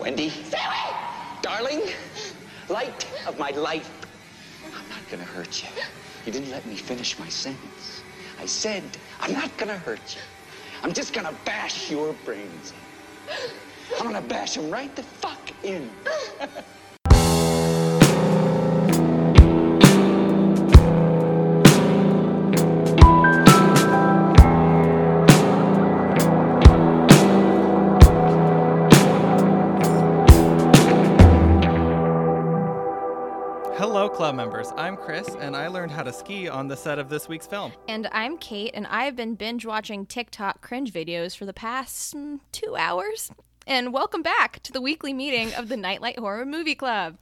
Wendy. Sally! Darling, light of my life. I'm not gonna hurt you. You didn't let me finish my sentence. I said, I'm not gonna hurt you. I'm just gonna bash your brains in. I'm gonna bash them right the fuck in. Hello, club members. I'm Chris, and I learned how to ski on the set of this week's film. And I'm Kate, and I've been binge watching TikTok cringe videos for the past mm, two hours. And welcome back to the weekly meeting of the Nightlight Horror Movie Club.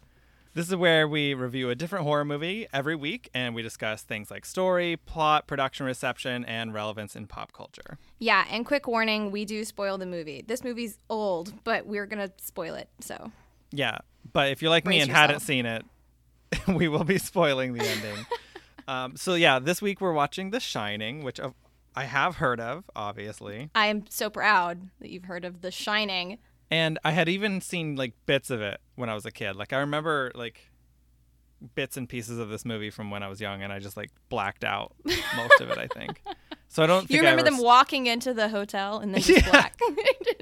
This is where we review a different horror movie every week, and we discuss things like story, plot, production reception, and relevance in pop culture. Yeah, and quick warning we do spoil the movie. This movie's old, but we're going to spoil it. So, Yeah, but if you're like me Brace and hadn't yourself. seen it, we will be spoiling the ending. um, so, yeah, this week we're watching The Shining, which of- I have heard of, obviously. I am so proud that you've heard of The Shining. and i had even seen like bits of it when i was a kid like i remember like bits and pieces of this movie from when i was young and i just like blacked out most of it i think so i don't think You remember I ever them walking into the hotel and then just Yeah. black.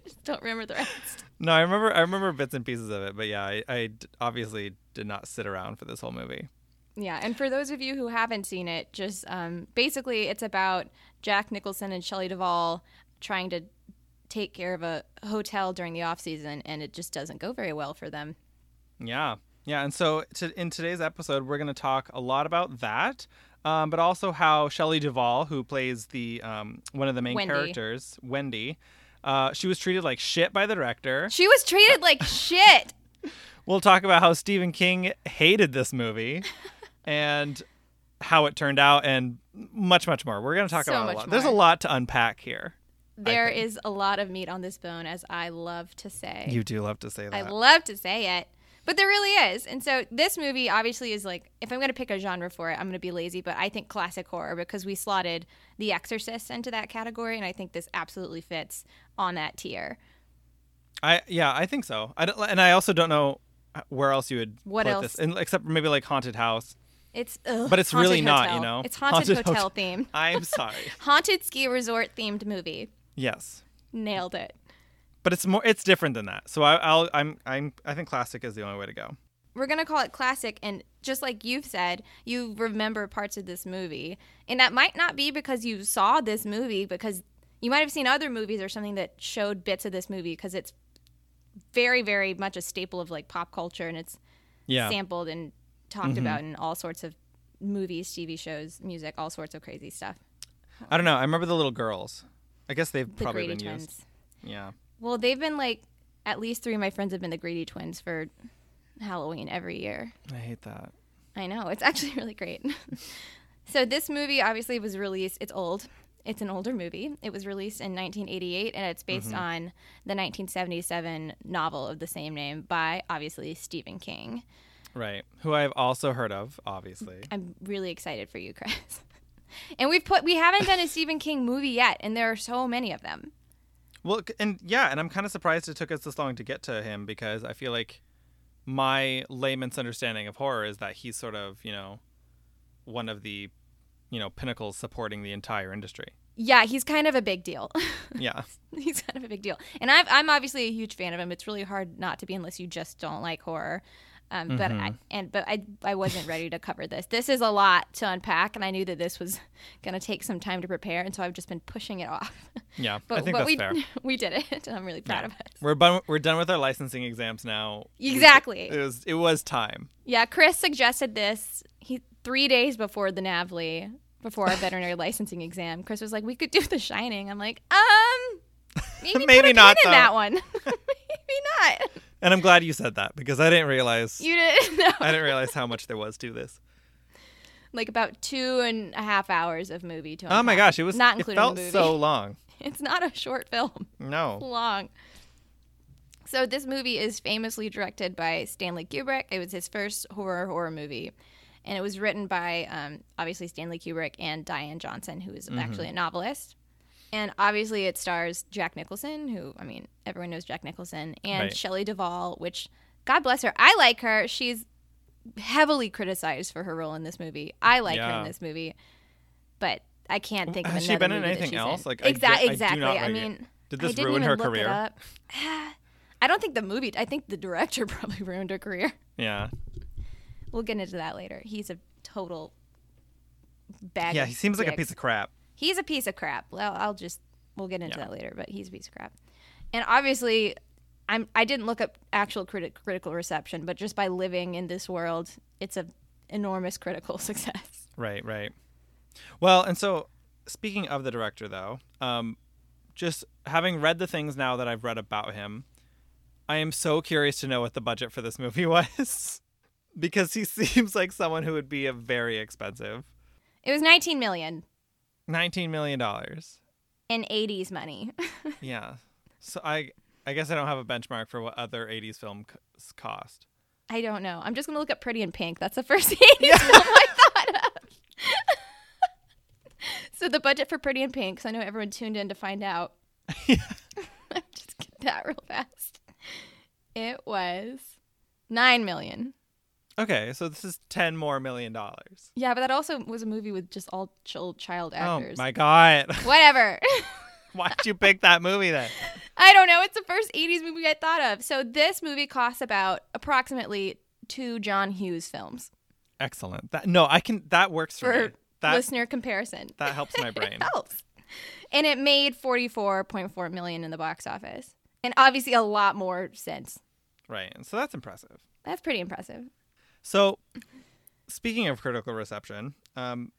Just Don't remember the rest. no i remember i remember bits and pieces of it but yeah I I d obviously did not sit around for this whole movie Yeah, and for those of you who haven't seen it, just um, basically it's about Jack Nicholson and Shelley Duvall trying to take care of a hotel during the off season, and it just doesn't go very well for them. yeah yeah and so to, in today's episode we're going to talk a lot about that um, but also how Shelley Duvall, who plays the um, one of the main Wendy. characters, Wendy, uh, she was treated like shit by the director. She was treated like shit. We'll talk about how Stephen King hated this movie and how it turned out and much, much more. We're going to talk So about a much lot. There's a more. lot to unpack here. There is a lot of meat on this bone, as I love to say. You do love to say I that. love to say it. But there really is. And so this movie obviously is like if I'm going to pick a genre for it, I'm going to be lazy, but I think classic horror because we slotted The Exorcist into that category and I think this absolutely fits on that tier. I yeah, I think so. I don't, and I also don't know where else you would What put else? this, in, except maybe like haunted house. It's ugh, But it's haunted really not, hotel. you know? It's haunted, Haunted hotel, hotel. themed. I'm sorry. Haunted ski resort themed movie. yes, Nailed it. but it's more. It's different than that. So I, I'll I'm I'm I think classic is the only way to go. we're gonna call it classic and just like you've said you remember parts of this movie and that might not be because you saw this movie because you might have seen other movies or something that showed bits of this movie because it's very very much a staple of like pop culture and it's Yeah. Mm-hmm. sampled and talked about in all sorts of movies tv shows music all sorts of crazy stuff I don't know. I remember the little girls. I guess they've the probably greedy been twins used. Yeah. well they've been like at least three of my friends have been the greedy twins for halloween every year I hate that. I know. It's actually really great. so this movie obviously was released. It's old. It's an older movie. It was released in 1988 and it's based on the 1977 novel of the same name by obviously Stephen King. Right. Who I've also heard of, obviously. I'm really excited for you, Chris. and we've put we haven't done a Stephen King movie yet and there are so many of them. Well, c- and yeah, and I'm kind of surprised it took us this long to get to him because I feel like my layman's understanding of horror is that he's sort of, you know, one of the, you know, pinnacles supporting the entire industry. Yeah, he's kind of a big deal. Yeah. he's kind of a big deal. And I've, I'm obviously a huge fan of him. It's really hard not to be unless you just don't like horror. Um, But I Mm-hmm. and but I I wasn't ready to cover this. This is a lot to unpack, and I knew that this was gonna take some time to prepare, and so I've just been pushing it off. Yeah. But, I think but that's we fair. we did it, and I'm really proud of us. We're bun- we're done with our licensing exams now. We took- Exactly. It was it was time. Yeah, Chris suggested this he three days before the Navly, before our veterinary licensing exam. Chris was like, "We could do The Shining." I'm like, um, maybe, Maybe put a not, though. pin in that one. maybe not. And I'm glad you said that because I didn't realize You didn't know. I didn't realize how much there was to this. like about two and a half hours of movie to Oh my unpack. gosh, it was not it including felt the movie. so long. It's not a short film. No. It's long. So this movie is famously directed by Stanley Kubrick. It was his first horror horror movie, and it was Mm-hmm. written by um, obviously Stanley Kubrick and Diane Johnson, who is actually a novelist. And obviously, it stars Jack Nicholson, who I mean, everyone knows Jack Nicholson, and Right. Shelley Duvall, which God bless her, I like her. She's heavily criticized for her role in this movie. I like her Yeah. in this movie, but I can't think of Has another. she been in movie that anything she's else? in. Like, I Exa- do- I do exactly. not I reg- mean, Did I this didn't ruin even her look it career? up. I don't think the movie. I think the director probably ruined her career. Yeah. We'll get into that later. He's a total bag. Yeah, of he seems like a dicks. piece of crap. he's a piece of crap. Well, I'll just we'll get into Yeah. that later, but he's a piece of crap. And obviously, I'm I didn't look up actual critic critical reception, but just by living in this world, it's a enormous critical success. Right, right. Well, and so speaking of the director, though, um, just having read the things now that I've read about him, I am so curious to know what the budget for this movie was because he seems like someone who would be a very expensive. It was 19 million $19 million. in 80s money. Yeah. So I. I guess I don't have a benchmark for what other 80s films c- cost. I don't know. I'm just gonna look up Pretty in Pink. That's the first 80s film I thought of. so the budget for Pretty in Pink. So I know everyone tuned in to find out. just get that real fast. It was nine million. Okay, so this is 10 more million dollars. Yeah, but that also was a movie with just all child child Oh actors. my god. Whatever. Why'd you pick that movie then? I don't know. It's the first 80s movie I thought of. So this movie costs about approximately two John Hughes films Excellent. That no, I can that works for, for me. That listener comparison. that helps my brain. helps. And it made 44.4 million in the box office. And obviously a lot more since. right. So that's impressive. That's pretty impressive. So speaking of critical reception, um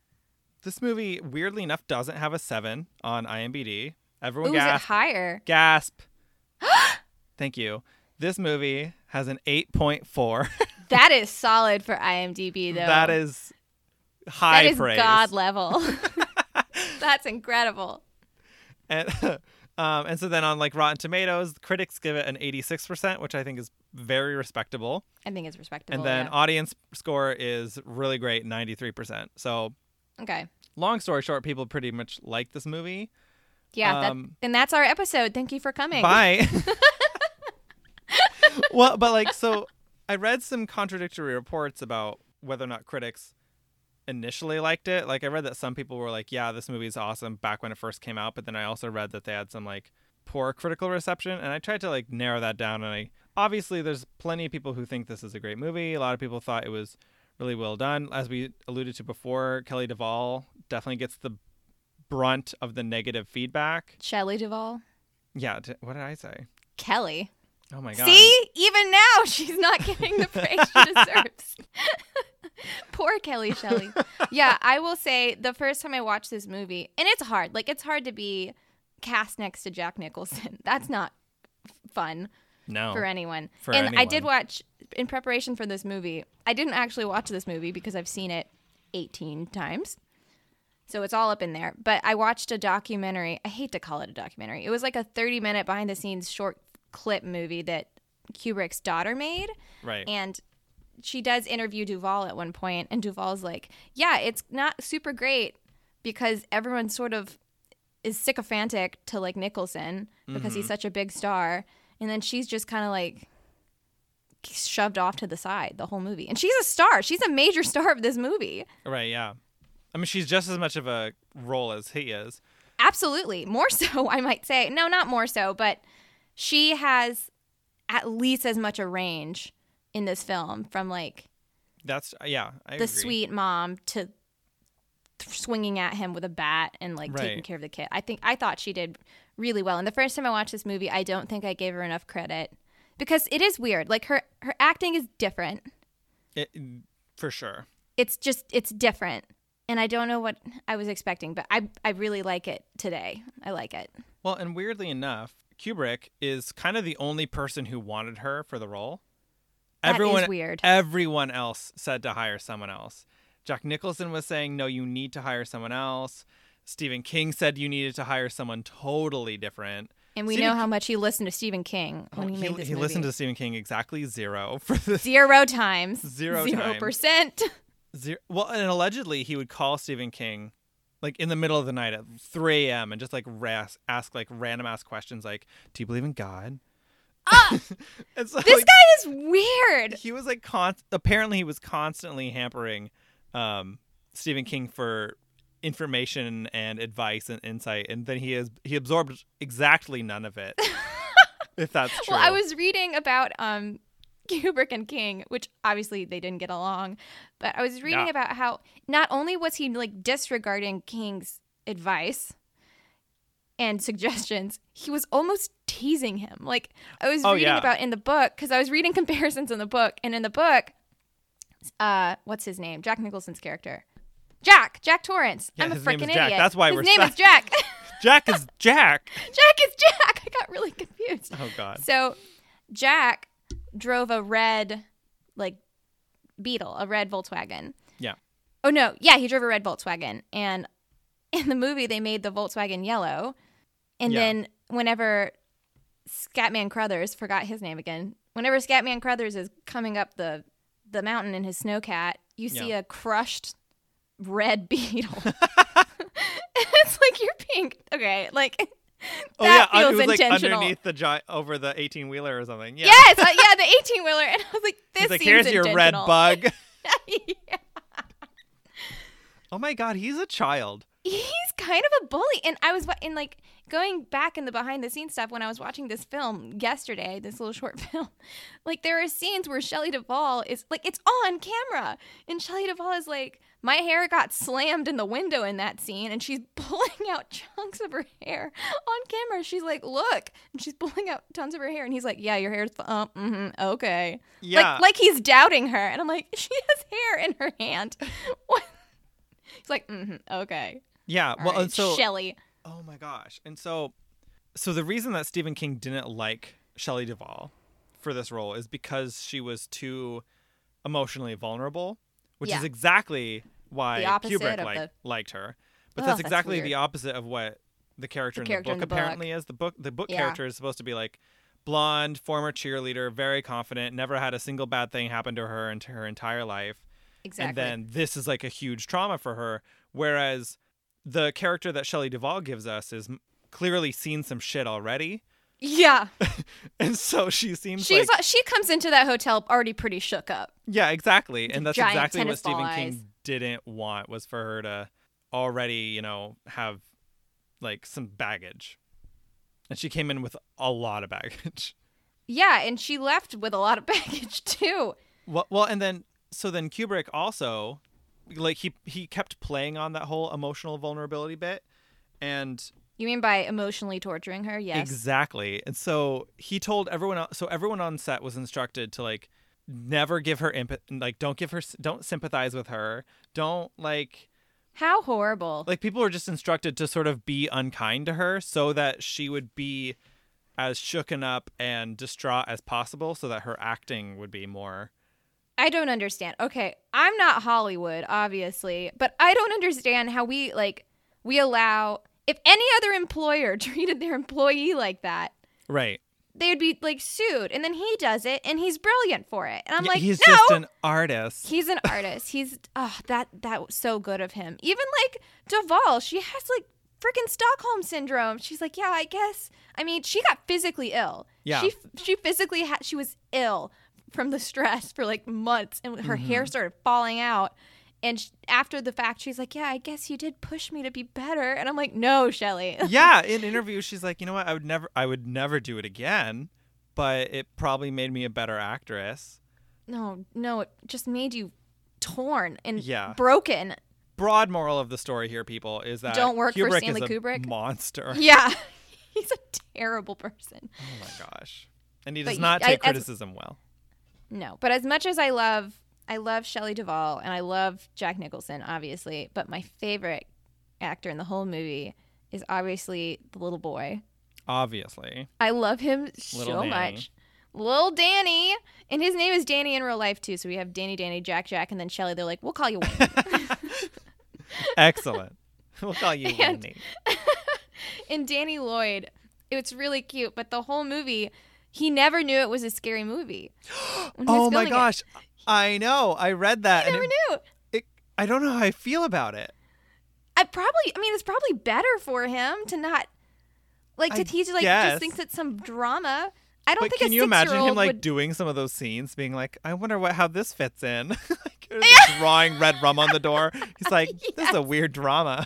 this movie weirdly enough doesn't have a 7 on IMDb. Everyone Ooh, is it gasp. higher? Gasp. Thank you. This movie has an 8.4. That is solid for IMDb though. that is high that is praise. god level. That's incredible. And um, and so then on like Rotten Tomatoes, critics give it an 86%, which I think is very respectable. I think it's respectable. And then Oh, yeah. audience score is really great, 93%. So, okay. long story short, people pretty much like this movie. Yeah, that- um, and that's our episode. Thank you for coming. Bye. well, but like so I read some contradictory reports about whether or not critics initially liked it. Like I read that some people were like, "Yeah, this movie is awesome" back when it first came out, but then I also read that they had some like poor critical reception, and I tried to like narrow that down and I obviously there's plenty of people who think this is a great movie. A lot of people thought it was really well done. As we alluded to before, Kelly Duvall definitely gets the brunt of the negative feedback. Shelley Duvall. Yeah, t- what did I say? Kelly. Oh my god. See? Even now she's not getting the praise she deserves. Poor Kelly Shelley. Yeah, I will say the first time I watched this movie, and it's hard. Like it's hard to be cast next to Jack Nicholson. That's not f- fun. No. for anyone. For and I did anyone. watch in preparation for this movie. I didn't actually watch this movie because I've seen it 18 times. So it's all up in there. But I watched a documentary. I hate to call it a documentary. It was like a 30 minute behind the scenes short clip movie that Kubrick's daughter made Right. and she does interview Duval at one point, and Duval's like, "Yeah, it's not super great because everyone sort of is sycophantic to like Nicholson because he's such a big star," and then she's just kind of like shoved off to the side the whole movie, and she's a star. She's a major star of this movie. right, yeah. I mean, she's just as much of a role as he is. Absolutely. More so, I might say. No, not more so, but she has at least as much a range in this film from like That's uh, yeah, I the agree. sweet mom to th- swinging at him with a bat and like taking Right. care of the kid. I think I thought she did really well. And the first time I watched this movie, I don't think I gave her enough credit because it is weird. Like her her acting is different. It, for sure. It's just it's different. And I don't know what I was expecting, but I I really like it today. I like it. Well, and weirdly enough, Kubrick is kind of the only person who wanted her for the role. That is everyone weird. Everyone else said to hire someone else. Jack Nicholson was saying, "No, you need to hire someone else." Stephen King said you needed to hire someone totally different. And we Stephen know how much he listened to Stephen King when he, Oh, he, made this he movie. listened to Stephen King exactly zero for this zero times. Zero Zero times. percent. Zero. Well, and allegedly he would call Stephen King, like in the middle of the night at 3 a.m. and just like ras- ask like random ass questions like, "Do you believe in God?" and so, Ah! This like, guy is weird. he was like con- apparently he was constantly hampering um, Stephen King for information and advice and insight, and then he is he absorbed exactly none of it. if that's true, Well, I was reading about um Kubrick and King, which obviously they didn't get along, but I was reading Yeah. about how not only was he like disregarding King's advice and suggestions, he was almost teasing him. Like I was Oh, reading yeah. about in the book cuz I was reading comparisons in the book and in the book uh what's his name? Jack Nicholson's character. Jack, Jack Torrance. Yeah, I'm a his name freaking is idiot. Jack. That's why his we're name stuck. is Jack. Jack is Jack. Jack is Jack. I got really confused. Oh God. So Jack drove a red, like, Beetle, a red Volkswagen. Yeah. Oh, no. Yeah, he drove a red Volkswagen. And in the movie, they made the Volkswagen yellow. And Yeah. then whenever Scatman Crothers, forgot his name again, whenever Scatman Crothers is coming up the, the mountain in his snowcat, you see Yeah. a crushed red beetle. it's like you're pink. Okay. Like, that I- feels Oh, it was like intentional. underneath the gi- over the eighteen wheeler or something. Yeah. Yes, uh, yeah, the eighteen wheeler, and I was like, "This He's like, seems here's your red intentional." bug. Yeah. oh my God, he's a child. He's kind of a bully, and I was wa- in like going back in the behind the scenes stuff when I was watching this film yesterday, this little short film. Like there are scenes where Shelley Duvall is like it's on camera, and Shelley Duvall is like, "My hair got slammed in the window in that scene," and she's pulling out chunks of her hair on camera. She's like, "Look," and she's pulling out tons of her hair, and he's like, "Yeah, your hair's uh, mm-hmm, okay." Yeah. Like, like he's doubting her. And I'm like, she has hair in her hand. What? He's like, mm-hmm, okay. yeah. all well, right, and so Shelly. Oh my gosh. And so so the reason that Stephen King didn't like Shelley Duvall for this role is because she was too emotionally vulnerable, which Yeah. is exactly why The opposite Kubrick of like, the- liked her. But Ugh, that's that's exactly the weird. opposite of what the character, The character in in the book the book. apparently is. The book the book Yeah. character is supposed to be like blonde, former cheerleader, very confident, never had a single bad thing happen to her in her entire life Exactly. and then this is like a huge trauma for her. Whereas the character that Shelley Duvall gives us is m- clearly seen some shit already, yeah. and so she seems She's like uh, she comes into that hotel already pretty shook up. yeah, exactly, and that's giant exactly what tennis ball Stephen eyes. King didn't want was for her to already you know have like some baggage, and she came in with a lot of baggage. Yeah, and she left with a lot of baggage too. Well, well, and then so then Kubrick also, like he he kept playing on that whole emotional vulnerability bit, and You mean by emotionally torturing her? Yes. Exactly. And so he told everyone else, so everyone on set was instructed to like never give her imp like don't give her don't sympathize with her. Don't like How horrible. like people were just instructed to sort of be unkind to her so that she would be as shooken up and distraught as possible so that her acting would be more I don't understand. Okay, I'm not Hollywood, obviously, but I don't understand how we like we allow if any other employer treated their employee like that, right. they'd be like sued. And then he does it, and he's brilliant for it. And I'm Yeah, like, he's no, just an artist. he's an artist. He's oh that that was so good of him. Even like Duvall, she has like freaking Stockholm syndrome. She's like, yeah, I guess. I mean, she got physically ill. Yeah. she she physically had she was ill from the stress for like months, and her Mm-hmm. hair started falling out. And sh after the fact, she's like, "Yeah, I guess you did push me to be better." And I'm like, "No, Shelly, yeah, in interviews she's like, "You know what? I would never I would never do it again, but it probably made me a better actress." no, no. It just made you torn and Yeah. broken." broad moral of the story here, people, is that Don't work for Kubrick Stanley is a Kubrick. Monster. Yeah, he's a terrible person. Oh my gosh, and he does But not I- take as- criticism well. No, but as much as I love, I love Shelley Duvall and I love Jack Nicholson, obviously. But my favorite actor in the whole movie is obviously the little boy. Obviously, I love him Little so Danny. much. Little Danny, and his name is Danny in real life too. So we have Danny, Danny, Jack, Jack, and then Shelley. They're like, we'll call you Wayne. excellent. we'll call you And- Wendy. and Danny Lloyd. It's really cute, but the whole movie, he never knew it was a scary movie. when he was Oh my filming it. gosh, I know. I read that, he and never it, knew. it, I don't know how I feel about it. I probably, I mean, it's probably better for him to not, like, to I teach, like, guess. just thinks it's some drama. I don't But think can a you imagine him six-year-old like would, doing some of those scenes, being like, "I wonder what how this fits in," like just drawing red rum on the door. He's like, "This is a weird drama,"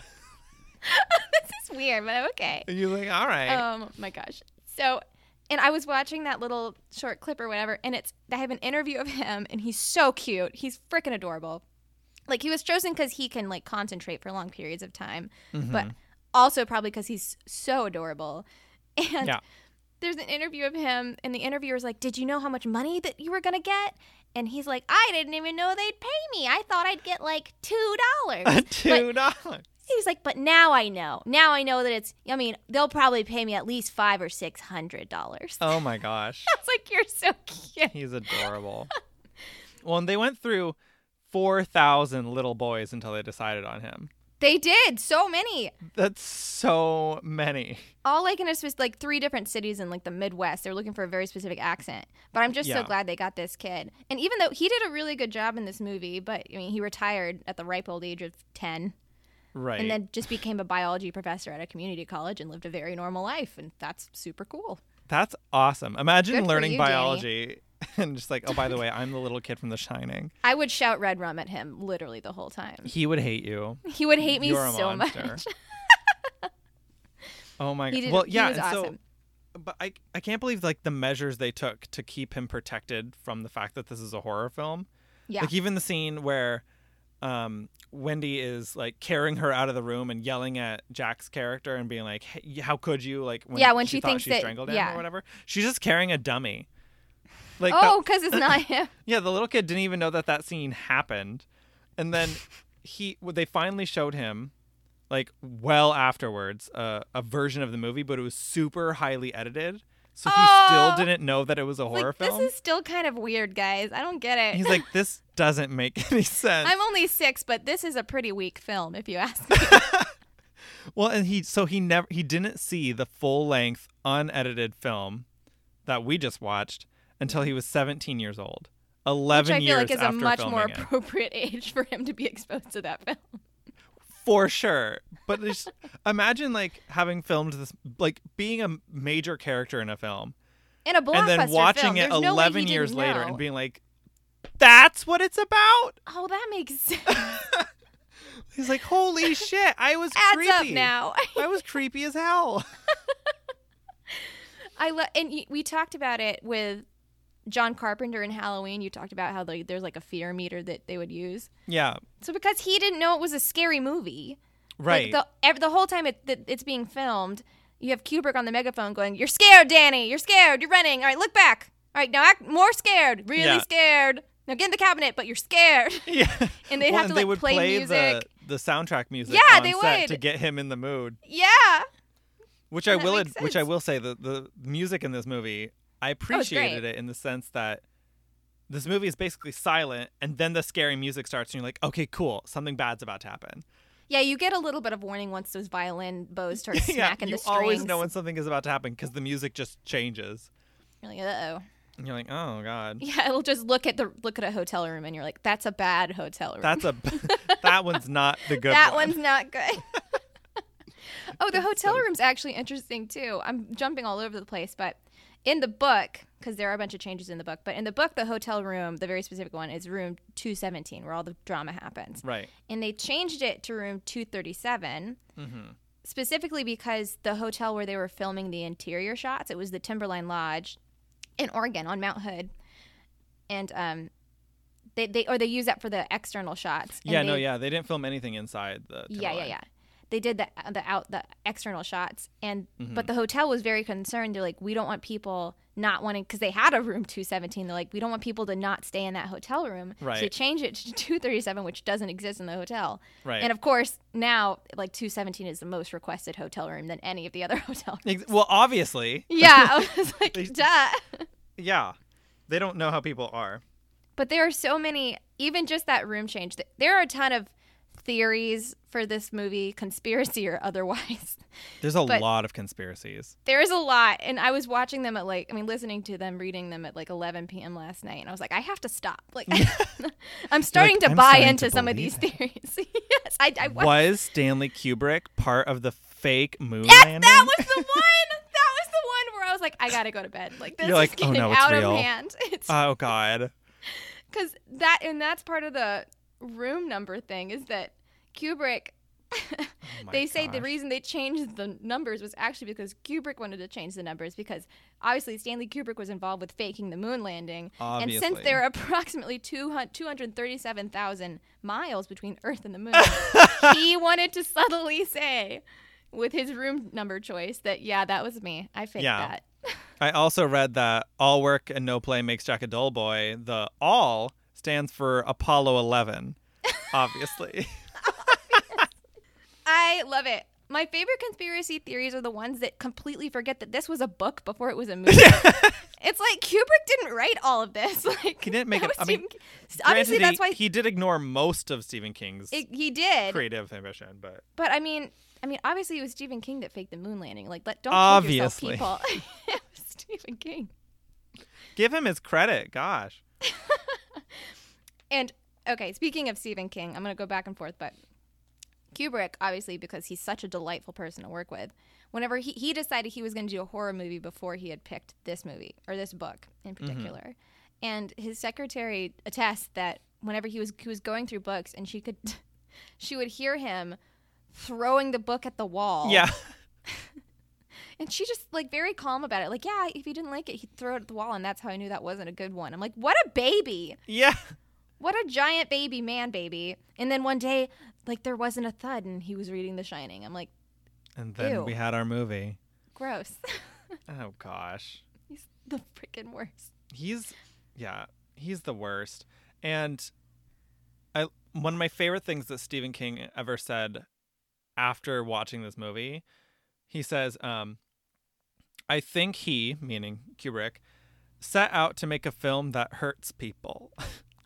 this is weird, but okay. and you're like, "All right." Um, my gosh. So, and I was watching that little short clip or whatever, and it's they have an interview of him, and he's so cute. He's freaking adorable. Like he was chosen because he can like concentrate for long periods of time, Mm-hmm. but also probably because he's so adorable. And Yeah. there's an interview of him, and the interviewer's like, "Did you know how much money that you were gonna get?" And he's like, "I didn't even know they'd pay me. I thought I'd get like two dollars." Two dollars. He's like, but now I know. Now I know that it's. I mean, they'll probably pay me at least five or six hundred dollars. Oh my gosh. It's like you're so cute. He's adorable. well, and they went through 4,000 little boys until they decided on him. They did so many. That's so many. All like in a spec- like three different cities in like the Midwest. They're looking for a very specific accent. But I'm just so Yeah. glad they got this kid. And even though he did a really good job in this movie, but I mean, he retired at the ripe old age of ten, Right. and then just became a biology professor at a community college and lived a very normal life, and that's super cool. That's awesome. Imagine Good for learning you, Danny. biology and just like, oh, by the way, I'm the little kid from The Shining. I would shout red rum at him literally the whole time. He would hate you. He would hate me You're a so monster. much. Oh my He god. did- Well, he yeah. was and awesome. So, but I I can't believe like the measures they took to keep him protected from the fact that this is a horror film. Yeah. Like even the scene where um, Wendy is like carrying her out of the room and yelling at Jack's character and being like, hey, "How could you?" Like when Yeah, when she thought thinks she that- strangled him yeah. or whatever. She's just carrying a dummy. Like that- Oh, because it's not him. yeah, the little kid didn't even know that that scene happened, and then he well, they finally showed him, like well afterwards, uh, a version of the movie, but it was super highly edited, so he Oh. still didn't know that it was a horror Like, film. this is still kind of weird, guys. I don't get it. He's like, this doesn't make any sense. I'm only six, but this is a pretty weak film, if you ask me. Well, and he so he never he didn't see the full length unedited film that we just watched until he was 17 years old. 11 Which I feel years like is a after much filming more it. appropriate age for him to be exposed to that film. for sure. But it's- imagine like having filmed this like being a major character in a film In a blockbuster and then watching film, it there's no way 11 he didn't years later and know. being like that's what it's about. oh, that makes sense. He's like, "Holy shit, I was Adds creepy." up now. I was creepy as hell. I love, and y- we talked about it with John Carpenter in Halloween. You talked about how like, there's like a fear meter that they would use. Yeah. So because he didn't know it was a scary movie, Right. Like the ev- the whole time it, that it's being filmed, you have Kubrick on the megaphone going, "You're scared, Danny. You're scared. You're running. All right, look back. All right, now act more scared. Really Yeah. scared. Now get in the cabinet, but you're scared." Yeah. And they'd have to, they like, would play the music. the soundtrack music. Yeah, on they set to would. get him in the mood. yeah, Which I That will, makes ad- which I sense. Oh, will say, the the music in this movie, I appreciated great. it in the sense that this movie is basically silent, and then the scary music starts, and you're like, okay, cool, something bad's about to happen. yeah. You get a little bit of warning once those violin bows start smacking you the strings. always know when something is about to happen because the music just changes, You're like, uh oh. and you're like, oh god, Yeah, it'll just look at the look at a hotel room, and you're like, "That's a bad hotel room. that's a that one's not the good. that one. one's not good. oh, the hotel room's actually interesting too. I'm jumping all over the place, but in the book, because there are a bunch of changes in the book, but in the book, the hotel room, the very specific one, is room 217, where all the drama happens. right. And they changed it to room 237. Mm-hmm. Specifically because the hotel where they were filming the interior shots, it was the Timberline Lodge in Oregon on Mount Hood. And um they, they or they use that for the external shots. and Yeah, no, they- yeah, they didn't film anything inside the. yeah, yeah, Timberline. yeah. They did the uh, the out the external shots, and Mm-hmm. but the hotel was very concerned. They're like, we don't want people not wanting because they had a room two seventeen. They're like, we don't want people to not stay in that hotel room. So they Right. changed it to two thirty seven, which doesn't exist in the hotel. Right. And of course, now like two seventeen is the most requested hotel room than any of the other hotel. Rooms. Ex- well, obviously, yeah, I was like, duh. yeah, they don't know how people are. But there are so many, even just that room change. th- There are a ton of theories for this movie, conspiracy or otherwise. There's a But- lot of conspiracies. There is a lot, and I was watching them at like, I mean, listening to them, reading them at like 11 p.m. last night, and I was like, I have to stop. Like, I'm starting to "I'm buy starting into to some of these believe theories. yes, I, I was. Was Stanley Kubrick part of the fake moon Yes, landing? that was the one. That was the one where I was like, I gotta go to bed. Like this You're like, is "Oh, getting no, it's out real." of hand. It's oh God. because that and that's part of the room number thing is that Kubrick. Oh my they say the gosh. reason they changed the numbers was actually because Kubrick wanted to change the numbers because obviously Stanley Kubrick was involved with faking the moon landing. And since Obviously. there are approximately 200 237,000 miles between Earth and the moon, he wanted to subtly say with his room number choice that, yeah, that was me. I faked Yeah. that. I also read that all work and no play makes Jack a dull boy. The all stands for Apollo 11, obviously. I love it. My favorite conspiracy theories are the ones that completely forget that this was a book before it was a movie. it's like Kubrick didn't write all of this. Like He didn't make that it- was I mean, Stephen King. obviously Granted, he- that's why he did ignore most of Stephen King's it, he did. creative ambition, but But I mean, I mean, obviously it was Stephen King that faked the moon landing. Like, let, don't Obviously. kid yourself, people. It was Stephen King. give him his credit. Gosh. And okay, speaking of Stephen King, I'm going to go back and forth, but Kubrick, obviously, because he's such a delightful person to work with, whenever he, he decided he was going to do a horror movie before he had picked this movie or this book in particular. And his secretary attests that whenever he was he was going through books and she could she would hear him throwing the book at the wall. Yeah. And she just like very calm about it. Like, yeah, if he didn't like it, he'd throw it at the wall and that's how I knew that wasn't a good one. I'm like, what a baby. Yeah. What a giant baby man baby. And then one day, like there wasn't a thud and he was reading The Shining. I'm like, And then Ew. we had our movie. gross. Oh gosh. He's the freaking worst. he's yeah he's the worst and i one of my favorite things that stephen king ever said after watching this movie he says um i think he meaning kubrick set out to make a film that hurts people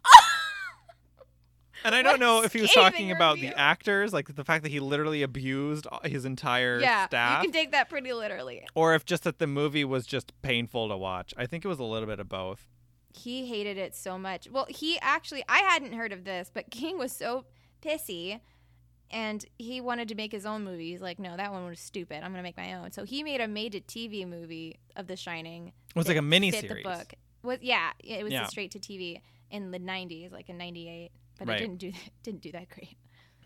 and i don't What know if he was scathing talking about review. the actors like the fact that he literally abused his entire yeah, staff you can take that pretty literally. or if just that the movie was just painful to watch i think it was a little bit of both He hated it so much. Well, he actually, I hadn't heard of this, but King was so pissy and he wanted to make his own movie. He's like, no, that one was stupid. I'm going to make my own. So he made a made to TV movie of The Shining. It was like a mini fit series. the book. Was yeah, it was Yeah. a straight to TV in the '90s, like in '98, but Right. it didn't do didn't do that great.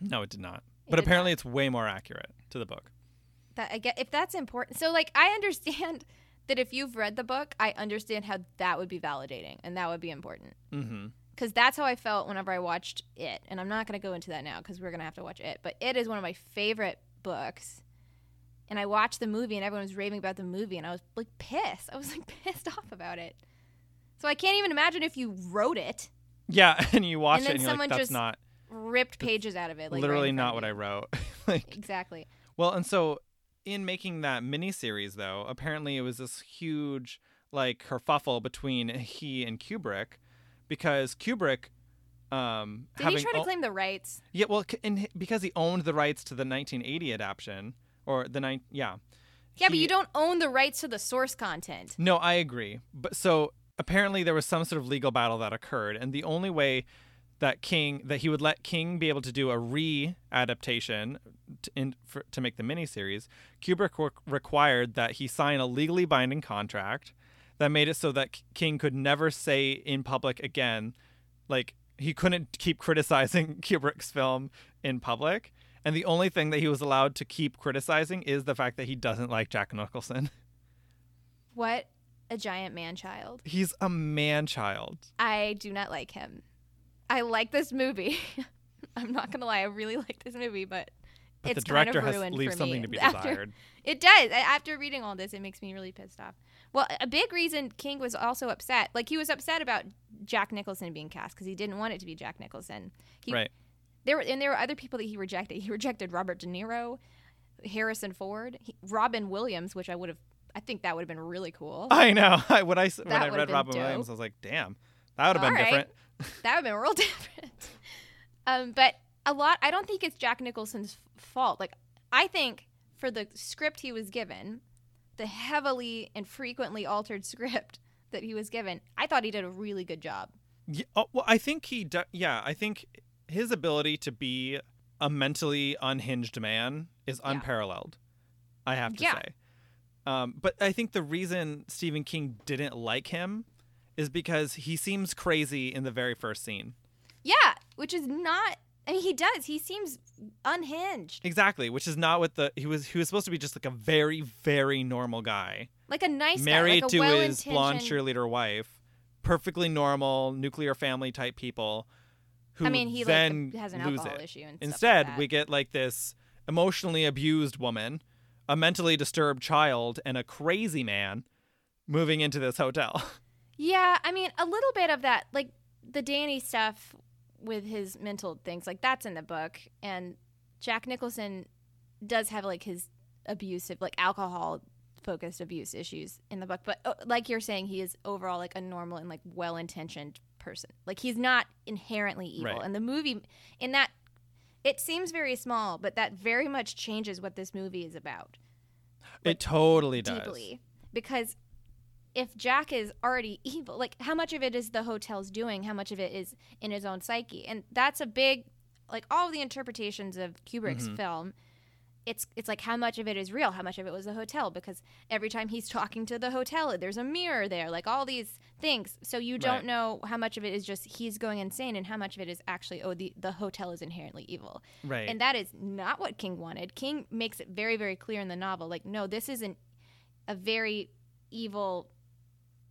No, it did not. It but did apparently, it's way more accurate to the book. That I get if that's important. So like I understand that if you've read the book, I understand how that would be validating and that would be important Mm-hmm. because that's how I felt whenever I watched it. And I'm not gonna go into that now because we're gonna have to watch it. But it is one of my favorite books. And I watched the movie, and everyone was raving about the movie, and I was like pissed. I was like pissed off about it. So I can't even imagine if you wrote it. Yeah, and you watch And it then and you're like, someone that's just, not ripped pages out of it. Like literally not what I wrote. like, Exactly. well, and so in making that miniseries, though, apparently it was this huge like kerfuffle between he and Kubrick, because Kubrick, um, Did having he try to o- claim the rights? Yeah, well, c- and h- because he owned the rights to the 1980 adaptation or the nine, yeah, Yeah, but He- you don't own the rights to the source content. No, I agree. But so apparently there was some sort of legal battle that occurred, and the only way that King that he would let King be able to do a re-adaptation to, in, for, to make the miniseries, Kubrick re- required that he sign a legally binding contract that made it so that K- King could never say in public again, like he couldn't keep criticizing Kubrick's film in public. And the only thing that he was allowed to keep criticizing is the fact that he doesn't like Jack Nicholson. What a giant man child. He's a man child. I do not like him. I like this movie. I'm not gonna lie, I really like this movie, but, But it's the director kind of has ruined leaves for something me. to be After- desired. It does. A- After reading all this, it makes me really pissed off. Well, a big reason King was also upset, like he was upset about Jack Nicholson being cast because he didn't want it to be Jack Nicholson. He right. There were and there were other people that he rejected. He rejected Robert De Niro, Harrison Ford, he, Robin Williams, which I would have. I think that would have been really cool. I know. I, when I s- when That I would've read been Robin dope. Williams, I was like, damn, that would have been All right. different. that would have been real different. Um, but a lot. I don't think it's Jack Nicholson's f- fault. Like, I think for the script he was given, the heavily and frequently altered script that he was given, I thought he did a really good job. Yeah, oh, well, I think he. Do- yeah, I think his ability to be a mentally unhinged man is Yeah. unparalleled. I have to Yeah. say. Um, but I think the reason Stephen King didn't like him is because he seems crazy in the very first scene. Yeah, which is not. I mean, he does. He seems unhinged, Exactly, which is not what the he was. He was supposed to be just like a very, very normal guy, like a nice married guy, like a to his blonde well-intentioned. cheerleader wife, perfectly normal nuclear family type people. Who I mean, he then like has an lose alcohol it. issue. And stuff like Instead, that. we get like this emotionally abused woman, a mentally disturbed child, and a crazy man moving into this hotel. Yeah, I mean, a little bit of that, like the Danny stuff with his mental things, like that's in the book. And Jack Nicholson does have like his abusive, like alcohol focused abuse issues in the book. But uh, like you're saying, he is overall like a normal and like well intentioned person. Like he's not inherently evil. Right. And the movie, in that, it seems very small, but that very much changes what this movie is about it totally does. deeply because if Jack is already evil, like how much of it is the hotel's doing? How much of it is in his own psyche? And that's a big, like all the interpretations of Kubrick's Mhm. film. It's it's like how much of it is real? How much of it was the hotel? Because every time he's talking to the hotel, there's a mirror there, like all these things. So you don't Right. know how much of it is just he's going insane, and how much of it is actually oh the the hotel is inherently evil. Right. And that is not what King wanted. King makes it very, very clear in the novel. Like, no, this isn't a very evil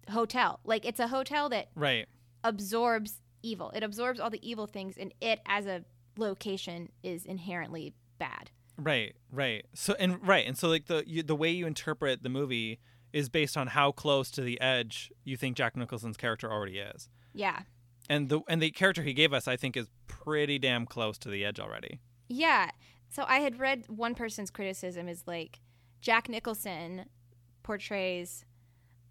hotel. Like, it's a hotel that right. absorbs evil. It absorbs all the evil things, and it, as a location, is inherently bad. Right. Right. So and right and so like the you, the way you interpret the movie is based on how close to the edge you think Jack Nicholson's character already is. Yeah. And the and the character he gave us I think is pretty damn close to the edge already. Yeah. So I had read one person's criticism is like Jack Nicholson portrays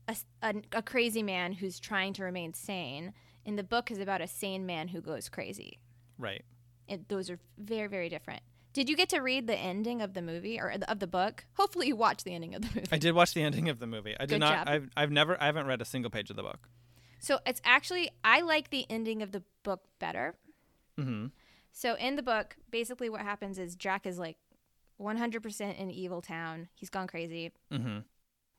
a, s- an- a crazy man who's trying to remain sane, and the book is about a sane man who goes crazy. Right. it, those are very very different did you get to read the ending of the movie or the, of the book hopefully you watched the ending of the movie I did watch the ending of the movie. I did Good not job. I've I've never I haven't read a single page of the book. so it's actually i like the ending of the book better Mhm. so in the book basically what happens is jack is like 100% in evil town he's gone crazy Mhm.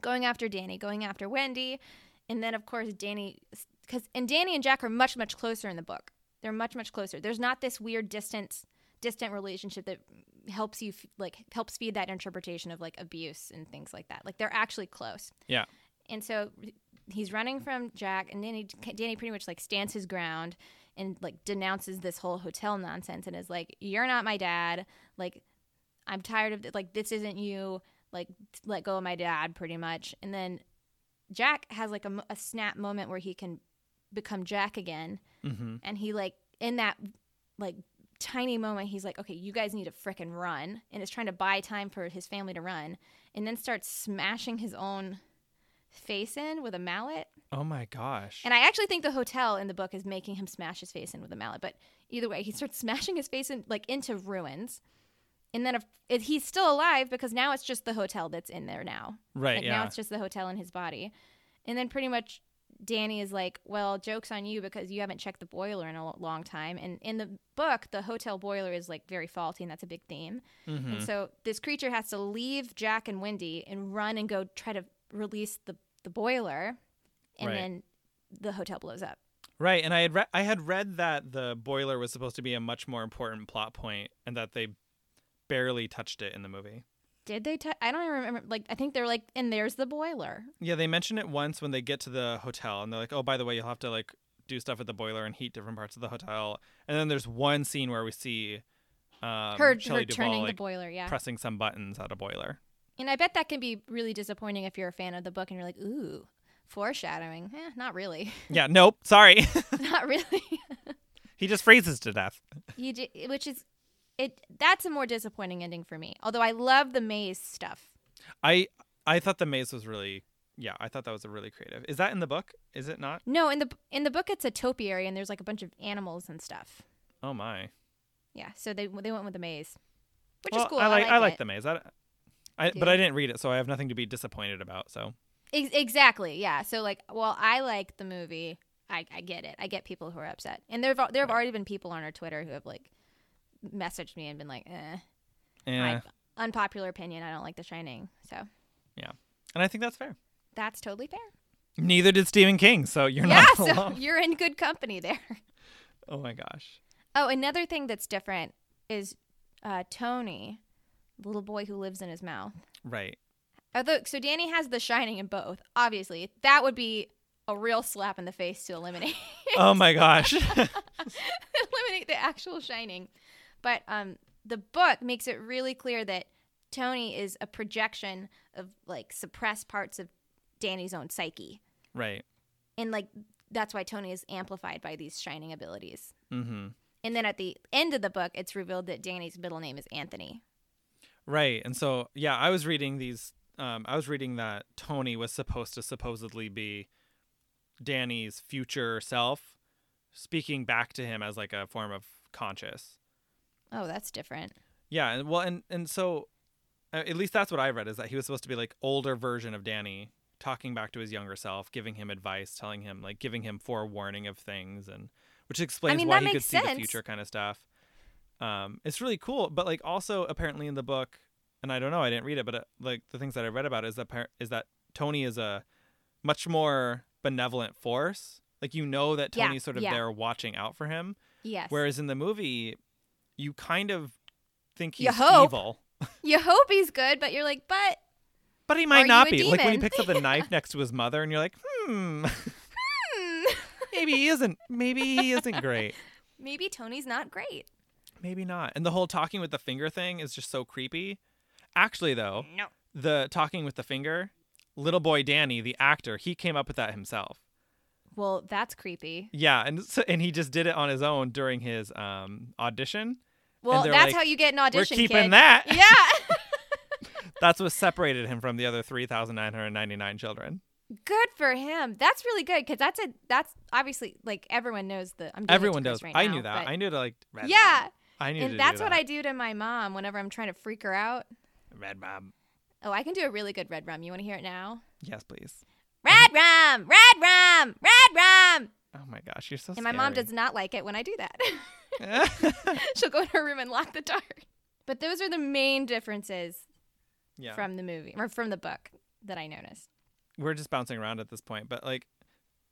going after danny going after wendy and then of course danny because and danny and jack are much much closer in the book they're much much closer there's not this weird distance distant relationship that helps you f- like helps feed that interpretation of like abuse and things like that like they're actually close Yeah. and so he's running from Jack, and Danny, Danny pretty much like stands his ground and like denounces this whole hotel nonsense and is like, "You're not my dad. Like, I'm tired of th- like this isn't you. Like, let go of my dad, pretty much." And then Jack has like a, mo- a snap moment where he can become Jack again, Mhm. and he like in that like tiny moment he's like okay you guys need to frickin' run and is trying to buy time for his family to run and then starts smashing his own face in with a mallet Oh my gosh. and i actually think the hotel in the book is making him smash his face in with a mallet but either way he starts smashing his face in like into ruins and then if, if he's still alive because now it's just the hotel that's in there now right, like yeah. now it's just the hotel and his body. And then pretty much Danny is like, "Well, jokes on you because you haven't checked the boiler in a lo- long time." And in the book, the hotel boiler is like very faulty, and that's a big theme. Mhm. And so this creature has to leave Jack and Wendy and run and go try to release the the boiler, and Right. then the hotel blows up. Right, and I had re- I had read that the boiler was supposed to be a much more important plot point, and that they barely touched it in the movie. Did they? I I don't even remember. Like I think they're like, and there's the boiler. Yeah, they mention it once when they get to the hotel, and they're like, "Oh, by the way, you'll have to like do stuff at the boiler and heat different parts of the hotel." And then there's one scene where we see um, her Shelley her Duvall, turning the like, boiler. Yeah. pressing some buttons at a boiler. And I bet that can be really disappointing if you're a fan of the book and you're like, ooh, foreshadowing. Eh, not really. Yeah, nope, sorry, not really. he just freezes to death. you do, which is it that's a more disappointing ending for me. Although I love the maze stuff. I I thought the maze was really yeah, I thought that was a really creative. Is that in the book? Is it not? No, in the in the book it's a topiary and there's like a bunch of animals and stuff. Oh my. Yeah, so they they went with the maze, which well, is cool. I like I like, it. the maze. I, I but Yeah. I didn't read it, so I have nothing to be disappointed about. So Ex- exactly. Yeah. So like, well, I like the movie. I, I get it. I get people who are upset, and there've al- there have already been people on our Twitter who have like messaged me and been like, eh, yeah, I- unpopular opinion. I don't like The Shining. So yeah, and I think that's fair. that's totally fair. Neither did Stephen King, so you're Yeah. not So alone. you're in good company there. Oh my gosh. Oh, another thing that's different is uh, Tony, the little boy who lives in his mouth. Right. Although, so Danny has The Shining in both. Obviously, that would be a real slap in the face to eliminate. Oh my gosh. eliminate the actual shining. But um, the book makes it really clear that Tony is a projection of like suppressed parts of Danny's own psyche. right. And like that's why Tony is amplified by these shining abilities. Mm-hmm. And then at the end of the book, it's revealed that Danny's middle name is Anthony. Right. And so, yeah, I was reading these. Um, I was reading that Tony was supposed to supposedly be Danny's future self, speaking back to him as like a form of conscious. Oh, that's different. Yeah. And well, and and so, uh, at least that's what I read is that he was supposed to be like older version of Danny, talking back to his younger self, giving him advice, telling him like giving him forewarning of things, and which explains mean, why that he could makes see the sense. future kind of stuff. Um, it's really cool, but like also apparently in the book, and I don't know, I didn't read it, but uh, like the things that I read about it is that par- is that Tony is a much more benevolent force. Like you know that Yeah, Tony's sort of yeah. there watching out for him, Yes. Whereas in the movie, you kind of think You he's hope. evil, you hope he's good, but you're like, but but he Are might you not a be. Like when he demon? picks up the knife next to his mother, and you're like, hmm, hmm, maybe he isn't. Maybe he isn't great. maybe Tony's not great. Maybe not. And the whole talking with the finger thing is just so creepy. Actually, though, No. the talking with the finger, little boy Danny, the actor, he came up with that himself. Well, that's creepy. Yeah, and so, and he just did it on his own during his um audition. Well, they're that's like, how you get an audition. We're keeping kid." that. Yeah. That's what separated him from the other 3,999 children. Good for him. That's really good because that's a that's obviously like everyone knows the. I'm doing it to Everyone Chris does. Right I now, knew that. but- I knew to like. Red yeah, Bomb. I knew. to and do that's what I that. do to my mom whenever I'm trying to freak her out. Red bomb. Oh, I can do a really good red rum. You want to hear it now? Yes, please. Uh-huh. Red rum, red rum, red rum. Oh my gosh, you're so. And my mom does not like it when I do that. doesn't. She'll go in her room and lock the door. But those are the main differences yeah. from the movie or from the book that I noticed. We're just bouncing around at this point, but like.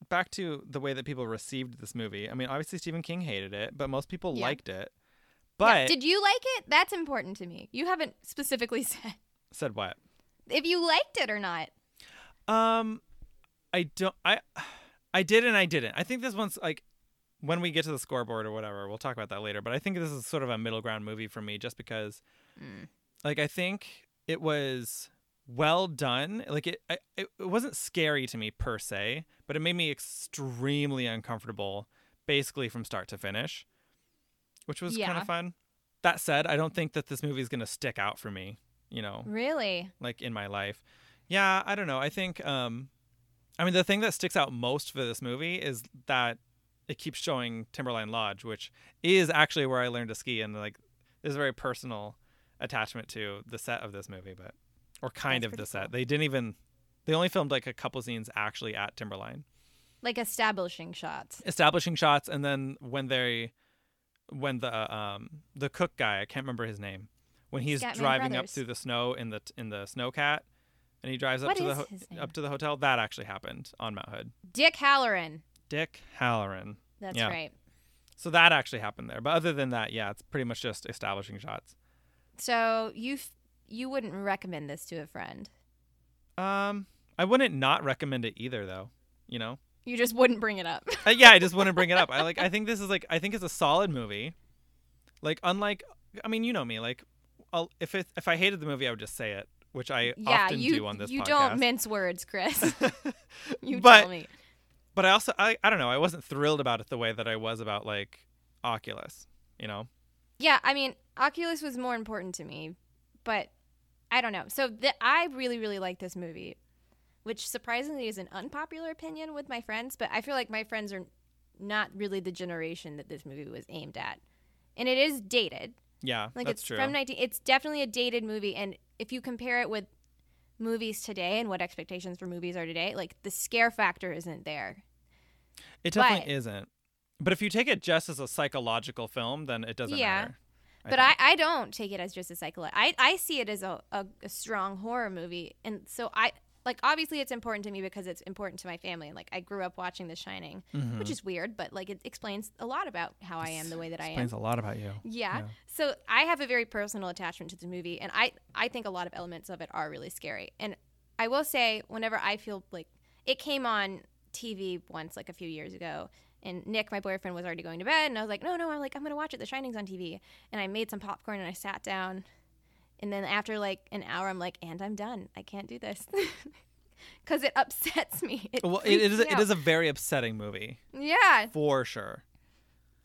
Back to the way that people received this movie. I mean, obviously Stephen King hated it, but most people Yeah. liked it. Yeah, But did you like it? That's important to me. You haven't specifically said said what? if you liked it or not. Um, I don't. I, I did and I didn't. I think this one's like, when we get to the scoreboard or whatever, we'll talk about that later. But I think this is sort of a middle ground movie for me, just because, like, I think it was well done. Like it, I, it, it wasn't scary to me per se, but it made me extremely uncomfortable, basically from start to finish, which was kind Yeah. of fun. That said, I don't think that this movie is going to stick out for me. You know, Really? like in my life. Yeah, I don't know. I think um I mean the thing that sticks out most for this movie is that it keeps showing Timberline Lodge, which is actually where I learned to ski and like there's a very personal attachment to the set of this movie, but or kind That's of the pretty set. cool. They didn't even they only filmed like a couple scenes actually at Timberline Like establishing shots. establishing shots and then when they when the um the cook guy i can't remember his name when he's Scatman driving up Brothers. through the snow in the in the snowcat and he drives up What to the is ho- his name? up to the hotel that actually happened on mount hood Dick Halloran. dick halloran That's Yeah. right. so that actually happened there but other than that yeah it's pretty much just establishing shots So you f- you wouldn't recommend this to a friend. um i wouldn't not recommend it either though you know You just wouldn't bring it up. Uh, yeah, I just want to bring it up. I like. I think this is like. I think it's a solid movie. Like, unlike, I mean, you know me. Like, I'll, if it, if I hated the movie, I would just say it, which I yeah, often you do on this you podcast. don't mince words, Chris. you But- tell me. but I also, I, I don't know. I wasn't thrilled about it the way that I was about like Oculus. You know. Yeah, I mean, Oculus was more important to me, but I don't know. So the, I really really like this movie, which surprisingly is an unpopular opinion with my friends, but I feel like my friends are not really the generation that this movie was aimed at. and it is dated. Yeah, Like that's it's true. from 19 it's definitely a dated movie and if you compare it with movies today and what expectations for movies are today, like the scare factor isn't there. it definitely but- isn't. But if you take it just as a psychological film, then it doesn't Yeah. matter. But I, I don't take it as just a psychological. I, I see it as a, a, a strong horror movie. And so I, like, obviously it's important to me because it's important to my family. And, like, I grew up watching The Shining, Mm-hmm. which is weird, but, like, it explains a lot about how I am the way that I am. explains a lot about you. Yeah. yeah. So I have a very personal attachment to the movie. And I, I think a lot of elements of it are really scary. And I will say, whenever I feel like it came on TV once, like, a few years ago, and Nick, my boyfriend, was already going to bed, and I was like, "No, no, I'm like, I'm gonna watch it. The Shining's on TV." And I made some popcorn and I sat down, and then after like an hour, I'm like, "And I'm done. I can't do this," because it upsets me. It Well, it, it is. freaks me It is a out. very upsetting movie yeah. for sure.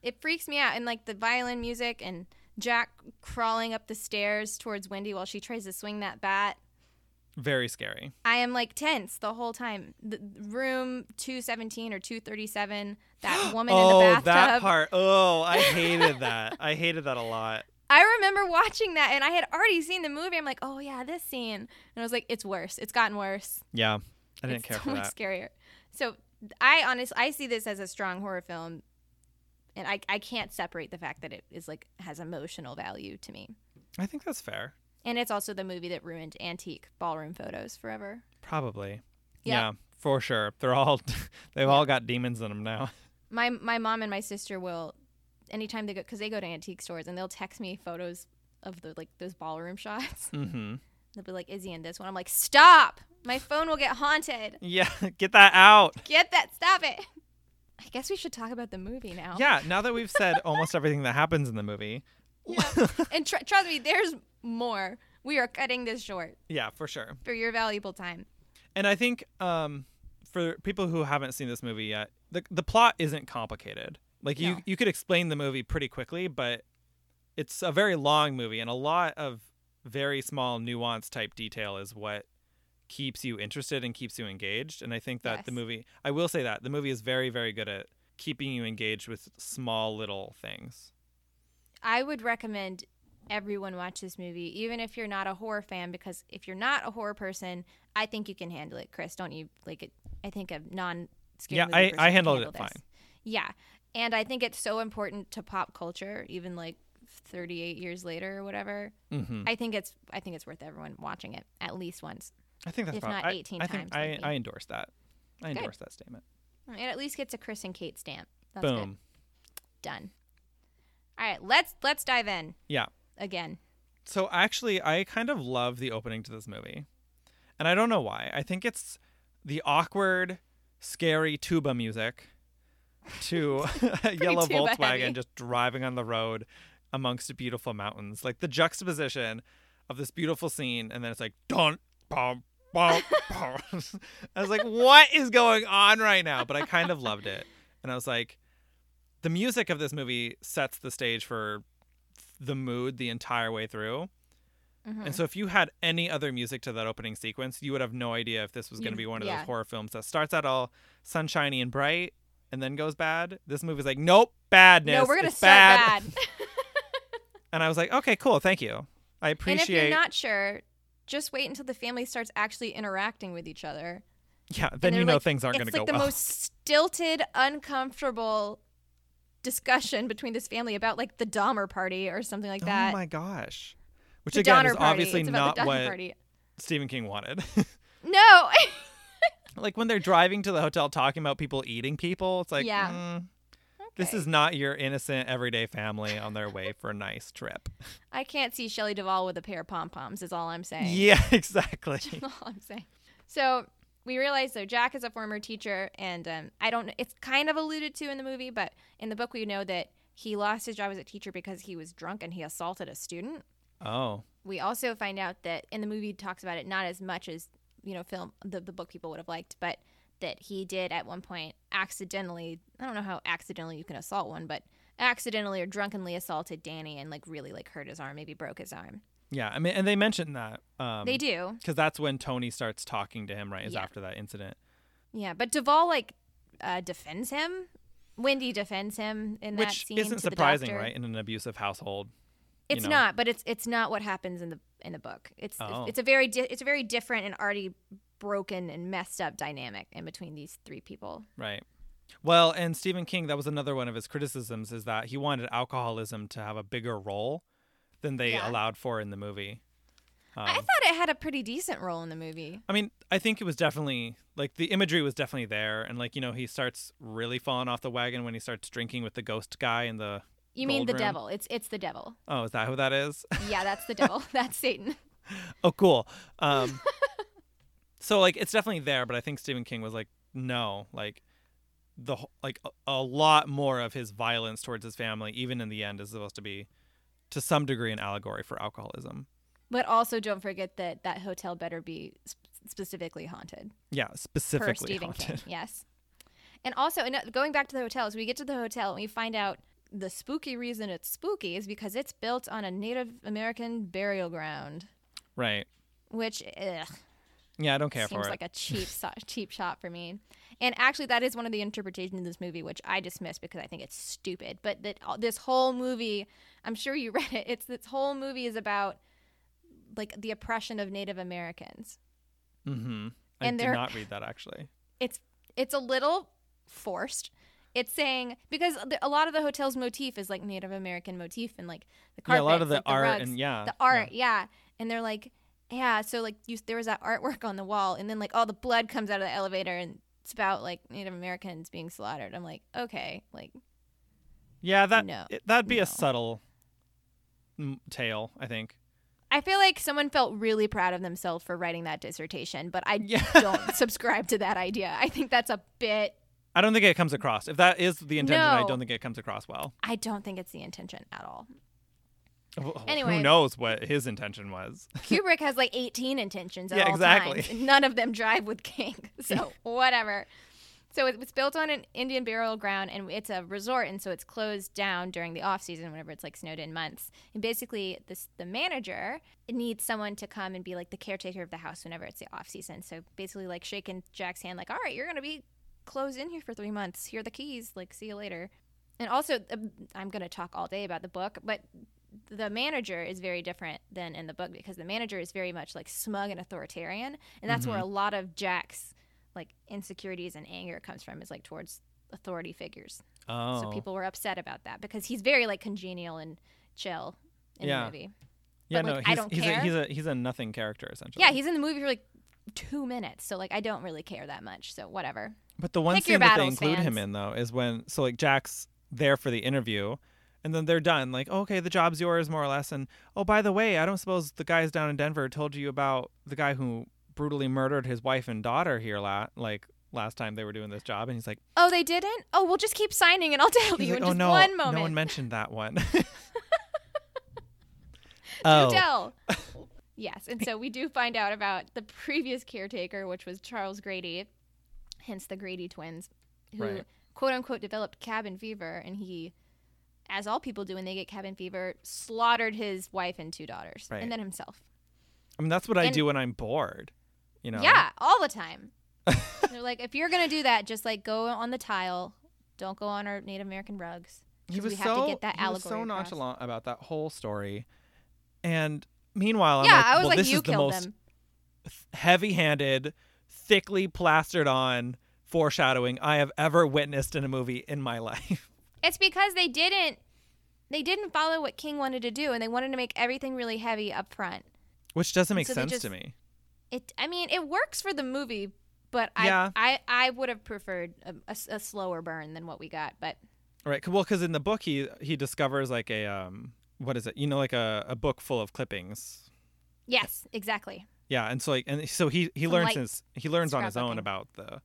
It freaks me out, and like the violin music and Jack crawling up the stairs towards Wendy while she tries to swing that bat. Very scary. I am like tense the whole time. The room 217 or 237, that woman in oh, the bathtub. that part. Oh, I hated that. I hated that a lot. I remember watching that and I had already seen the movie. I'm like, oh yeah, this scene. And I was like, it's worse. It's gotten worse. Yeah, I didn't it's care so for much that. scarier. So I honestly, I see this as a strong horror film, and I I can't separate the fact that it is like has emotional value to me. I think that's fair. And it's also the movie that ruined antique ballroom photos forever. Probably. Yeah. Yeah, for sure. They're all. They've all got demons in them now. My my mom and my sister will, anytime they go, because they go to antique stores, and they'll text me photos of the like those ballroom shots. Mm-hmm. They'll be like, "Is he in this one?" I'm like, "Stop! My phone will get haunted. Yeah, get that out. Get that! Stop it!" I guess we should talk about the movie now. Yeah, now that we've said almost everything that happens in the movie. Yeah. and tr- trust me, there's more. We are cutting this short Yeah, for sure. for your valuable time. And I think um, for people who haven't seen this movie yet, the the plot isn't complicated. Like you No. you could explain the movie pretty quickly, but it's a very long movie and a lot of very small nuance type detail is what keeps you interested and keeps you engaged and i think that the Yes. movie i will say that the movie is very very good at keeping you engaged with small little things I would recommend everyone watch this movie, even if you're not a horror fan, because if you're not a horror person, I think you can handle it, Chris. Don't you? Like, it, I think a non scary Yeah, movie I- person I can handled handle it this. fine. Yeah, and I think it's so important to pop culture, even like 38 years later or whatever. mm-hmm. I think it's I think it's worth everyone watching it at least once. i think that's if prob- not I- 18 I, think times, I, maybe. I endorse that i Good. endorse that statement It at least gets a Chris and Kate stamp. That's boom good. Done. All right, let's let's dive in yeah again. So actually, I kind of love the opening to this movie. And I don't know why. I think it's the awkward, scary tuba music to a yellow tuba Volkswagen heavy. just driving on the road amongst beautiful mountains. Like the juxtaposition of this beautiful scene, and then it's like, dun, bum, bum, bum. I was like, what is going on right now? But I kind of loved it. And I was like, the music of this movie sets the stage for the mood the entire way through. Mm-hmm. And so if you had any other music to that opening sequence, you would have no idea if this was going to be You- one of yeah. those horror films that starts out all sunshiny and bright and then goes bad. This movie's like, nope, badness. No, we're gonna It's start bad. bad. And I was like, okay, cool, thank you. I appreciate. And if you're not sure, just wait until the family starts actually interacting with each other. yeah, And then you they're know like- things aren't going to It's like go the well. most stilted, uncomfortable discussion between this family about like the Dahmer party or something like that. Oh my gosh. Which the again Donner is party. obviously it's not about the Donner what party. Stephen King wanted. No. like when they're driving to the hotel talking about people eating people, it's like, Yeah. mm, this Okay. is not your innocent everyday family on their way for a nice trip. I can't see Shelley Duvall with a pair of pom poms. Is all I'm saying. Yeah, exactly. all I'm saying. So we realize though Jack is a former teacher, and um, I don't. It's kind of alluded to in the movie, but in the book we know that he lost his job as a teacher because he was drunk and he assaulted a student. oh, We also find out that in the movie talks about it not as much as you know film the, the book people would have liked, but that he did at one point accidentally. I don't know how accidentally you can assault one, but accidentally or drunkenly assaulted Danny and like really like hurt his arm, maybe broke his arm. yeah. I mean, and they mentioned that. Um, they do. Because that's when Tony starts talking to him, right? Is Yeah. after that incident. Yeah, but Duvall like uh, defends him, Wendy defends him in that which scene. isn't to the surprising, doctor. right? In an abusive household. you It's know. not, but it's it's not what happens in the in the book. It's Oh. it's a very di- it's a very different and already broken and messed up dynamic in between these three people. Right. Well, and Stephen King, that was another one of his criticisms, is that he wanted alcoholism to have a bigger role than they Yeah. allowed for in the movie. I Um, thought it had a pretty decent role in the movie. I mean, I think it was definitely like the imagery was definitely there, and like you know, he starts really falling off the wagon when he starts drinking with the ghost guy in the. You mean gold the room. devil? It's it's the devil. Oh, is that who that is? Yeah, that's the devil. that's Satan. oh, cool. Um, so like, it's definitely there, but I think Stephen King was like, no, like the wh- like a, a lot more of his violence towards his family, even in the end, is supposed to be to some degree an allegory for alcoholism. But also, don't forget that that hotel better be sp- specifically haunted Yeah, per specifically Stephen haunted. King. Yes. And also, and, uh, going back to the hotels, we get to the hotel and we find out the spooky reason it's spooky is because it's built on a Native American burial ground, Right. which ugh, Yeah, I don't care seems for like it. a cheap so- cheap shot for me. And actually, that is one of the interpretations of this movie, which I dismiss because I think it's stupid. But that all- this whole movie, I'm sure you read it. It's this whole movie is about like the oppression of Native Americans. mm-hmm. I and did there- not read that actually. it's it's a little forced. It's saying because the- a lot of the hotel's motif is like Native American motif and like the Yeah, a carpet, lot of the like art rugs, and- yeah, the yeah. art, yeah. And they're like, yeah. So like, you, there was that artwork on the wall, and then like all the blood comes out of the elevator, and it's about like Native Americans being slaughtered. I'm like, okay, like Yeah, that No, it- that'd be no. a subtle m- tale, I think. I feel like someone felt really proud of themselves for writing that dissertation, but I Yeah. don't subscribe to that idea. I think that's a bit. I don't think it comes across. If that is the intention, I No. don't think it comes across well. I don't think it's the intention at all. Wh- wh- Anyway. who knows what his intention was? Kubrick has like 18 intentions at Yeah, all exactly. times. None of them drive with King. So whatever. So it was built on an Indian burial ground, and it's a resort, and so it's closed down during the off season, whenever it's like snowed in months. And basically, this the manager needs someone to come and be like the caretaker of the house whenever it's the off season. So basically, like shaking Jack's hand, like, "All right, you're gonna be closed in here for three months. Here are the keys. Like, see you later." And also, um, I'm gonna talk all day about the book, but the manager is very different than in the book because the manager is very much like smug and authoritarian and that's where a Mm-hmm. lot of jack's like insecurities and anger comes from is like towards authority figures Oh, so people were upset about that because he's very like congenial and chill in the Yeah. movie yeah, but, no, like, he's, I don't he's, care. A, he's a he's a nothing character essentially. yeah he's in the movie for like two minutes so like i don't really care that much so whatever But the one Pick your scene that they battles, include him fans. in though is when so like Jack's there for the interview and then they're done like "Oh, okay the job's yours more or less and oh by the way I don't suppose the guys down in Denver told you about the guy who brutally murdered his wife and daughter here la- like last time they were doing this job and he's like oh they didn't oh we'll just keep signing and i'll tell he's you like in oh just no one moment no one mentioned that one. Oh, Odell. yes, and so we do find out about the previous caretaker, which was Charles Grady, hence the Grady twins, who Right. quote unquote developed cabin fever, and he, as all people do when they get cabin fever, slaughtered his wife and two daughters, Right. and then himself. I mean that's what I And- do when I'm bored, you know. Yeah, all the time. They're like, if you're gonna do that, just like go on the tile. Don't go on our Native American rugs. he 'Cause was we so have to get that he was so allegory across. nonchalant about that whole story, and meanwhile yeah, I'm like, I was well, like, this you is the killed most them. heavy-handed, thickly plastered on foreshadowing I have ever witnessed in a movie in my life. It's because they didn't they didn't follow what King wanted to do and they wanted to make everything really heavy up front. Which doesn't make so they sense just- to me. It I mean, it works for the movie, but I Yeah. I, I would have preferred a, a s- a slower burn than what we got, but Right. 'cause- Well, cuz in the book he he discovers like a um what is it? You know like a, a book full of clippings. yes, exactly. Yeah, and so like and so he he Some learns light his he learns on his own scrapbooking. about the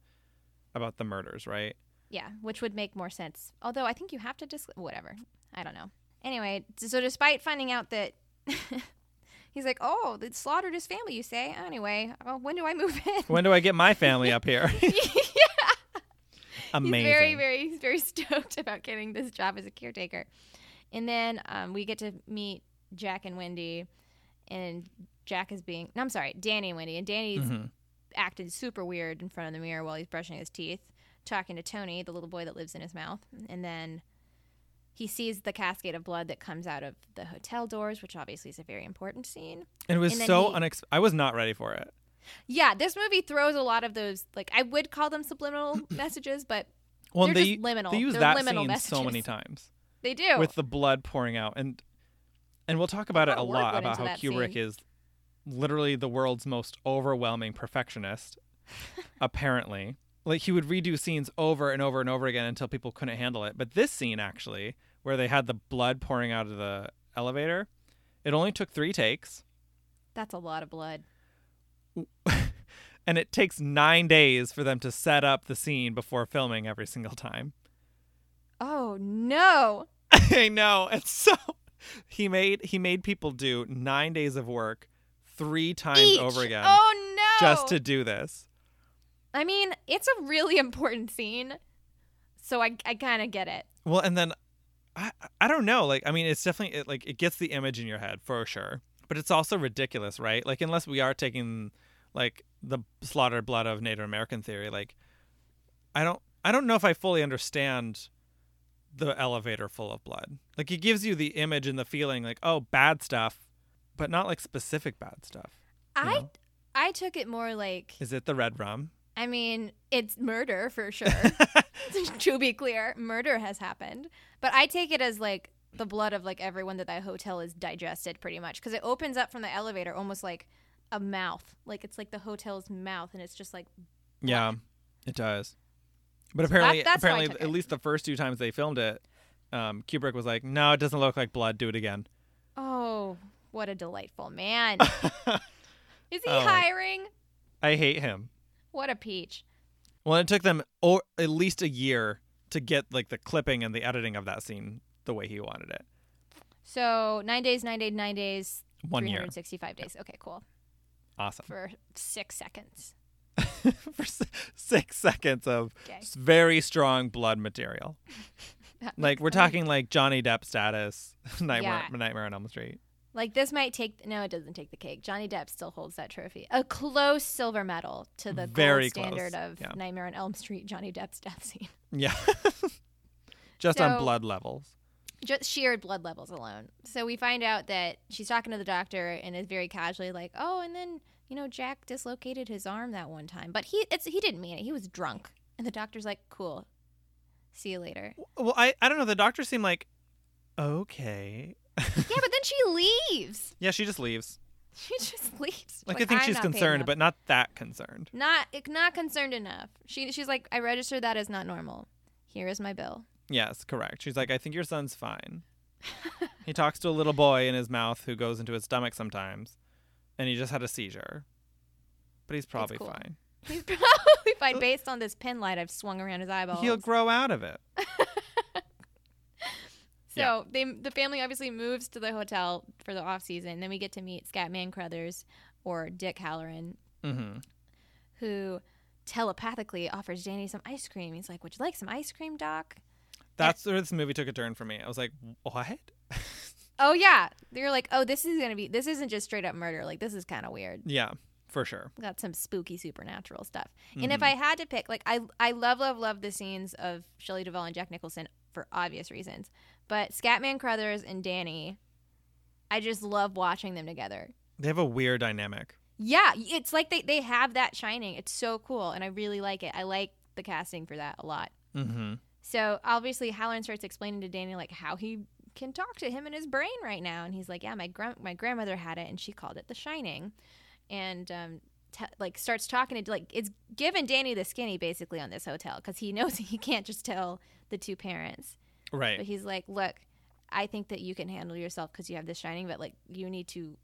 about the murders, right? Yeah, which would make more sense. Although I think you have to just whatever. I don't know. Anyway, d- so despite finding out that he's like, "Oh, they slaughtered his family," you say. Anyway, well, when do I move in? When do I get my family up here? Amazing. He's very, very, he's very stoked about getting this job as a caretaker. And then um, we get to meet Jack and Wendy, and Jack is being, no, I'm Mm-hmm. sorry, Danny and Wendy. And Danny's acting super weird in front of the mirror while he's brushing his teeth. talking to Tony, the little boy that lives in his mouth, and then he sees the cascade of blood that comes out of the hotel doors, which obviously is a very important scene. It was And then so he- unex. I was not ready for it. Yeah, this movie throws a lot of those like I would call them subliminal messages, but Well, They're they just liminal. they use They're that liminal scene so many messages. times they do. with the blood pouring out, and and we'll talk about it lot a of work lot went about how into that Kubrick scene. is literally the world's most overwhelming perfectionist. apparently, like he would redo scenes over and over and over again until people couldn't handle it. But this scene actually, where they had the blood pouring out of the elevator, it only took three takes. That's a lot of blood. and it takes nine days for them to set up the scene before filming every single time. Oh no. I know. And so he made he made people do nine days of work three times Each. over again Oh no. just to do this. I mean, it's a really important scene. So I I kind of get it. Well, and then I I don't know. Like I mean, it's definitely it, like it gets the image in your head for sure, but it's also ridiculous, right? Like unless we are taking like the slaughtered blood of Native American theory, like I don't I don't know if I fully understand the elevator full of blood. Like it gives you the image and the feeling like oh bad stuff, but not like specific bad stuff. I know? I took it more like Is it the red rum? I mean, it's murder for sure. to be clear, murder has happened. But I take it as like the blood of like everyone that that hotel is digested pretty much because it opens up from the elevator almost like a mouth. Like it's like the hotel's mouth and it's just like Yeah, it does. But apparently, that's how I apparently, took at it. least the first two times they filmed it, um, Kubrick was like, "No, it doesn't look like blood. Do it again." oh, what a delightful man. is he Oh. hiring? I hate him. What a peach. Well, it took them o at least a year to get like the clipping and the editing of that scene the way he wanted it. So nine days, nine days, nine days, One year, 365 days. Okay, cool. awesome For six seconds. for s- six seconds of Okay. s- very strong blood material. That Like we're talking like Johnny Depp status, Nightmare, Yeah. Nightmare on Elm Street. Like this might take no, it doesn't take the cake. Johnny Depp still holds that trophy, a close silver medal to the Very gold standard close, of yeah. Nightmare on Elm Street. Johnny Depp's death scene, Yeah, just on So- blood levels. just sheer blood levels alone. So we find out that she's talking to the doctor and is very casually like, "Oh, and then you know Jack dislocated his arm that one time, but he it's he didn't mean it. He was drunk." And the doctor's like, "Cool, see you later." Well, I, I don't know. The doctor seemed like, okay. yeah, but then she leaves. Yeah, she just leaves. She just leaves. Like, I think "I'm she's not paid concerned, enough." but not that concerned. not eh, not concerned enough. She she's like, I registered that as not normal. Here is my bill. Yes, correct. She's like, I think your son's fine. he talks to a little boy in his mouth who goes into his stomach sometimes, and he just had a seizure, but he's probably cool. fine. He's probably fine based on this pin light I've swung around his eyeballs. Uh, He'll grow out of it. so they the family obviously moves to the hotel for the off season. Then we get to meet Scatman Crothers or Dick Halloran, hmm who telepathically offers Danny some ice cream. He's like, Would you like some ice cream, Doc? That's where this movie took a turn for me. I was like, what? Oh yeah. They're like, Oh, this is gonna be this isn't just straight up murder, like this is kinda weird. Yeah, for sure. got some spooky supernatural stuff. And if I had to pick, like I I love love love the scenes of Shelley Duvall and Jack Nicholson for obvious reasons, but Scatman Crothers and Danny, I just love watching them together. They have a weird dynamic. Yeah, it's like they they have that shining. It's so cool, and I really like it. I like the casting for that a lot. hmm So obviously, Halloran starts explaining to Danny like how he can talk to him in his brain right now, and he's like, "Yeah, my gran- my grandmother had it, and she called it the Shining," and um, te- like starts talking to like it's giving Danny the skinny basically on this hotel because he knows he can't just tell the two parents, Right. but he's like, "Look, I think that you can handle yourself because you have the Shining, but like you need to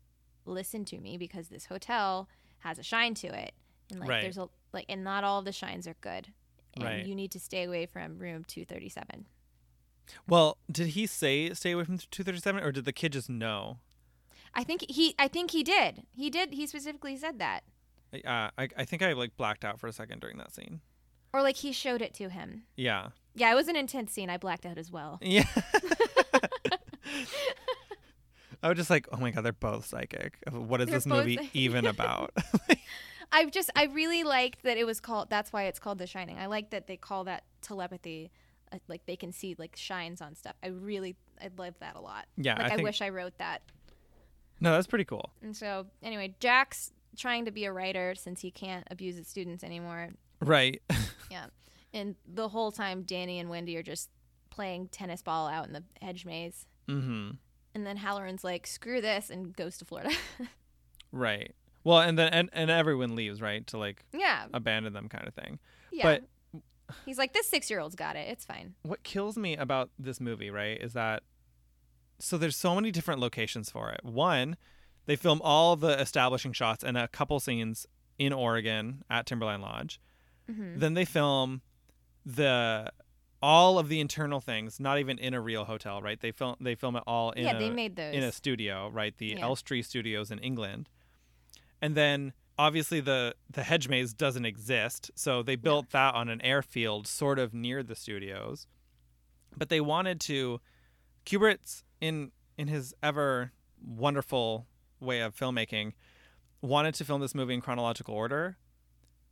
listen to me because this hotel has a shine to it, and like Right. there's a like, and not all of the shines are good." And Right. you need to stay away from room 237. Well, did he say stay away from 237, or did the kid just know? I think he I think he did. He did he specifically said that. Uh, I, I think I like blacked out for a second during that scene. Or like he showed it to him. Yeah. Yeah, it was an intense scene. I blacked out as well. Yeah. I was just like, oh my God, they're both psychic. What is They're this both movie psychic. even about? I just I really liked that it was called. That's why it's called The Shining. I like that they call that telepathy. uh, Like they can see like shines on stuff. I really I love that a lot. Yeah, like I I, think- wish I wrote that. No, that's pretty cool. And so anyway, Jack's trying to be a writer since he can't abuse his students anymore. Right. Yeah, and the whole time Danny and Wendy are just playing tennis ball out in the hedge maze. mm-hmm. And then Halloran's like, "Screw this," and goes to Florida. Right. Well, and then and, and everyone leaves, right? To like yeah, abandon them kind of thing. yeah. But He's like, "This six-year-old's got it. It's fine." what kills me about this movie, right, is that so there's so many different locations for it. One, they film all the establishing shots and a couple scenes in Oregon at Timberline Lodge. Mhm. Then they film the all of the internal things, not even in a real hotel, right? They film they film it all in yeah, a, they made those. in a studio, right? The Yeah. Elstree Studios in England. And then obviously the the hedge maze doesn't exist, so they built that on an airfield sort of near the studios. But they wanted to Kubrick's in in his ever wonderful way of filmmaking wanted to film this movie in chronological order.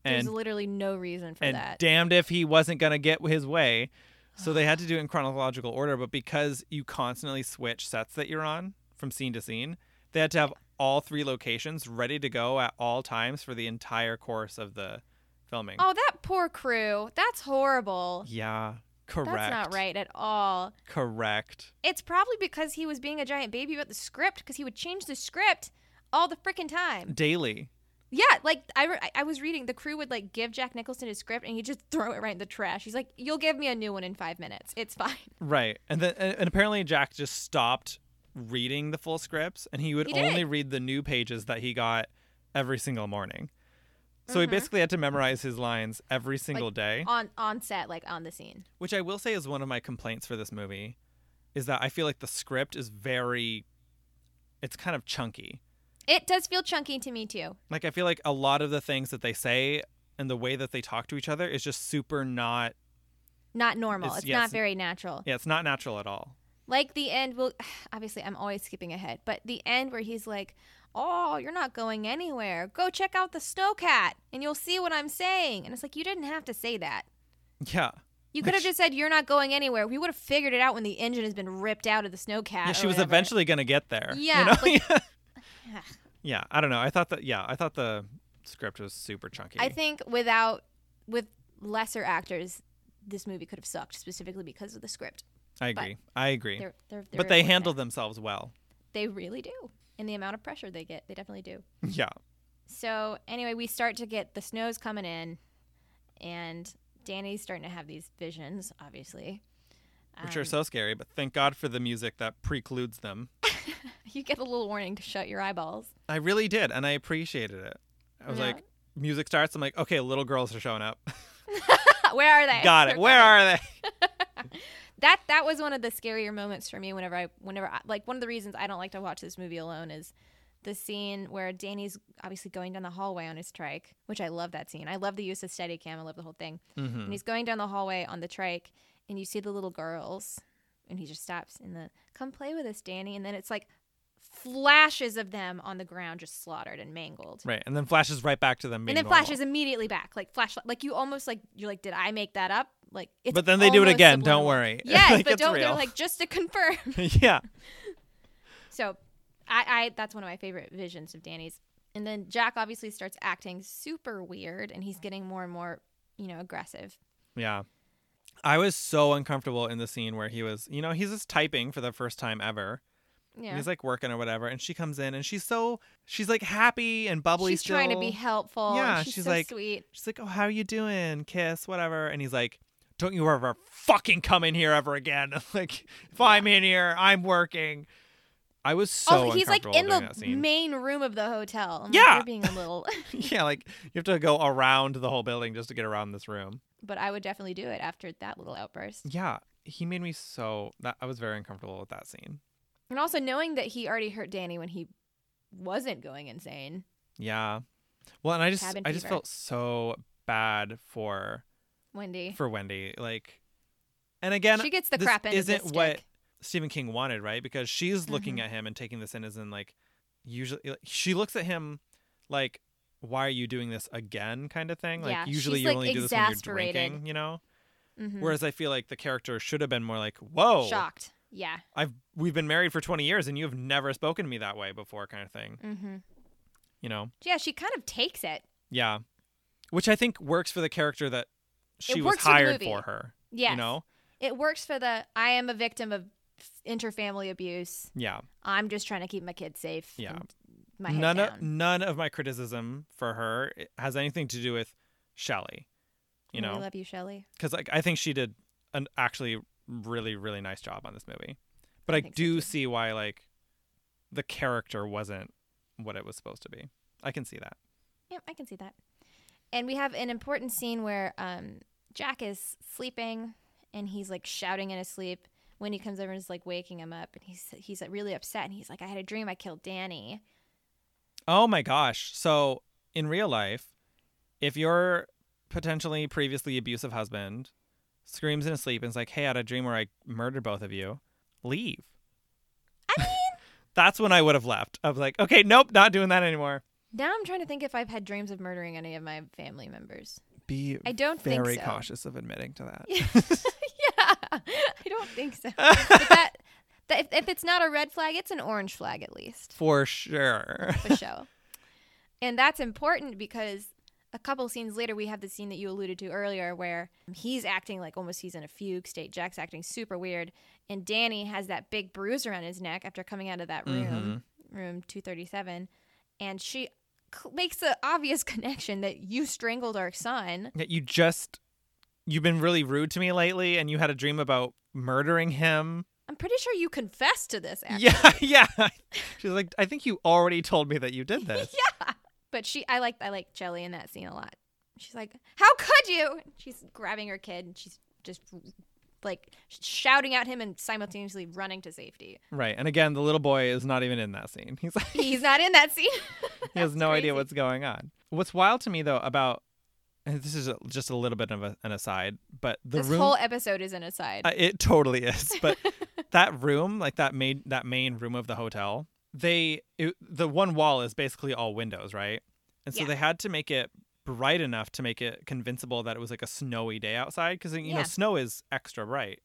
There's And literally no reason for and that. damned if he wasn't going to get his way. So they had to do it in chronological order, but because you constantly switch sets that you're on from scene to scene, they had to have all three locations ready to go at all times for the entire course of the filming. oh, that poor crew. That's horrible. Yeah, correct. That's not right at all. Correct. It's probably because he was being a giant baby about the script because he would change the script all the freaking Mm. time. Daily. Yeah, like I, re- I- I was reading, the crew would like give Jack Nicholson his script and he'd just throw it right in the trash. He's like, "You'll give me a new one in five minutes. It's fine." Right. And then and and apparently Jack just stopped reading the full scripts and he would He did. only read the new pages that he got every single morning. So he basically had to memorize his lines every single day. On on set, like on the scene. which I will say is one of my complaints for this movie, is that I feel like the script is very, it's kind of chunky. It does feel chunky to me too. Like I feel like a lot of the things that they say and the way that they talk to each other is just super not. Not normal. It's- It's, yeah, not it's- very natural. Yeah, it's not natural at all. Like the end, well, obviously I'm always skipping ahead, but the end where he's like, "Oh, you're not going anywhere. Go check out the snowcat, and you'll see what I'm saying." And it's like you didn't have to say that. Yeah. You could have Which- just said you're not going anywhere. We would have figured it out when the engine has been ripped out of the snowcat. Yeah, or she was whatever. eventually gonna get there. you oh, Yeah, know? Ugh. yeah. I don't know. I thought that. Yeah, I thought the script was super chunky. I think without with lesser actors, this movie could have sucked specifically because of the script. I agree. I agree. They're, they're, they're but they important. handle themselves well. They really do, and the amount of pressure they get, they definitely do. Yeah. So anyway, we start to get the snow's coming in, and Danny's starting to have these visions, obviously. Which are Um, so scary, but thank God for the music that precludes them. you get a little warning to shut your eyeballs. I really did, and I appreciated it. I was Yeah. like, music starts. I'm like, okay, little girls are showing up. Where are they? Got They're it. Where coming. are they? that that was one of the scarier moments for me whenever i whenever I, like one of the reasons i don't like to watch this movie alone is the scene where danny's obviously going down the hallway on his trike which i love that scene i love the use of steadicam i love the whole thing and hmm he's going down the hallway on the trike and you see the little girls and he just stops and the come play with us danny and then it's like flashes of them on the ground just slaughtered and mangled Right, and then flashes right back to them. and being then normal. flashes immediately back like flash like you almost like you're like did i make that up like it's But then they do it almost again. Don't subliminal. worry. Yes, Like, but it's don't real. they're like just to confirm. yeah. so I, I that's one of my favorite visions of Danny's. And then Jack obviously starts acting super weird and he's getting more and more, you know, aggressive. Yeah. I was so uncomfortable in the scene where he was, you know, he's just typing for the first time ever. Yeah. And He's like working or whatever, and she comes in and she's so she's like happy and bubbly she's still. trying to be helpful. Yeah, Yeah, she's, she's so like- sweet. She's like, "Oh, how you doing? Kiss, whatever." And he's like, "Don't you ever fucking come in here ever again." like, if I'm in here, I'm working. I was so also, Oh, he's like uncomfortable in during that the scene. main room of the hotel. I'm like, Yeah. you're being a little, yeah, like you have to go around the whole building just to get around this room. but I would definitely do it after that little outburst. Yeah, he made me so that I was very uncomfortable with that scene. And also knowing that he already hurt Danny when he wasn't going insane. Yeah. Well, and I just Cabin I just fever. felt so bad for Wendy, for Wendy. Like, and again, she gets the this crap end of the isn't what stick. Stephen King wanted, right? Because Mm-hmm. she's looking at him and taking this in as in like usually she looks at him like why are you doing this again kind of thing. Like Yeah, usually she's, you like, only do this when you're exasperated. drinking, you know? Mhm. Whereas I feel like the character should have been more like, Whoa, Shocked. Yeah. I've we've been married for twenty years and you have never spoken to me that way before kind of thing. Mm-hmm. You know? Yeah, she kind of takes it. Yeah. Which I think works for the character that she was works for the hired movie. for her. Yes. You know? It works for the I am a victim of interfamily abuse. Yeah. I'm just trying to keep my kids safe. Yeah. and My head None of down. none of my criticism for her has anything to do with Shelley. You We know? love you, Shelley. because like I think she did an actually really really nice job on this movie, but I I, think so, do too. see why like the character wasn't what it was supposed to be. I can see that. Yep, I can see that. And we have an important scene where um, Jack is sleeping and he's like shouting in his sleep. When he comes over and is like waking him up, and he's he's like, really upset, and he's like, "I had a dream I killed Danny." Oh my gosh! So in real life, if your potentially previously abusive husband screams in his sleep and is like, "Hey, I had a dream where I murdered both of you," leave. I mean, That's when I would have left. I was like, "Okay, nope, not doing that anymore." now I'm trying to think if I've had dreams of murdering any of my family members. Be I don't think very so. cautious of admitting to that. yeah, I don't think so. But that, that if, if it's not a red flag, it's an orange flag at least For sure. for show. and that's important because a couple scenes later, we have the scene that you alluded to earlier where he's acting like almost he's in a fugue state. Jack's acting super weird, and Danny has that big bruise around his neck after coming out of that room, room two thirty seven, and she c- makes the obvious connection that you strangled our son. that you just you've been really rude to me lately and you had a dream about murdering him I'm pretty sure you confessed to this. Actually. yeah yeah she's like i think you already told me that you did this But she, I like, I like Jelly in that scene a lot. She's like, "How could you?" She's grabbing her kid, and she's just like shouting at him and simultaneously running to safety. right and again the little boy is not even in that scene he's like He's not in that scene. he has That's no idea crazy. what's going on what's wild to me though about and this is a, just a little bit of a, an aside but the this room whole episode is an aside. Uh, it totally is. But that room, like that main that main room of the hotel, they it, the one wall is basically all windows, right? And so Yeah. they had to make it bright enough to make it convincible that it was like a snowy day outside because you Yeah. know snow is extra bright.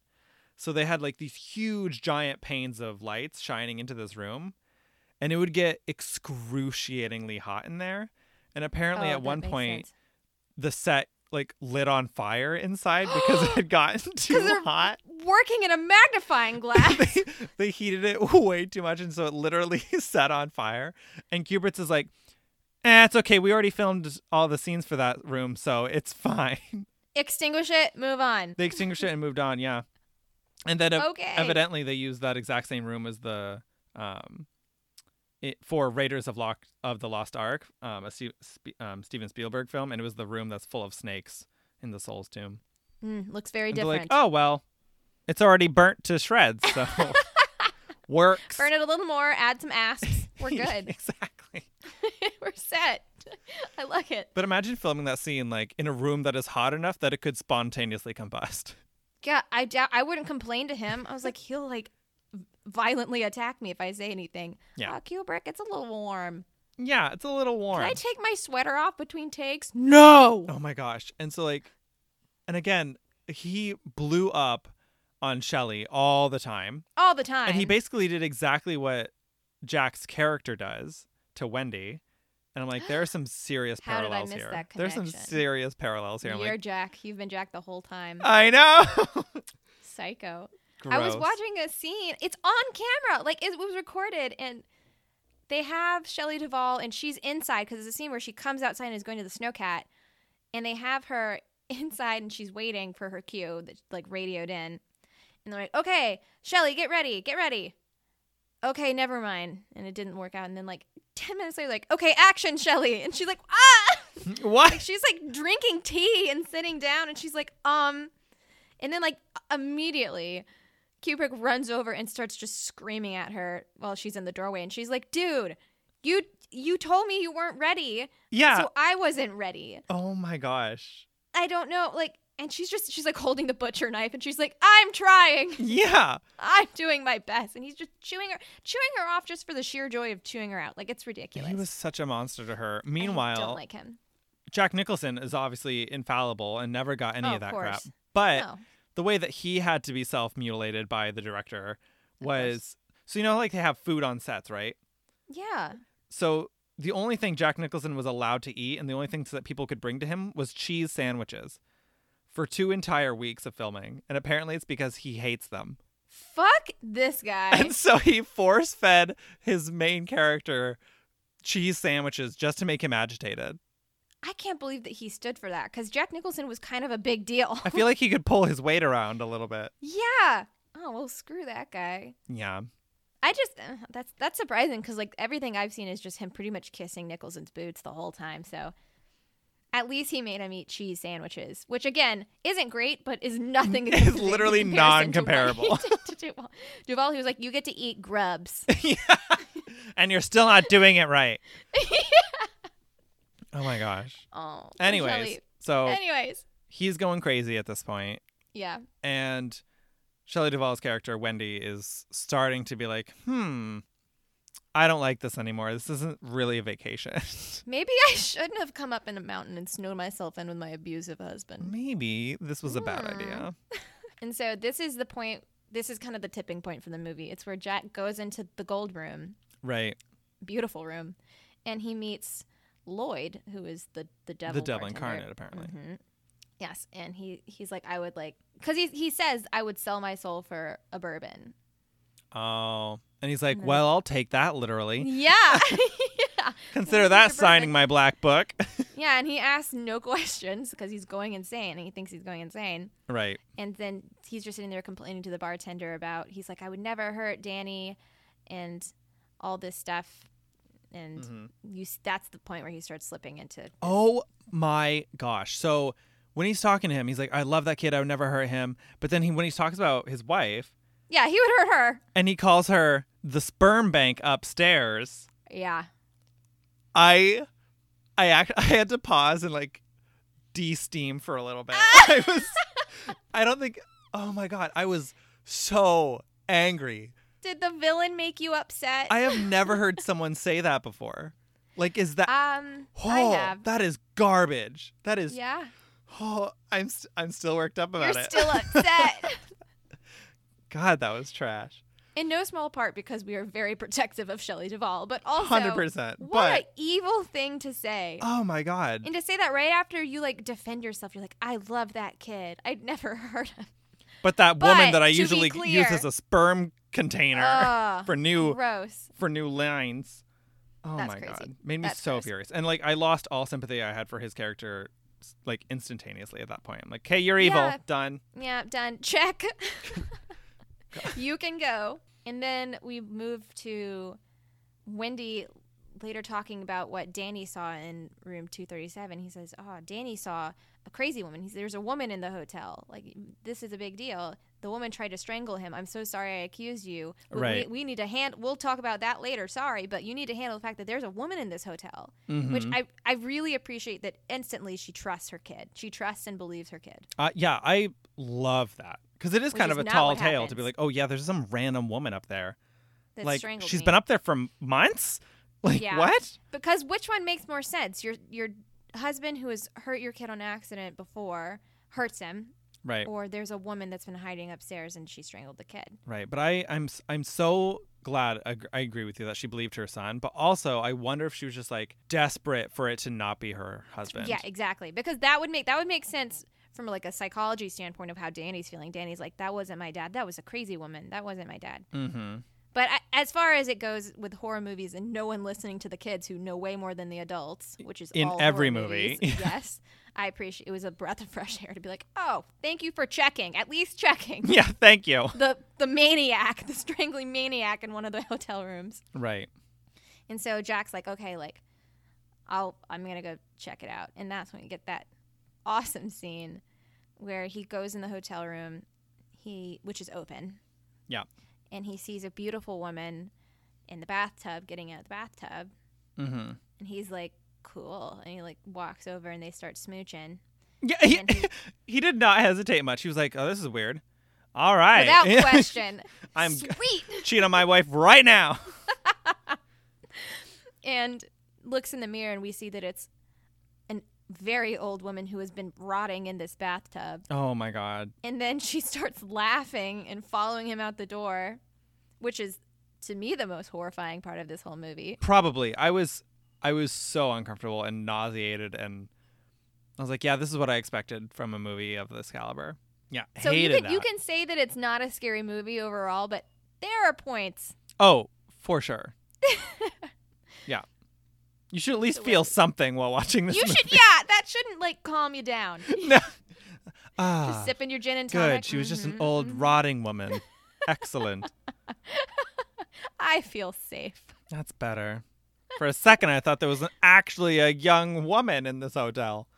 So they had like these huge giant panes of lights shining into this room, and it would get excruciatingly hot in there. And apparently, Oh, at that one makes point, sense. the set like lit on fire inside because it had gotten too they're- hot working in a magnifying glass. they, they heated it way too much, and so it literally set on fire. And Cubert's is like, "Eh, it's okay. We already filmed all the scenes for that room, so it's fine." Extinguish it. Move on. They extinguished it and moved on. Yeah, and then ev- Okay. evidently they used that exact same room as the um, it, for Raiders of Lock of the Lost Ark, um, a Ste- Sp- um, Steven Spielberg film, and it was the room that's full of snakes in the Soul's tomb. Mm, looks very And they're like, different. "Oh well, it's already burnt to shreds, so." Works. Burn it a little more. Add some asps. We're good. exactly. We're set. I like it. But imagine filming that scene like in a room that is hot enough that it could spontaneously combust. Yeah, I doubt I wouldn't complain to him. I was like, he'll like violently attack me if I say anything. Yeah. "Oh, Kubrick, it's a little warm. Yeah, it's a little warm. Can I take my sweater off between takes? No. oh my gosh. And so like and again, he blew up on Shelley all the time. All the time. And he basically did exactly what Jack's character does to Wendy. And I'm like, there are some serious How did I parallels miss here. that There's some connection? serious parallels here. I'm You're like, Jack. You've been Jack the whole time. I know. Psycho. I was Gross. watching a scene. It's on camera. Like it was recorded and they have Shelley Duvall and she's inside because it's a scene where she comes outside and is going to the snowcat and they have her inside and she's waiting for her cue that's like radioed in. And they're like, "Okay, Shelley, get ready. Get ready." Okay, never mind. And it didn't work out. And then like 10 minutes later like, "Okay, action, Shelley." And she's like, "Ah!" What? like she's like drinking tea and sitting down and she's like um and then like immediately kubrick runs over and starts just screaming at her while she's in the doorway and she's like dude you you told me you weren't ready Yeah. so i wasn't ready oh my gosh. i don't know like and she's just she's like holding the butcher knife and she's like i'm trying Yeah. i'm doing my best and he's just chewing her chewing her off just for the sheer joy of chewing her out like it's ridiculous He was such a monster to her. I Meanwhile, don't like him Jack Nicholson is obviously infallible and never got any Oh, of of that course. crap. But No. the way that he had to be self mutilated by the director was so you know like they have food on sets, right? yeah So the only thing Jack Nicholson was allowed to eat and the only things that people could bring to him was cheese sandwiches for two entire weeks of filming. And apparently it's because he hates them. fuck this guy And so he force fed his main character cheese sandwiches just to make him agitated. i can't believe that he stood for that because jack nicholson was kind of a big deal I feel like he could pull his weight around a little bit. yeah oh well screw that guy Yeah. I just uh, that's that's surprising because like everything I've seen is just him pretty much kissing Nicholson's boots the whole time. So at least he made him eat cheese sandwiches, which again isn't great, but is nothing. It's against- in literally comparison to what non-comparable. he did to Duval. Duval, he was like, "You get to eat grubs." and you're still not doing it right. Oh my gosh. oh, I can't Anyways, Oh. believe- so anyways, he's going crazy at this point, yeah, and Shelley Duvall's character Wendy is starting to be like, "Hmm, I don't like this anymore. This isn't really a vacation." maybe I shouldn't have come up in a mountain and snowed myself in with my abusive husband. Maybe this was a bad Hmm. idea. And so this is the point. This is kind of the tipping point for the movie. It's where Jack goes into the gold room Right. beautiful room, and he meets Lloyd, who is the the devil. the devil bartender. incarnate apparently. Mhm. Yes, and he he's like, I would like, cause he he says I would sell my soul for a bourbon. Oh. And he's like, And then- "Well, I'll take that literally. Yeah, yeah, Consider Mr. that Burbank. signing my black book." yeah. And he asks no questions because he's going insane, and he thinks he's going insane. right. And then he's just sitting there complaining to the bartender about he's like, I would never hurt Danny, and all this stuff. And Mhm. you s that's the point where he starts slipping into Oh my gosh. So when he's talking to him, he's like, I love that kid. I would never hurt him. But then he, when he talks about his wife yeah, he would hurt her. and he calls her the sperm bank upstairs, Yeah. I, I, act, I had to pause and like de-steam for a little bit. I was, I don't think, oh my God, I was so angry. Did the villain make you upset? I have never heard someone say that before. Like, is that, um, oh, I have. that is garbage. That is, Yeah, oh, I'm, st- I'm still worked up about you're it. still upset. God, that was trash. In no small part because we are very protective of Shelley Duvall, but also Hundred percent. What But a evil thing to say. oh my god, and to say that right after you like defend yourself, you're like, "I love that kid. I'd never hurt him." but that woman but that I to be usually use clear- Ah, as a sperm container Ugh, for new gross. for new lines. Oh That's my crazy. god, made me That's so gross. furious, and like I lost all sympathy I had for his character, s- like instantaneously at that point. I'm like, hey, you're evil, Yeah. done. Yeah, done. Check. you can go. And then we move to Wendy later talking about what Danny saw in room 237. He says, Oh, Danny saw a crazy woman. He's, There's a woman in the hotel. Like, this is a big deal. The woman tried to strangle him. I'm so sorry I accused you. We- Right. We, we need to hand. We'll talk about that later. Sorry, but you need to handle the fact that there's a woman in this hotel, which Mm-hmm. I, I really appreciate that instantly she trusts her kid. She trusts and believes her kid. Uh, yeah, I love that because it is Which kind is of a not tall what tale to be happens. like, oh yeah, there's some random woman up there. That like strangled she's me. been up there for m- months. Like Yeah. what? because which one makes more sense? Your your husband who has hurt your kid on accident before hurts him, Right. or there's a woman that's been hiding upstairs and she strangled the kid. Right, but I I'm s- I'm so glad I, gr- I agree with you that she believed her son, but also I wonder if she was just like desperate for it to not be her husband. Yeah, exactly. Because that would make that would make sense from like a psychology standpoint of how Danny's feeling. Danny's like, that wasn't my dad. That was a crazy woman. That wasn't my dad. Mm-hmm. But I, as far as it goes with horror movies and no one listening to the kids who know way more than the adults, which is In all every horror movie. movies, yes. I appreciate it was a breath of fresh air to be like, "Oh, thank you for checking. At least checking." Yeah. Thank you. the the maniac, the strangling maniac in one of the hotel rooms. Right. And so Jack's like, okay, like I'll I'm gonna go check it out. And that's when we get that awesome scene where he goes in the hotel room, he which is open. Yeah. And he sees a beautiful woman in the bathtub getting out of the bathtub Mm-hmm. and he's like, Cool and he like walks over and they start smooching. Yeah, he, he did not hesitate much. He was like, "Oh, this is weird." All right, without question. I'm sweet. cheat on my wife right now. and looks in the mirror and we see that it's an very old woman who has been rotting in this bathtub Oh my god. and then she starts laughing and following him out the door which is to me the most horrifying part of this whole movie Probably. I was I was so uncomfortable and nauseated and I was like, yeah, this is what I expected from a movie of this caliber. Yeah, so you hated can, you that. can say that it's not a scary movie overall but there are points Oh, for sure. yeah. You should at least feel something while watching this you movie. should yeah that shouldn't like calm you down No. just Ah, sipping your gin and tonic good. She was just an Mhm. old rotting woman. Excellent. i feel safe That's better. For a second, I thought there was an, actually a young woman in this hotel.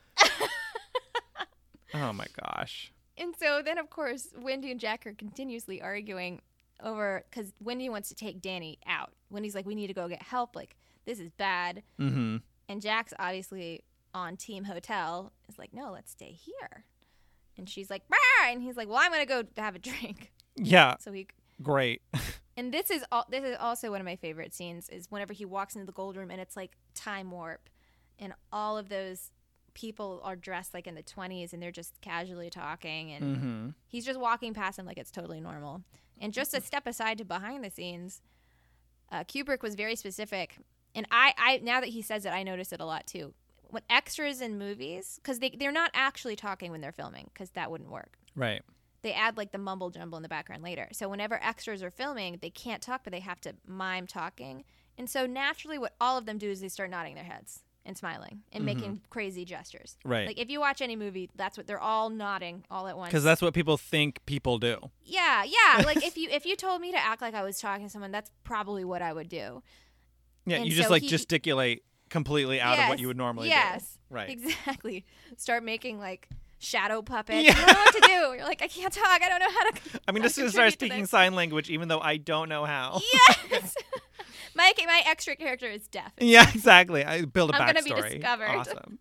oh my gosh. And so then, of course, Wendy and Jack are continuously arguing over because Wendy wants to take Danny out. Wendy's like, we need to go get help. Like, this is bad. Mm-hmm. And Jack's obviously on Team Hotel. Is like, no, let's stay here. And she's like, Brr! and he's like, well, I'm gonna go have a drink. Yeah, So he great. and this is all. This is also one of my favorite scenes is whenever he walks into the gold room and it's like time warp, and all of those people are dressed like in the 20s and they're just casually talking and. Mm-hmm. He's just walking past him like it's totally normal. And just a step aside to behind the scenes, uh, Kubrick was very specific. And I, I now that he says it, I notice it a lot too. When extras in movies, because they they're not actually talking when they're filming, because that wouldn't work. Right. They add like the mumble jumble in the background later. So whenever extras are filming, they can't talk, but they have to mime talking. And so naturally, what all of them do is they start nodding their heads and smiling and making crazy gestures. Right. Like if you watch any movie, that's what they're all nodding all at once. Because that's what people think people do. Yeah, yeah. Like if you if you told me to act like I was talking to someone, that's probably what I would do. Yeah, And you just so like he- gesticulate completely out of what Yes, you would normally Yes. do. Right. Exactly. Start making like shadow puppets. Yeah. You don't know what to do. You're like, I can't talk. I don't know how to. I mean, how just to to start contribute to speaking this. sign language, even though I don't know how. Yes. my my extra character is deaf. Yeah, exactly. I build a I'm gonna be backstory. discovered. Awesome.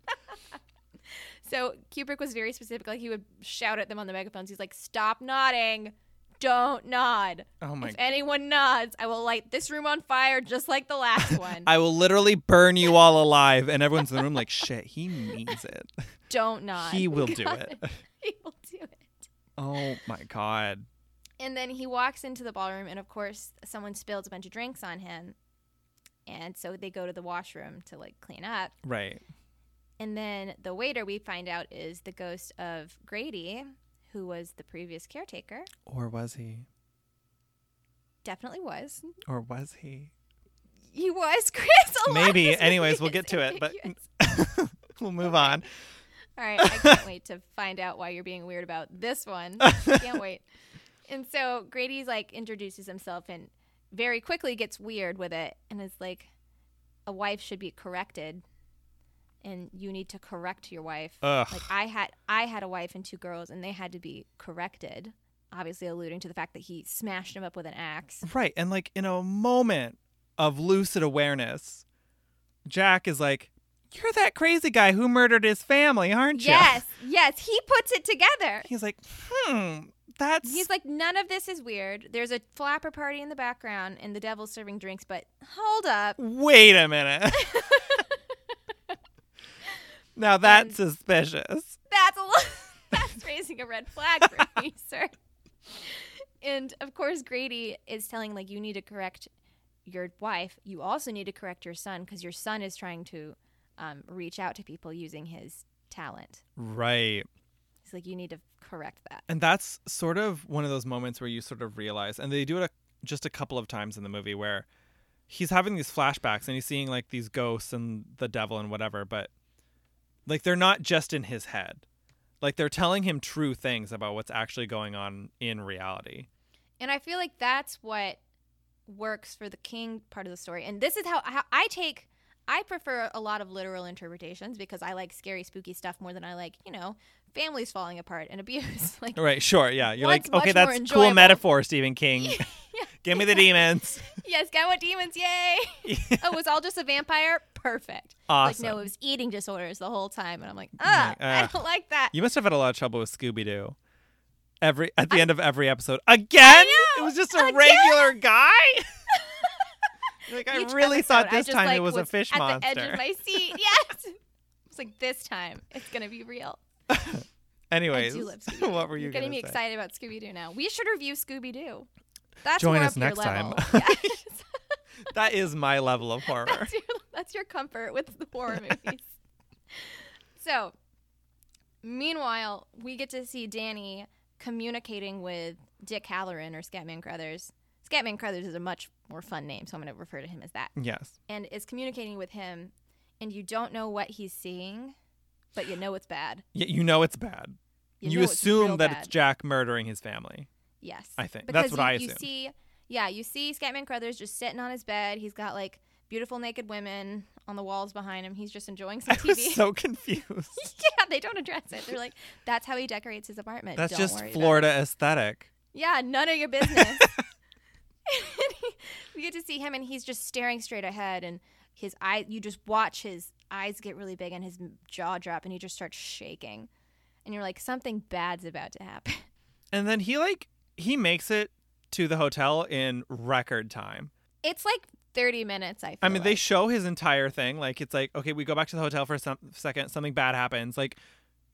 So Kubrick was very specific. Like he would shout at them on the megaphones. He's like, "Stop nodding. Don't nod. Oh my if anyone nods, I will light this room on fire, just like the last one. I will literally burn you all alive. And everyone's in the room like, shit, he means it. don't nod. He will do God, it. He will do it." Oh my God. And then he walks into the ballroom, and of course, someone spills a bunch of drinks on him. And so they go to the washroom to like clean up. Right. And then the waiter we find out is the ghost of Grady, who was the previous caretaker. Or was he? Definitely was. Or was he? He was Chris. a lot of Maybe. this movie Anyways, we'll is get to it, but ambiguous. we'll move on. All right, I can't wait to find out why you're being weird about this one. can't wait. And so Grady's like introduces himself and very quickly gets weird with it and is like, a wife should be corrected, and you need to correct your wife. Ugh. Like I had, I had a wife and two girls, and they had to be corrected. Obviously, alluding to the fact that he smashed him up with an axe. Right. And like in a moment of lucid awareness, Jack is like, You're that crazy guy who murdered his family, aren't you? Yes, yes, he puts it together. He's like, Hmm, that's. He's like, none of this is weird. There's a flapper party in the background and the devil's serving drinks, but hold up. Wait a minute. now that's suspicious. That's a lot. That's raising a red flag for me, sir. And of course, Grady is telling, like, you need to correct your wife. You also need to correct your son because your son is trying to um, reach out to people using his talent. Right. He's like, you need to correct that. And that's sort of one of those moments where you sort of realize, and they do it a, just a couple of times in the movie where he's having these flashbacks and he's seeing like these ghosts and the devil and whatever, but like they're not just in his head. Like they're telling him true things about what's actually going on in reality. And I feel like that's what works for the king part of the story. And this is how, how I take I prefer a lot of literal interpretations because I like scary spooky stuff more than I like, you know, families falling apart and abuse. like Right, sure. Yeah. You're One's like, okay, much more that's cool enjoyable." metaphor, metaphor, Stephen King. Give me the demons. yes, got what demons, yay. oh, was all just a vampire? perfect. Like, no, Awesome. it was eating disorders the whole time. And I'm like, ah, I ugh. don't like that. You must have had a lot of trouble with Scooby Doo. Every at the end of every episode, again, it know, was just a again. regular guy. like I Each really episode, thought I this just, time like, it was, a fish at monster. the edge of my seat. Yes. It's like this time it's gonna be real. Anyways, I do love Scooby-Doo. what were you You're getting me gonna say? excited about Scooby Doo now. We should review Scooby Doo. That's Join more us up your next time. level. Yes. That is my level of horror. that's, your, that's your comfort with the horror movies. so, meanwhile, we get to see Danny communicating with Dick Halloran or Scatman Crothers. Scatman Crothers is a much more fun name, so I'm going to refer to him as that. yes. And is communicating with him, and you don't know what he's seeing, but you know it's bad. Y- you know it's bad. You, know it's assume real that bad. it's Jack murdering his family. Yes. I think. Because That's what you, I You assumed. see, yeah, you see Scatman Crothers just sitting on his bed. He's got like beautiful naked women on the walls behind him. He's just enjoying some I TV. was so confused. yeah, they don't address it. They're like, that's how he decorates his apartment. That's Don't just worry about Florida aesthetic. it." Yeah, none of your business. we get to see him, and he's just staring straight ahead, and his eye. You just watch his eyes get really big, and his jaw drop, and he just starts shaking. And you're like, something bad's about to happen. And then he like he makes it to the hotel in record time. It's like 30 minutes. I. Feel I mean, they like. show his entire thing. Like it's like okay, we go back to the hotel for a some- second. Something bad happens. Like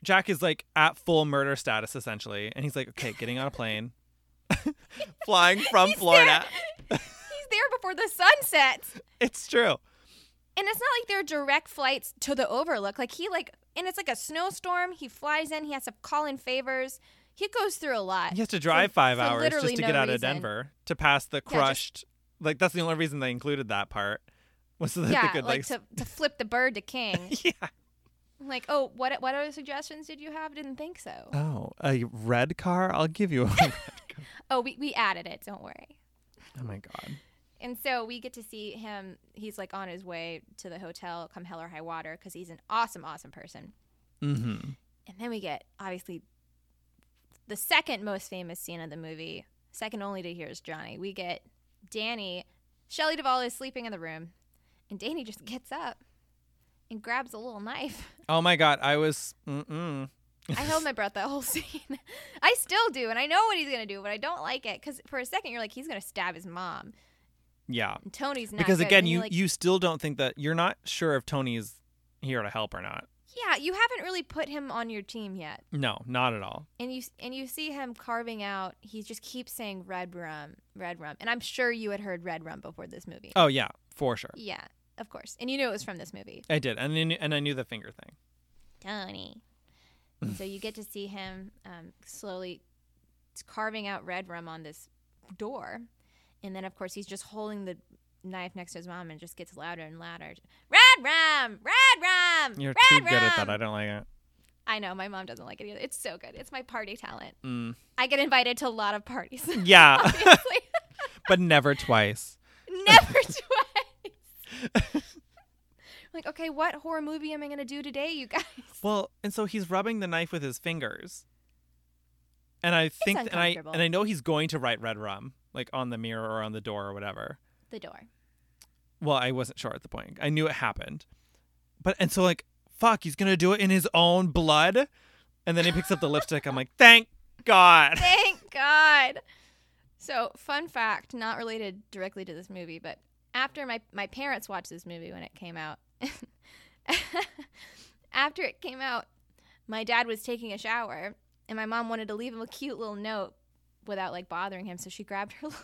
Jack is like at full murder status essentially, and he's like okay, getting on a plane, flying from Florida. he's there before the sun sets. It's true. And it's not like they're direct flights to the Overlook. Like he like, and it's like a snowstorm. He flies in. He has to call in favors. He goes through a lot. He has to drive five for hours just literally to no get out of reason. Denver to pass the just- crushed. Like that's the only reason they included that part was so that yeah, they could like, like, to, to flip the bird to king. s- yeah. I'm like, oh, what what other suggestions did you have? Didn't think so. Oh, a red car? I'll give you a red car. Oh, we, we added it. Don't worry. Oh my god. And so we get to see him. He's like on his way to the hotel, come hell or high water, because he's an awesome, awesome person. Mm-hmm. And then we get obviously the second most famous scene of the movie, second only to here's Johnny. We get Danny. Shelley Duvall is sleeping in the room, and Danny just gets up and grabs a little knife. Oh my god, I was mm-mm. I held my breath that whole scene. I still do, and I know what he's gonna do, but I don't like it because for a second you're like he's gonna stab his mom, Yeah. and Tony's not. Because good, again, and you're you like, you still don't think that you're not sure if Tony's here to help or not. yeah, you haven't really put him on your team yet, No, not at all. and you and you see him carving out. He just keeps saying red rum, red rum, and I'm sure you had heard red rum before this movie. Oh yeah, for sure. Yeah, of course, and you knew it was from this movie, I did, and I knew, and I knew the finger thing. Tony. And so you get to see him um, slowly carving out red rum on this door. And then, of course, he's just holding the knife next to his mom and just gets louder and louder. Red rum! Red rum! You're red too rum! good at that. I don't like it. I know, my mom doesn't like it either. It's so good. It's my party talent. Mm. I get invited to a lot of parties. Yeah, Obviously. but never twice. Never twice. like, okay, what horror movie am I going to do today, you guys? Well, and so he's rubbing the knife with his fingers. And I think and I uncomfortable. and I know he's going to write red rum like on the mirror or on the door or whatever. The door. Well, I wasn't sure at the point. I knew it happened. But and so like fuck, he's going to do it in his own blood. And then he picks up the lipstick. I'm like, "Thank God." Thank God. So, fun fact, not related directly to this movie, but after my my parents watched this movie when it came out, after it came out, my dad was taking a shower, and my mom wanted to leave him a cute little note without like bothering him, so she grabbed her.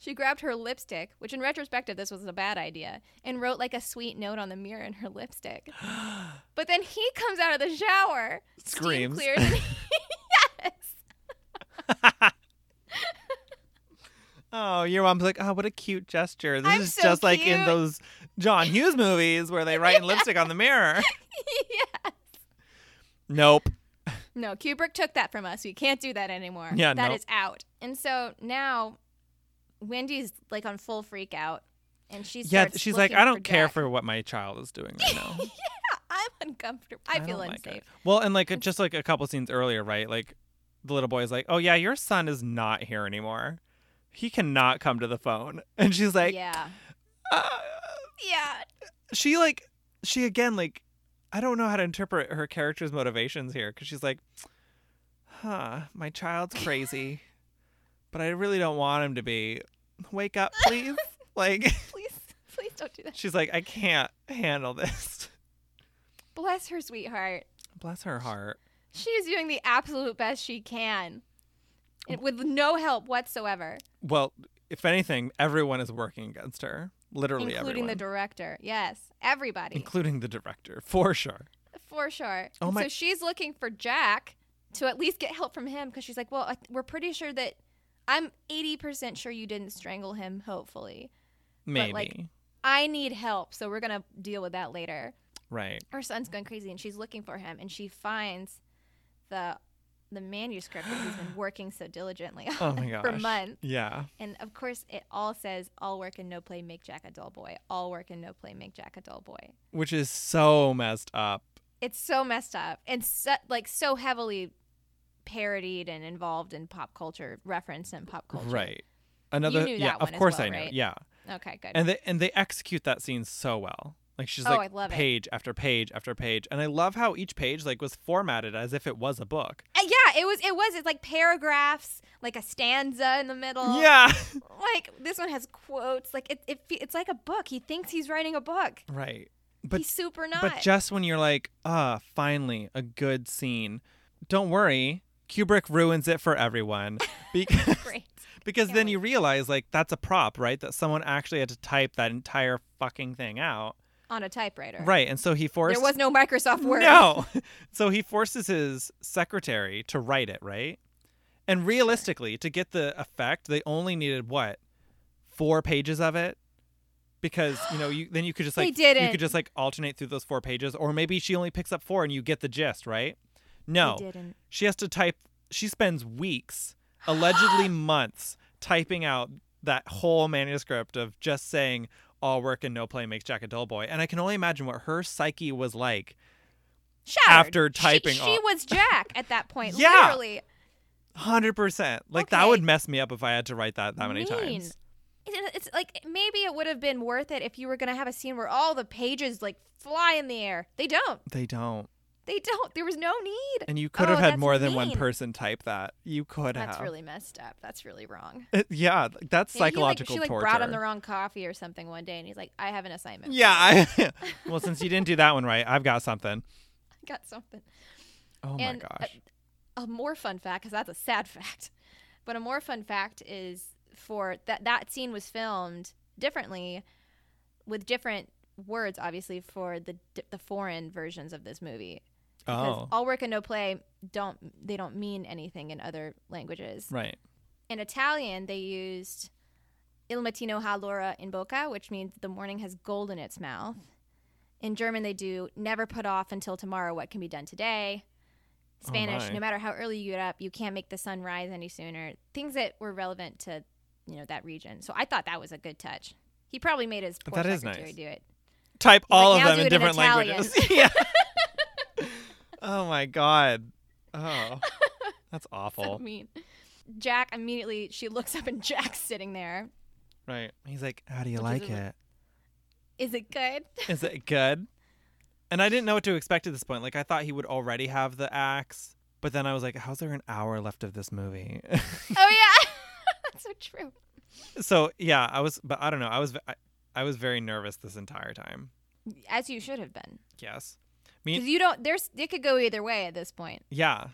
She grabbed her lipstick, which in retrospective this was a bad idea, and wrote like a sweet note on the mirror in her lipstick. But then he comes out of the shower, steam Screams. clears, and he- yes, Oh, your mom's like, "Oh, what a cute gesture." This I'm is so just like in cute." those John Hughes movies where they write in lipstick on the mirror. yeah. Nope. No, Kubrick took that from us. We can't do that anymore. Yeah, that no. is out. And so now, Wendy's like on full freak out, and she Yeah, starts she's like, looking "I don't care Jack. for what my child is doing right now." I'm uncomfortable. I, feel don't like unsafe. it. well, and like just like a couple scenes earlier, right? Like the little boy's like, "Oh yeah, your son is not here anymore. He cannot come to the phone." And she's like, yeah, "Uh, Yeah. she like she again like i don't know how to interpret her character's motivations here because she's like huh my child's crazy but i really don't want him to be wake up please like Please, please don't do that. she's like i can't handle this Bless her sweetheart. bless her heart She is doing the absolute best she can and with no help whatsoever, well if anything everyone is working against her literally including everyone the director. Yes, everybody. including the director for sure For sure. Oh And my- So she's looking for Jack to at least get help from him because she's like, well, I, we're pretty sure that I'm 80% sure you didn't strangle him, hopefully. maybe like, I need help, so we're going to deal with that later. right Her son's gone crazy and she's looking for him and she finds the the manuscript that he's been working so diligently on oh my gosh for months. yeah And of course, it all says all work and no play make Jack a dull boy. All work and no play make Jack a dull boy. which is so messed up it's so messed up and so, like so heavily parodied and involved in pop culture referenced in pop culture Right. Another knew yeah, that of one as course well, I know. right? Yeah. okay good And they and they execute that scene so well. Like she's Oh, like I love it. page after page after page. And I love how each page like was formatted as if it was a book. Uh, yeah it was it was it's like paragraphs like a stanza in the middle Yeah. like this one has quotes like it, it fe- it's like a book he thinks he's writing a book right. But he's super not but just when you're like, ah, finally a good scene. Don't worry, Kubrick ruins it for everyone because great because Can't then wait. you realize like that's a prop, right? That someone actually had to type that entire fucking thing out. on a typewriter Right. And so he forced there was no microsoft word No. So he forces his secretary to write it, right? And realistically, to get the effect, they only needed what? Four pages of it? Because, you know, you then you could just They like you didn't. could just like alternate through those four pages or maybe she only picks up four and you get the gist, right? No. They didn't. She has to type she spends weeks, allegedly months typing out that whole manuscript of just saying all work and no play makes Jack a dull boy. And I can only imagine what her psyche was like Shattered. After She- typing she, all- was jack at that point Yeah. literally Hundred percent. Like that Okay. would mess me up if I had to write that that many mean. times. It- It's like maybe it would have been worth it if you were gonna have a scene where all the pages like fly in the air. They don't. They don't. They don't. There was no need. And you could Oh, have had that's more than one mean. person type that. You could That's have. really messed up. That's really wrong. yeah, th- that's Maybe he, like- psychological she like torture. brought him the wrong coffee or something one day, and he's like, "I have an assignment." for yeah. you." I, well, since you didn't do that one right, I've got something. I got something. Oh and my uh, gosh. A, more fun fact, because that's a sad fact, but a more fun fact is for that that scene was filmed differently, with different words, obviously for the di- the foreign versions of this movie. because oh, all work and no play don't they don't mean anything in other languages. right. In Italian, they used Il mattino ha l'ora in bocca, which means the morning has gold in its mouth. In German, they do never put off until tomorrow what can be done today. Spanish, Oh, my. no matter how early you get up, you can't make the sun rise any sooner. Things that were relevant to, you know, that region. So I thought that was a good touch. He probably made his poor That is secretary nice. do it. Type like, all "Now of them do in it in different Italian." languages. yeah. oh my god. Oh, that's So awful. mean. Jack immediately she looks up and Jack's sitting there. Right. He's like, "How do you Which like is a- it?" Is it good? Is it good? And I didn't know what to expect at this point. Like I thought he would already have the axe, but then I was like, how's there an hour left of this movie? Oh yeah, that's so true. so, yeah, I was but I don't know. I was I, I was very nervous this entire time. As you should have been, Yes. because you don't. There's it could go either way at this point. Yeah.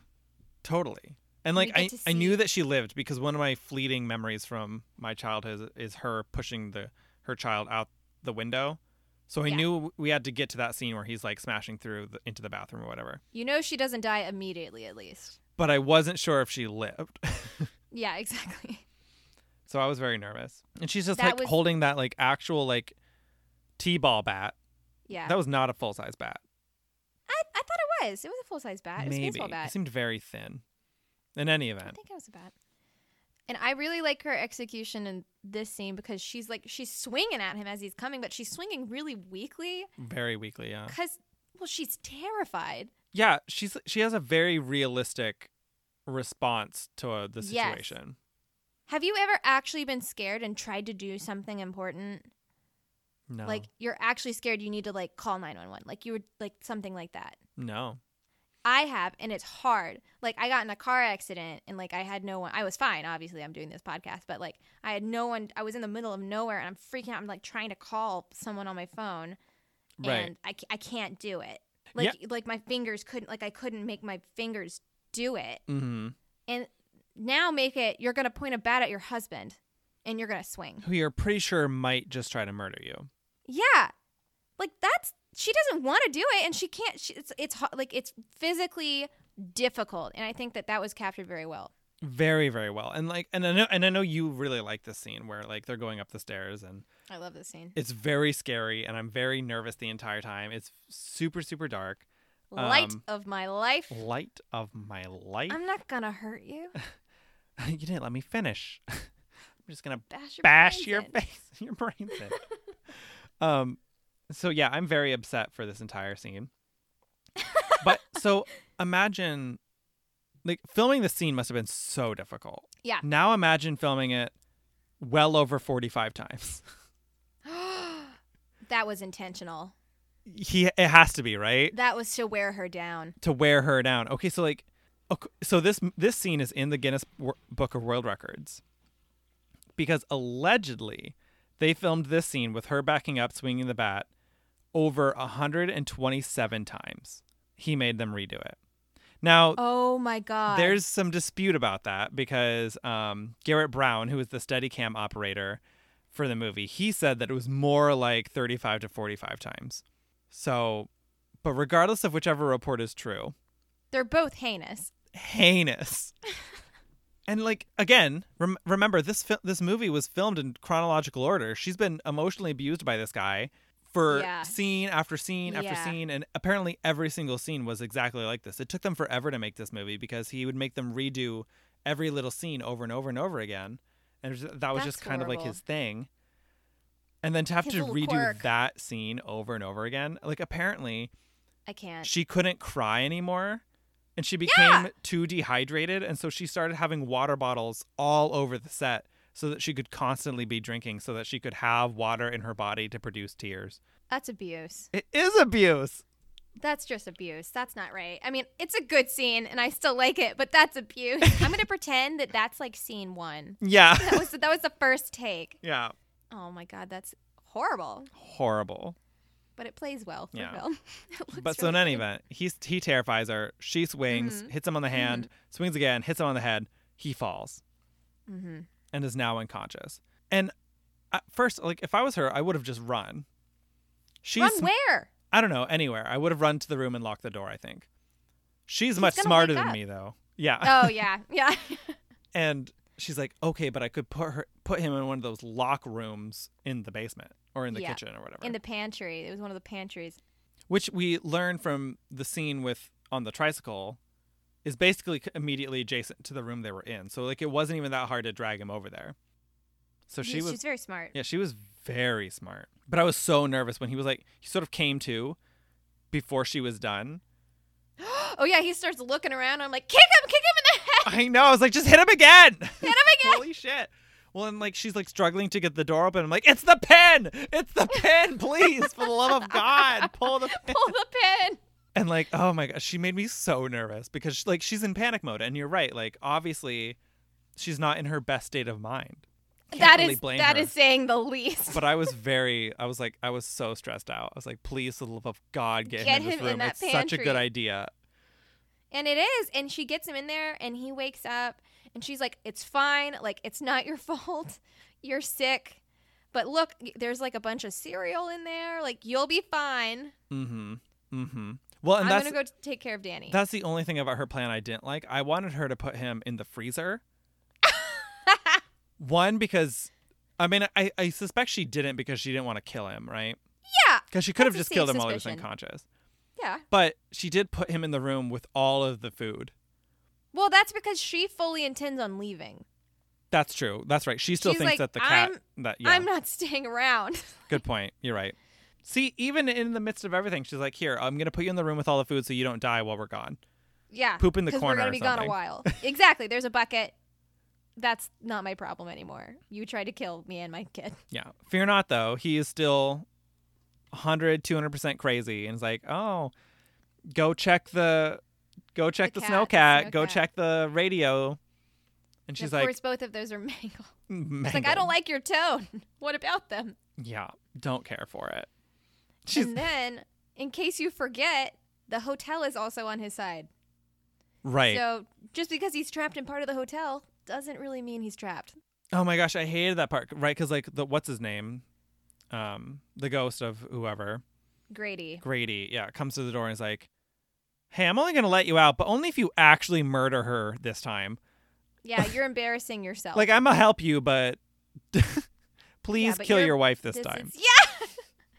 Totally. And like You I, get to I knew see- that she lived because one of my fleeting memories from my childhood is, is her pushing the her child out the window. So I Yeah. knew we had to get to that scene where he's like smashing through the, into the bathroom or whatever. You know she doesn't die immediately, at least. But I wasn't sure if she lived. Yeah, exactly. So I was very nervous. And she's just That like was- holding that like actual like T-ball bat. Yeah, That was not a full-size bat. I, I thought it was. It was a full size bat. It was a Maybe. baseball It bat. seemed very thin. In any I event. think it was a bat. And I really like her execution in this scene because she's like she's swinging at him as he's coming, but she's swinging really weakly Very weakly, yeah. because well she's terrified. Yeah, she's she has a very realistic response to uh, the Yes. situation. Have you ever actually been scared and tried to do something important? No. Like you're actually scared you need to like call 911. Like you would like something like that. no. I have, and it's hard. Like I got in a car accident, and like I had no one. I was fine, obviously. I'm doing this podcast, but like I had no one. I was in the middle of nowhere, and I'm freaking out. I'm like trying to call someone on my phone, and Right. I, ca- I can't do it. Like like my fingers couldn't. Like I couldn't make my fingers do it. Mm-hmm. And now make it. You're gonna point a bat at your husband, and you're gonna swing. Who you're pretty sure might just try to murder you. Yeah. Like that's she doesn't want to do it and she can't she, it's it's ho- like it's physically difficult and I think that that was captured very well. Very, very well. And like, and I know, and I know you really like this scene where like they're going up the stairs and I love this scene. it's very scary and I'm very nervous the entire time. It's super, super dark. Light Um, of my life. Light of my life. I'm not going to hurt you. you didn't let me finish. I'm just gonna Bash your bash brains your in. face, your brains in. um, so yeah, I'm very upset for this entire scene. but so imagine, like filming the scene must have been so difficult. Yeah. Now imagine filming it well over 45 times. that was intentional. He it has to be right That was to wear her down. to wear her down. Okay, so like, ok- so this this scene is in the Guinness Wor- Book of World Records because allegedly they filmed this scene with her backing up, swinging the bat over 127 times. He made them redo it. Now Oh my god. there's some dispute about that because um, Garrett Brown, who was the Steadicam operator for the movie, he said that it was more like 35 to 45 times. So, but regardless of whichever report is true, They're both heinous. heinous. and like again, rem- remember this fil- this movie was filmed in chronological order. She's been emotionally abused by this guy for Yeah. scene after scene after Yeah. scene and apparently every single scene was exactly like this. It took them forever to make this movie because he would make them redo every little scene over and over and over again. And it was- that was That's just kind of like horrible. his thing. And then to have His to little redo quirk. that scene over and over again, like apparently I can't. she couldn't cry anymore and she became Yeah. too dehydrated and so she started having water bottles all over the set so that she could constantly be drinking so that she could have water in her body to produce tears That's abuse. it is abuse That's just abuse. That's not right. I mean, it's a good scene and I still like it, but that's abuse. I'm going to pretend that that's like scene 1. yeah that was that was the first take. yeah Oh my god, that's horrible. horrible But it plays well for Yeah. film. It looks but so in really Mm-hmm. any good. event he's he terrifies her she swings hits him on the hand swings again hits him on the head he falls Mm-hmm. and is now unconscious and at first like if i was her i would have just run she's Run where? I don't know, anywhere. I would have run to the room and locked the door, I think. She's much gonna smarter wake than up. me though. Yeah. Oh yeah, yeah. And she's like, "Okay, but I could put her put him in one of those lock rooms in the basement or in the Yeah. kitchen or whatever." In the pantry. It was one of the pantries. Which we learn from the scene with on the tricycle is basically c- immediately adjacent to the room they were in. So like it wasn't even that hard to drag him over there. So she She's- was she's very smart. Yeah, she was very smart. But I was so nervous when he was like he sort of came to before she was done. Oh yeah, he starts looking around. I'm like, kick him, kick him in the head. I know. I was like, just hit him again. Hit him again. Holy shit. Well, and like she's like struggling to get the door open. I'm like, it's the pen. It's the pen, please, for the love of God, pull the pen. Pull the pin. And like, oh my gosh, she made me so nervous because like she's in panic mode. And you're right, like obviously, she's not in her best state of mind. Can't That really is blame that her. is saying the least. But I was very, I was like, I was so stressed out. I was like, please, for the love of God, get, Get him in this him in room. that it's such a good pantry. idea. And it is. And she gets him in there and he wakes up and she's like, It's fine. Like, it's not your fault. You're sick. But look, y- there's like a bunch of cereal in there. Like, you'll be fine. Mm-hmm. Mm-hmm. Well, and I'm that's going to go t- take care of Danny. That's the only thing about her plan I didn't like. I wanted her to put him in the freezer. One, because I mean, I, I suspect she didn't because she didn't want to kill him, right? Yeah. Because she could have That's just a killed safe him while he was suspicion. unconscious. yeah. But she did put him in the room with all of the food. Well, that's because she fully intends on leaving. That's true. That's right. She still She's thinks like, that the cat. "I'm- that yeah. I'm not staying around. Good point. You're right. See, even in the midst of everything, she's like, "Here, I'm gonna put you in the room with all the food so you don't die while we're gone." yeah. Poop in the 'cause corner We're or to be gone a something. while. exactly. There's a bucket. That's not my problem anymore. You tried to kill me and my kid. Yeah. Fear not, though. He is still 100 200% crazy and it's like oh go check the go check the, The snow, cat, cat, the snow go cat. check the radio and she's of like course, both of those are mangled. "Mangled." It's like, I don't like your tone. What about them? yeah don't care for it she's and then, in case you forget, the hotel is also on his side. right So just because he's trapped in part of the hotel doesn't really mean he's trapped. oh my gosh i hated that part right because like the what's his name um the ghost of whoever Grady. Grady, yeah, comes to the door and is like, "Hey, I'm only going to let you out, but only if you actually murder her this time. Yeah, you're embarrassing yourself. Like, I'm gonna help you, but please but kill you're- your wife this, This time." is- yeah.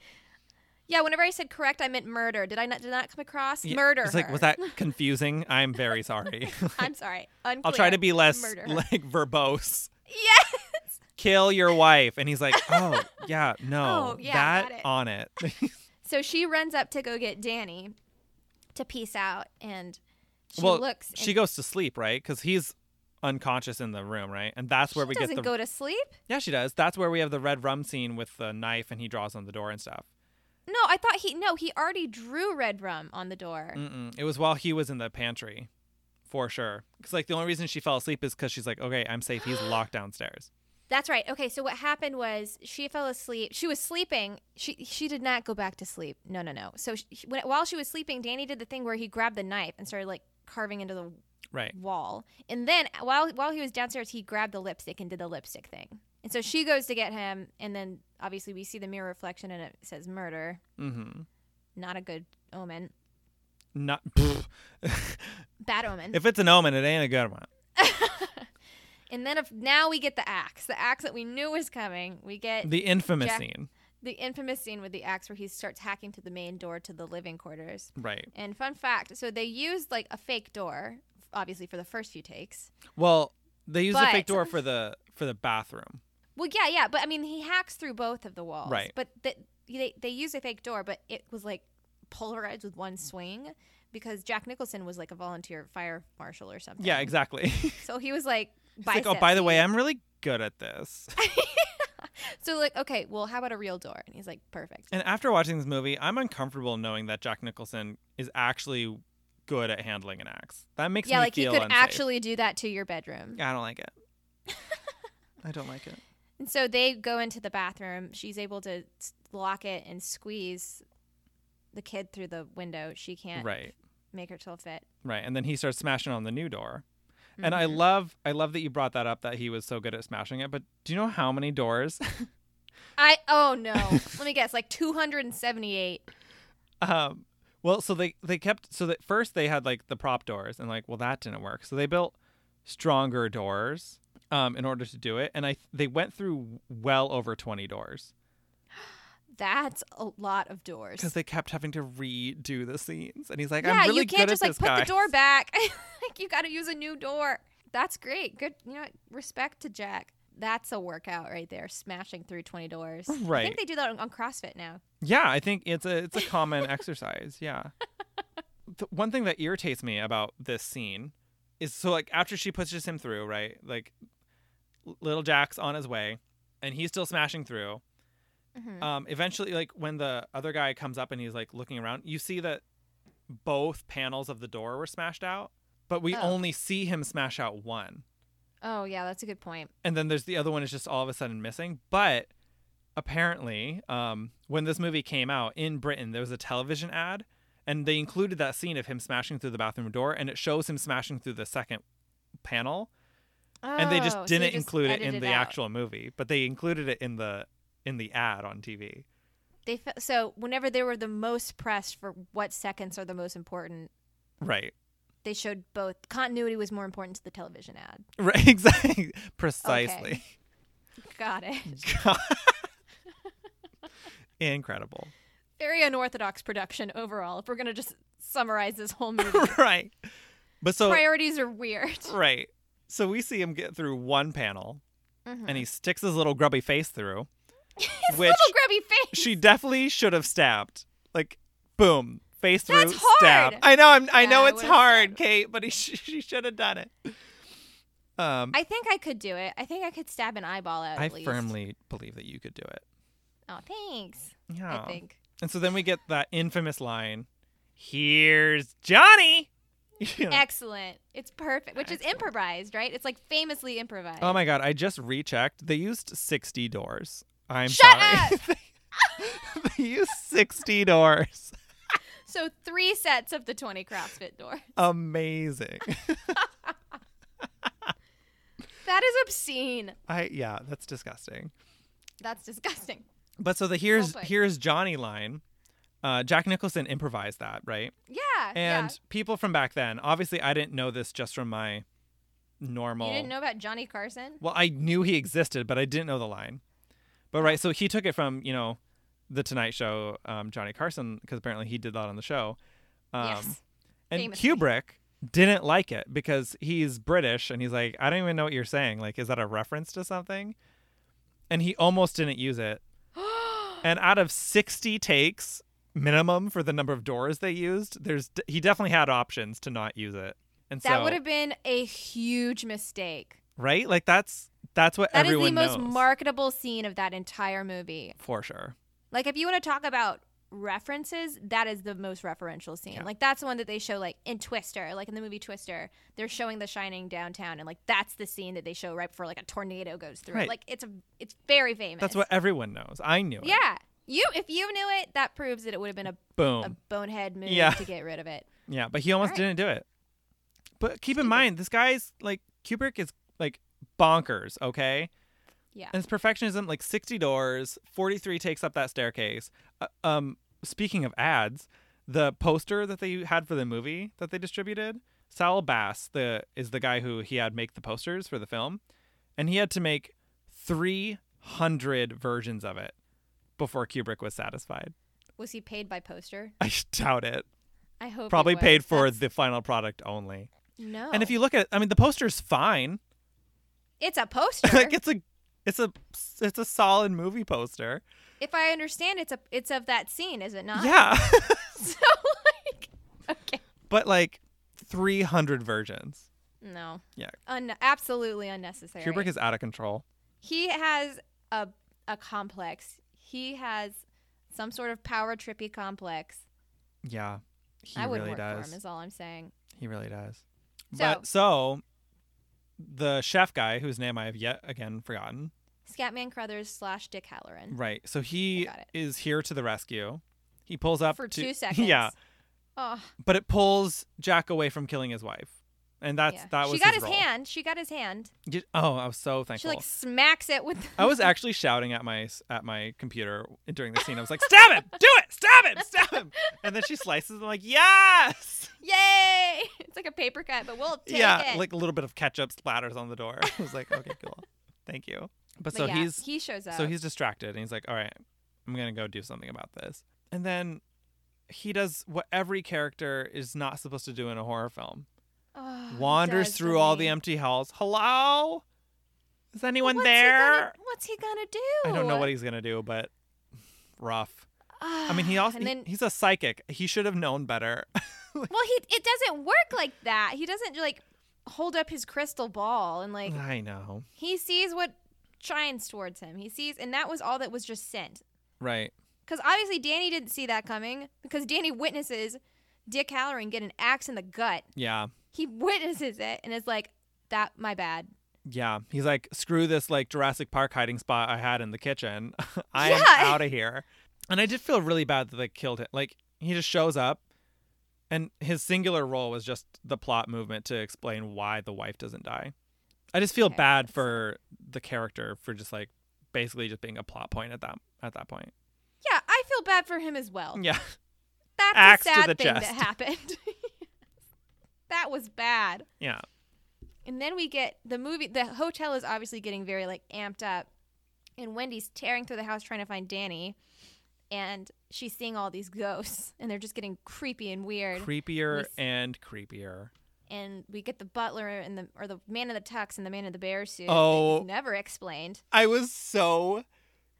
yeah. Whenever I said correct, I meant murder. Did I not? Did that come across? Yeah, murder. It's like, her. was that confusing? I'm very sorry. I'm sorry. Unclear. I'll try to be less Murder her. like verbose. Yes. Kill your wife, and he's like, "Oh, yeah, no, Oh, yeah, that got it." on it." So she runs up to go get Danny to peace out, and she well, looks. she and goes to sleep, right? Because he's unconscious in the room, right? And that's where she we doesn't get the go to sleep. Yeah, she does. That's where we have the red rum scene with the knife and he draws on the door and stuff. No, I thought he. No, he already drew red rum on the door. Mm-mm. It was while he was in the pantry, for sure. Because like the only reason she fell asleep is because she's like, okay, I'm safe. He's locked downstairs. That's right. Okay, so what happened was she fell asleep. She was sleeping. She she did not go back to sleep. No, no, no. So she, when, while she was sleeping, Danny did the thing where he grabbed the knife and started like carving into the Right. wall. And then while while he was downstairs, he grabbed the lipstick and did the lipstick thing. And so she goes to get him, and then obviously we see the mirror reflection, and it says murder. Mm-hmm. Not a good omen. Not pfft. Bad omen. if it's an omen, it ain't a good one. and then if now we get the axe, the axe that we knew was coming. We get The infamous Uh, Jack- scene. the infamous scene with the axe where he starts hacking through the main door to the living quarters. Right. And fun fact, so they used like a fake door, obviously for the first few takes. Well, they use the fake But- door for the for the bathroom. Well, yeah, yeah, but I mean, he hacks through both of the walls. Right. But the, they they used a fake door, but it was like polarized with one swing because Jack Nicholson was like a volunteer fire marshal or something. Yeah, exactly. So he was like. it's like, oh, by the way, I'm really good at this. So like, okay, well, how about a real door? And he's like, perfect. and after watching this movie, I'm uncomfortable knowing that Jack Nicholson is actually good at handling an axe. That makes yeah, me like he feel could unsafe. actually do that to your bedroom. I don't like it. I don't like it. And so they go into the bathroom. She's able to s- lock it and squeeze the kid through the window. She can't Right. make herself fit. Right. And then he starts smashing on the new door. And I Mm-hmm. love I love that you brought that up that he was so good at smashing it, but do you know how many doors? I oh no. Let me guess, like 278. um well, so they they kept so that first they had like the prop doors and like well that didn't work. So they built stronger doors um in order to do it and I they went through well over 20 doors That's a lot of doors. cuz they kept having to redo the scenes. And he's like yeah, I'm really you can't good just at like this put guy. the door back. like you got to use a new door. That's great. Good, you know, what? respect to Jack. That's a workout right there, smashing through 20 doors. I Oh, Right. think they do that on, on CrossFit now. Yeah, I think it's a it's a common exercise. Yeah. The one thing that irritates me about this scene is so like after she pushes him through, right? Like l- little Jack's on his way and he's still smashing through. Mhm. Um eventually like when the other guy comes up and he's like looking around, you see that both panels of the door were smashed out, but we Oh. only see him smash out one Oh, yeah, that's a good point. and then there's the other one is just all of a sudden missing. But apparently, um, when this movie came out in Britain, there was a television ad, and they included that scene of him smashing through the bathroom door, and it shows him smashing through the second panel, and they Oh, just so you didn't include it edited in the out. actual movie, but they included it in the in the ad on TV. They fe- so whenever they were the most pressed for what seconds are the most important, Right. they showed both. Continuity was more important to the television ad. Right. Exactly. Precisely. Got it. God. Incredible. Very unorthodox production overall. If we're gonna just summarize this whole movie, right. But so priorities are weird. Right. So we see him get through one panel and he sticks his little grubby face through, which Mm-hmm. Little grubby face. she definitely should have stabbed. Like, boom, face through, That's hard. stab. I know, I'm, I Yeah, know I it's would've hard, stabbed. Kate, but he sh- she should have done it. Um, I think I could do it. I think I could stab an eyeball out. I at least. firmly believe that you could do it. Oh, thanks. Yeah. I think. And so then we get that infamous line, "Here's Johnny." You know. Excellent. It's perfect, which is improvised, right? It's like famously improvised. Oh my god, I just rechecked. They used 60 doors. I'm Shut sorry. they used 60 doors. So three sets of the 20 CrossFit door. Amazing. That is obscene. I yeah, that's disgusting. That's disgusting. But so the here's played. here's Johnny line. Uh, Jack Nicholson improvised that, right? Yeah. And people from back then, obviously I didn't know this just from my yeah. normal You didn't know about Johnny Carson? Well, I knew he existed, but I didn't know the line. But right, so he took it from you know, the Tonight Show, um, Johnny Carson, because apparently he did that on the show. Um, yes. and famously. Kubrick didn't like it because he's British and he's like, I don't even know what you're saying. Like, is that a reference to something? And he almost didn't use it. and out of sixty takes minimum for the number of doors they used, there's he definitely had options to not use it. And That so would have been a huge mistake. right, like that's that's what That is everyone the most knows marketable scene of that entire movie. for sure. Like, if you want to talk about references, that is the most referential scene. Yeah. Like, that's the one that they show, like, in Twister, like in the movie Twister. They're showing The Shining downtown, and, like, that's the scene that they show right before, like, a tornado goes through. Right. Like, it's a, it's very famous. That's what everyone knows. I knew it. Yeah. You, if you knew it, that proves that it would have been a, a Boom. bonehead move Yeah. to get rid of it. yeah, but he almost Alright. didn't do it. But keep in mind, this guy's like Kubrick is like bonkers, okay? Yeah. And his perfectionism, like sixty doors, forty-three takes up that staircase. Uh, um, speaking of ads, the poster that they had for the movie that they distributed, Sal Bass, the is the guy who he had make the posters for the film, and he had to make three hundred versions of it before Kubrick was satisfied. Was he paid by poster? I doubt it. I hope. he probably was. paid for That's- Oh. the final product only. No. And if you look at, I mean, the poster's fine. it's a poster. like it's a, it's a, it's a solid movie poster. if I understand, it's a it's of that scene, is it not? Yeah, So like, okay. but like, three hundred versions. No. Yeah. Un- absolutely unnecessary. Kubrick is out of control. he has a a complex. He has some sort of power trippy complex. Yeah, he I wouldn't really work does. for him. Is all I'm saying. he really does. So- But so, the chef guy whose name I have yet again forgotten. Scatman Crothers slash Dick Halloran Right. So he got it. is here to the rescue. He pulls up for to- two seconds. Yeah, Oh, but it pulls Jack away from killing his wife, and that's yeah. that she was got his, his, role. hand. She got his hand. Did- oh, I was so She thankful. like smacks it with. I was actually shouting at my at my computer during the scene. I was like, "Stab him! Do it! Stab him! Stab him!" And then she slices. And I'm like, "Yes!" Yay! It's like a paper cut, but we'll take yeah, it. like a little bit of ketchup splatters on the door. I was like, "Okay, cool, thank you." But, But so yeah, he's he shows up. so he's distracted, and he's like, "All right, I'm gonna go do something about this." And then he does what every character is not supposed to do in a horror film. Oh, he wanders does, through doesn't all he? the empty halls. Hello? Is anyone What's he gonna- there? what's he gonna do? I don't know what he's going to do, but rough. I mean, he also and then he's a psychic. He should have known better. well, he it doesn't work like that. He doesn't like hold up his crystal ball and like I know. he sees what shines towards him. He sees, and that was all that was just sent. Right. Because obviously Danny didn't see that coming. Because Danny witnesses Dick Halloran get an axe in the gut. Yeah. He witnesses it and is like, "That my bad." Yeah. He's like, screw this like Jurassic Park hiding spot I had in the kitchen. I am Yeah. out of here. And I did feel really bad that they killed him. Like he just shows up and his singular role was just the plot movement to explain why the wife doesn't die. I just feel Okay, bad that's- for the character for just like basically just being a plot point at that at that point. Yeah, I feel bad for him as well. Yeah. That's Axe to a sad the thing chest. that happened. that was bad. Yeah. And then we get the movie. The hotel is obviously getting very like amped up, and Wendy's tearing through the house trying to find Danny, and she's seeing all these ghosts, and they're just getting creepy and weird. Creepier Yes. and creepier. and we get the butler and the or the man in the tux and the man in the bear suit. Oh. It's never explained. I was so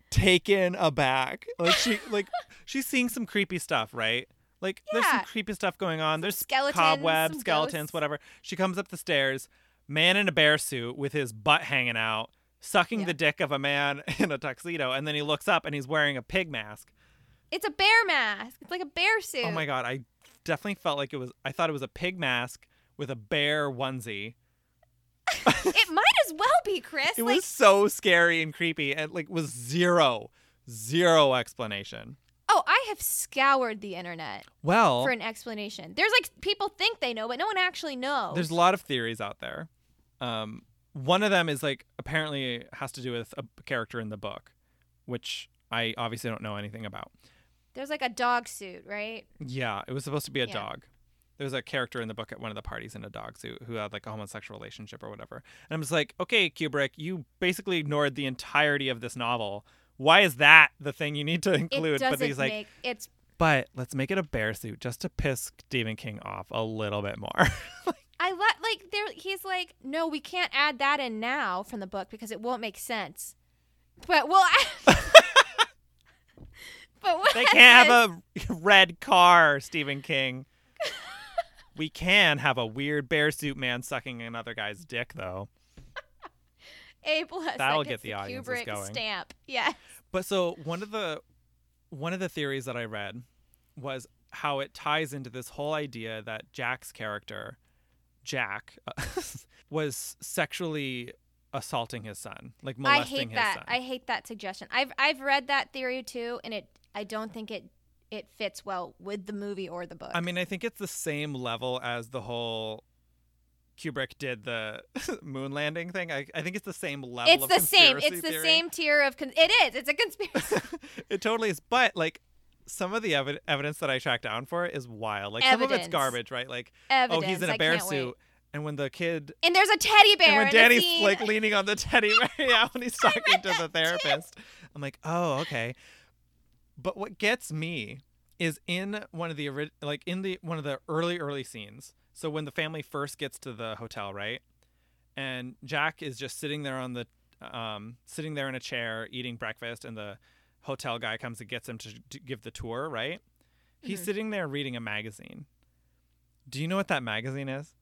taken aback. Like she like she's seeing some creepy stuff, right? Like there's some Yeah. creepy stuff going on. There's skeletons, cobwebs, some skeletons, ghosts. whatever. She comes up the stairs, man in a bear suit with his butt hanging out, sucking Yeah. the dick of a man in a tuxedo, and then he looks up and he's wearing a pig mask. It's a bear mask. It's like a bear suit. Oh my god, I definitely felt like it was. I thought it was a pig mask with a bear onesie. It might as well be Chris. It like, was so scary and creepy, and like was zero, zero explanation. oh, I have scoured the internet Well, for an explanation. There's like people think they know, but no one actually knows. There's a lot of theories out there. Um, one of them is like apparently it has to do with a character in the book, which I obviously don't know anything about. There's like a dog suit, right? Yeah, it was supposed to be a Yeah. dog. There was a character in the book at one of the parties in a dog suit who had like a homosexual relationship or whatever. And I'm just like, okay, Kubrick, you basically ignored the entirety of this novel. Why is that the thing you need to include? it doesn't but he's like, make it's but let's make it a bear suit just to piss Stephen King off a little bit more. I let like there he's like, no, we can't add that in now from the book because it won't make sense. But we'll add But we'll They add can't this. have a red car, Stephen King. we can have a weird bear suit man sucking another guy's dick, though. A plus. That'll that gets get the audiences Kubrick going. Stamp. Yeah. But so one of the one of the theories that I read was how it ties into this whole idea that Jack's character, Jack, was sexually assaulting his son, like I molesting hate his that. son. I hate that suggestion. I've I've read that theory too, and it I don't think it it fits well with the movie or the book. I mean, I think it's the same level as the whole Kubrick did the moon landing thing. I, I think it's the same level. it's of the same. conspiracy It's the theory. same tier of. Con- it is. It's a conspiracy. it totally is. But like some of the evi- evidence that I tracked down for it is wild. Like some of it's Evidence. garbage, right? Like evidence. oh, he's in a I bear can't wait. suit, and when the kid And there's a teddy bear. and when in the Danny's scene. like leaning on the teddy bear yeah, when he's talking to the therapist, I'm like, oh, okay. But what gets me is in one of the ori- like in the one of the early early scenes. So when the family first gets to the hotel, right, and Jack is just sitting there on the um, sitting there in a chair eating breakfast, and the hotel guy comes and gets him to, to give the tour, right? He's Mm-hmm. sitting there reading a magazine. Do you know what that magazine is?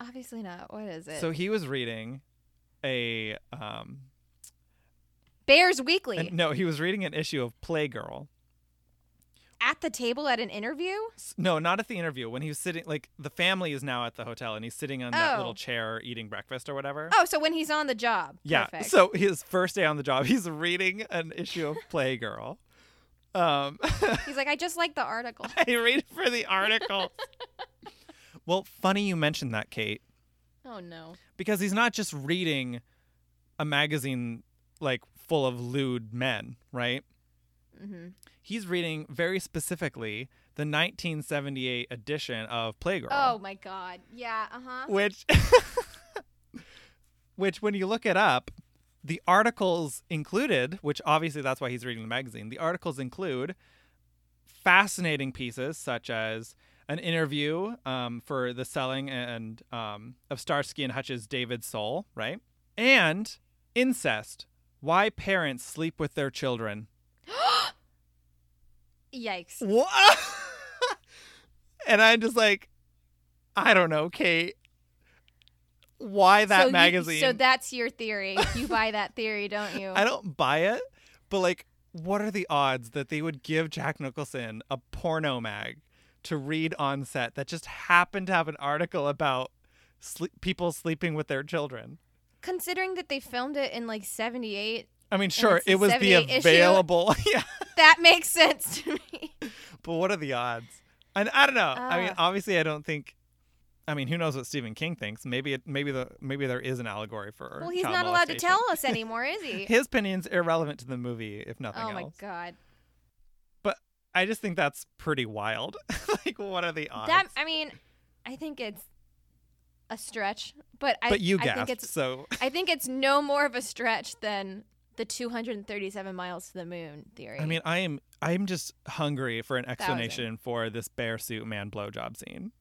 Obviously not. What is it? So he was reading a um Bears Weekly an- no, he was reading an issue of Playgirl. at the table at an interview. S- No, not at the interview. When he was sitting like the family is now at the hotel and he's sitting on that Oh. little chair eating breakfast or whatever. Oh, so when he's on the job. yeah. Perfect. So his first day on the job, he's reading an issue of Playgirl. um he's like, I just like the article. I read it for the article. well, funny you mentioned that, Kate. Oh no. because he's not just reading a magazine like full of lewd men, right? Mhm. He's reading very specifically the 1978 edition of Playgirl, Oh my god. Yeah. Uh huh. which which when you look it up, the articles included, which obviously that's why he's reading the magazine. The articles include fascinating pieces such as an interview um, for the selling and um, of Starsky and Hutch's David Soul, right? And incest: why parents sleep with their children. Yikes. What? and I'm just like, I don't know, Kate. Why that so you- magazine? so that's your theory. You buy that theory, don't you? I don't buy it, but like, what are the odds that they would give Jack Nicholson a porno mag to read on set that just happened to have an article about sleep- people sleeping with their children? Considering that they filmed it in like 78, I mean, sure, it's the it was the 78 issue. available, yeah, that makes sense to me. but what are the odds? And I don't know. I mean, Ah. obviously, I don't think. I mean, who knows what Stephen King thinks? Maybe it, maybe the maybe there is an allegory for. Well, he's child not allowed to molestation. tell us anymore, is he? His opinion's irrelevant to the movie, if nothing oh else. my god. I just think that's pretty wild. like, what are the odds? That I mean, I think it's a stretch, but I but you I gasped, think it's so I think it's no more of a stretch than the 237 miles to the moon theory. I mean, I am I am just hungry for an Thousand. explanation for this bear suit man blowjob scene.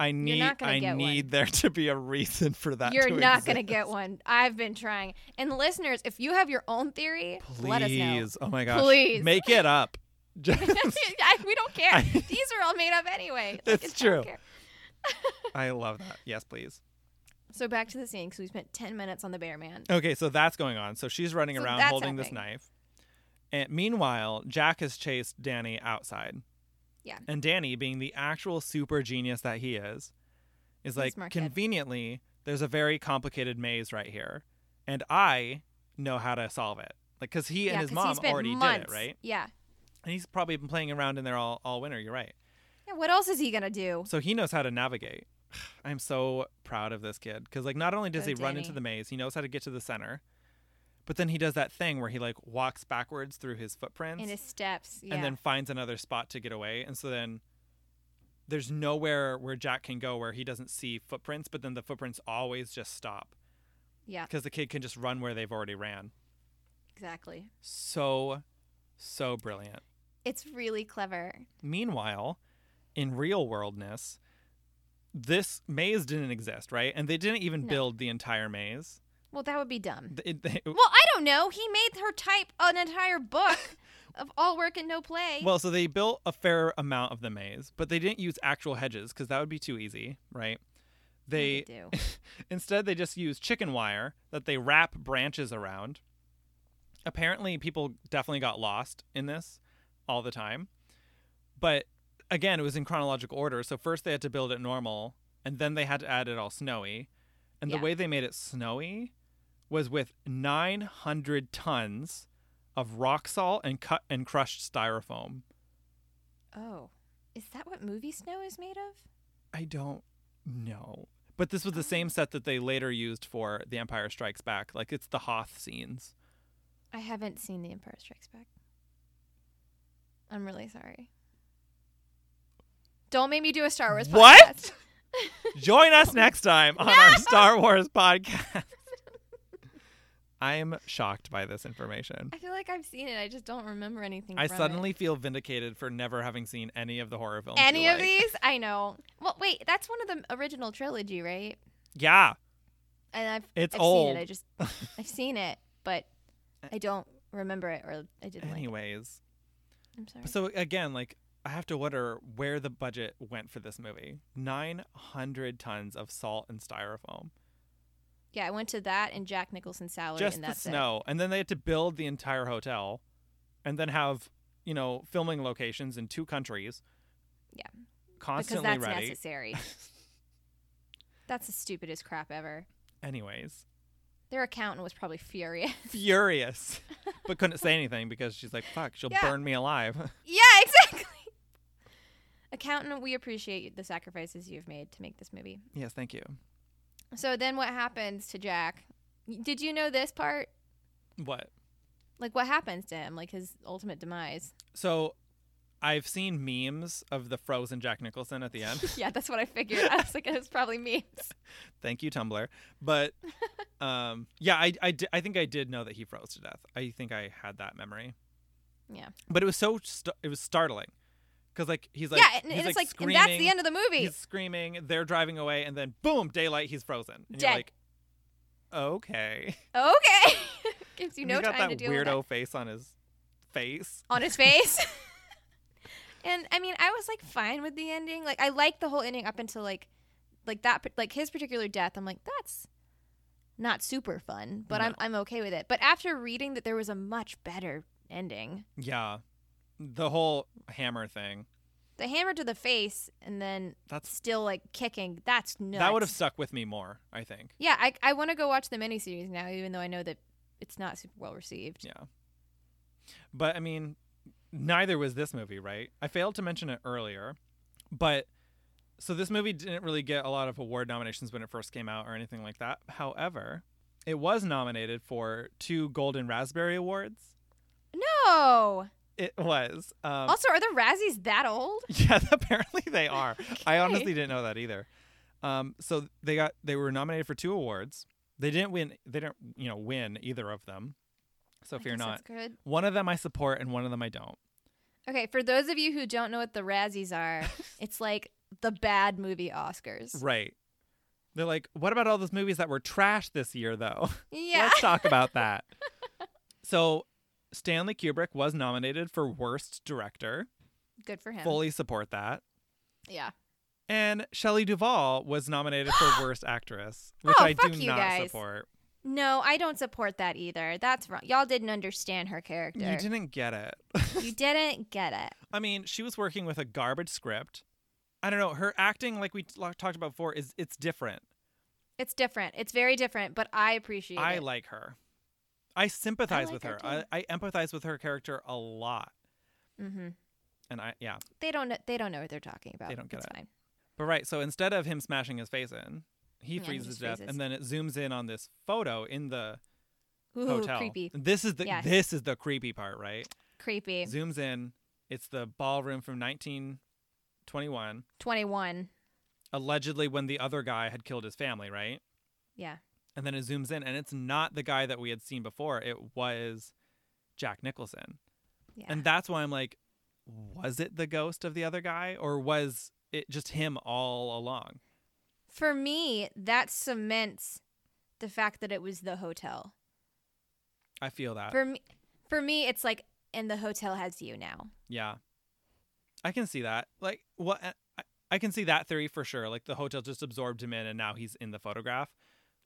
I need not gonna I get one. need there to be a reason for that. You're to not going to exist. get one. I've been trying. And listeners, if you have your own theory, Please, let us know. oh my gosh, Please. make it up. Just- I- we don't care. I- These are all made up anyway. Like, That's it's- I don't true. care. I love that. Yes, please. So back to the scene because we spent ten minutes on the bear man. Okay, so that's going on. So she's running So around that's holding this happening. knife. And meanwhile, Jack has chased Danny outside. Yeah. And Danny, being the actual super genius that he is, is like smart kid. conveniently, there's a very complicated maze right here, and I know how to solve it. Like, cause he and yeah, his 'cause mom he spent already months. did it, right? Yeah. And he's probably been playing around in there all, all winter. You're right. Yeah. What else is he gonna do? So he knows how to navigate. I'm so proud of this kid because like not only does Go he run into Danny. the maze, he knows how to get to the center, but then he does that thing where he like walks backwards through his footprints In his steps. Yeah. and then finds another spot to get away. And so then there's nowhere where Jack can go where he doesn't see footprints, but then the footprints always just stop yeah. because the kid can just run where they've already ran. Exactly. So, so brilliant. It's really clever. Meanwhile, in real worldness, this maze didn't exist, right? And they didn't even No. build the entire maze. Well, that would be dumb. Th- it- they- Well, I don't know. He made her type an entire book of all work and no play. well, so they built a fair amount of the maze, but they didn't use actual hedges because that would be too easy, right? They They do. instead they just use chicken wire that they wrap branches around. Apparently, people definitely got lost in this all the time. But again, it was in chronological order. So first they had to build it normal, and then they had to add it all snowy. And Yeah. the way they made it snowy was with 900 tons of rock salt and cut and crushed styrofoam. Oh, is that what movie snow is made of? I don't know. But this was the same set that they later used for The Empire Strikes Back. Like it's the Hoth scenes. I haven't seen The Empire Strikes Back. I'm really sorry. Don't make me do a Star Wars podcast. What? Join us next time on our Star Wars podcast. I'm shocked by this information. I feel like I've seen it. I just don't remember anything. I from it. suddenly feel vindicated for never having seen any of the horror films. you any of like. these? I know. Well, wait, that's one of the original trilogy, right? Yeah. And I've It's I've old. seen it. I just I've seen it, but I don't remember it or I didn't like. Anyways, it. I'm sorry. so again, like I have to wonder where the budget went for this movie. Nine hundred tons of salt and styrofoam. yeah, I went to that and Jack Nicholson's salary, just and the that's snow and then they had to build the entire hotel and then have you know filming locations in two countries Yeah. it because constantly that's ready necessary. that's the stupidest crap ever. anyways Their accountant was probably furious. furious but couldn't say anything because she's like fuck she'll Yeah. burn me alive yeah, exactly. Accountant, we appreciate the sacrifices you've made to make this movie. yes thank you So then what happens to Jack? Did you know this part? what Like what happens to him? Like his ultimate demise? so i've seen memes of the frozen jack nicholson at the end yeah, that's what I figured. I was like, it was probably memes. thank you tumblr but um yeah I, I di- I think i did know that he froze to death i think i had that memory Yeah. but it was so st- it was startling because like he's like yeah, and, he's, and it's like, and screaming, that's the end of the movie. he's screaming they're driving away and then boom daylight he's frozen and Dead. you're like okay Okay, gives you And no he's got that time to deal with weirdo that. face on his face on his face. and I mean, I was like fine with the ending. Like I liked the whole ending up until like like that like his particular death. I'm like that's not super fun, but I'm No. I'm okay with it. But after reading that there was a much better ending. yeah the whole hammer thing The hammer to the face and then that's still like kicking. That's nuts. that would have stuck with me more i think Yeah, I I want to go watch the miniseries now even though I know that it's not super well received. Yeah. But I mean, neither was this movie, right? I failed to mention it earlier, but so this movie didn't really get a lot of award nominations when it first came out or anything like that. However, it was nominated for two Golden Raspberry Awards. No. It was. Um, also, are the Razzies that old? yeah, apparently they are. I honestly Okay. didn't know that either. Um, so they got they were nominated for two awards. They didn't win. They didn't you know win either of them. So if I you're guess not, that's good. one of them I support and one of them I don't. Okay, for those of you who don't know what the Razzies are, it's like the bad movie Oscars. Right. They're like, what about all those movies that were trash this year, though? Yeah. Let's talk about that. so, Stanley Kubrick was nominated for Worst Director. Good for him. Fully support that. Yeah. And Shelley Duvall was nominated for Worst Actress, which Oh, I do fuck you not guys. support. No, I don't support that either. That's wrong. Y'all didn't understand her character. You didn't get it. You didn't get it. I mean, she was working with a garbage script. I don't know. Her acting, like we t- talked about before, is it's different. It's different. It's very different, but I appreciate I it. like her. I sympathize like with her her. I, I empathize with her character a lot. hmm And I, yeah. They don't. Know, they don't know what they're talking about. They don't get it's it. Fine. But right, so instead of him smashing his face in, he Yeah, he freezes just to death, freezes. and then it zooms in on this photo in the Ooh, hotel. creepy, This is the Yes. this is the creepy part, right? creepy. Zooms in. It's the ballroom from 1921, Twenty-one. allegedly when the other guy had killed his family, right? Yeah. And then it zooms in, and it's not the guy that we had seen before. It was Jack Nicholson. Yeah. And that's why I'm like, was it the ghost of the other guy, or was it just him all along? For me, that cements the fact that it was the hotel. I feel that. For me, for me, it's like, and the hotel has you now. Yeah. I can see that. Like what I, I can see that theory for sure. Like the hotel just absorbed him in and now he's in the photograph.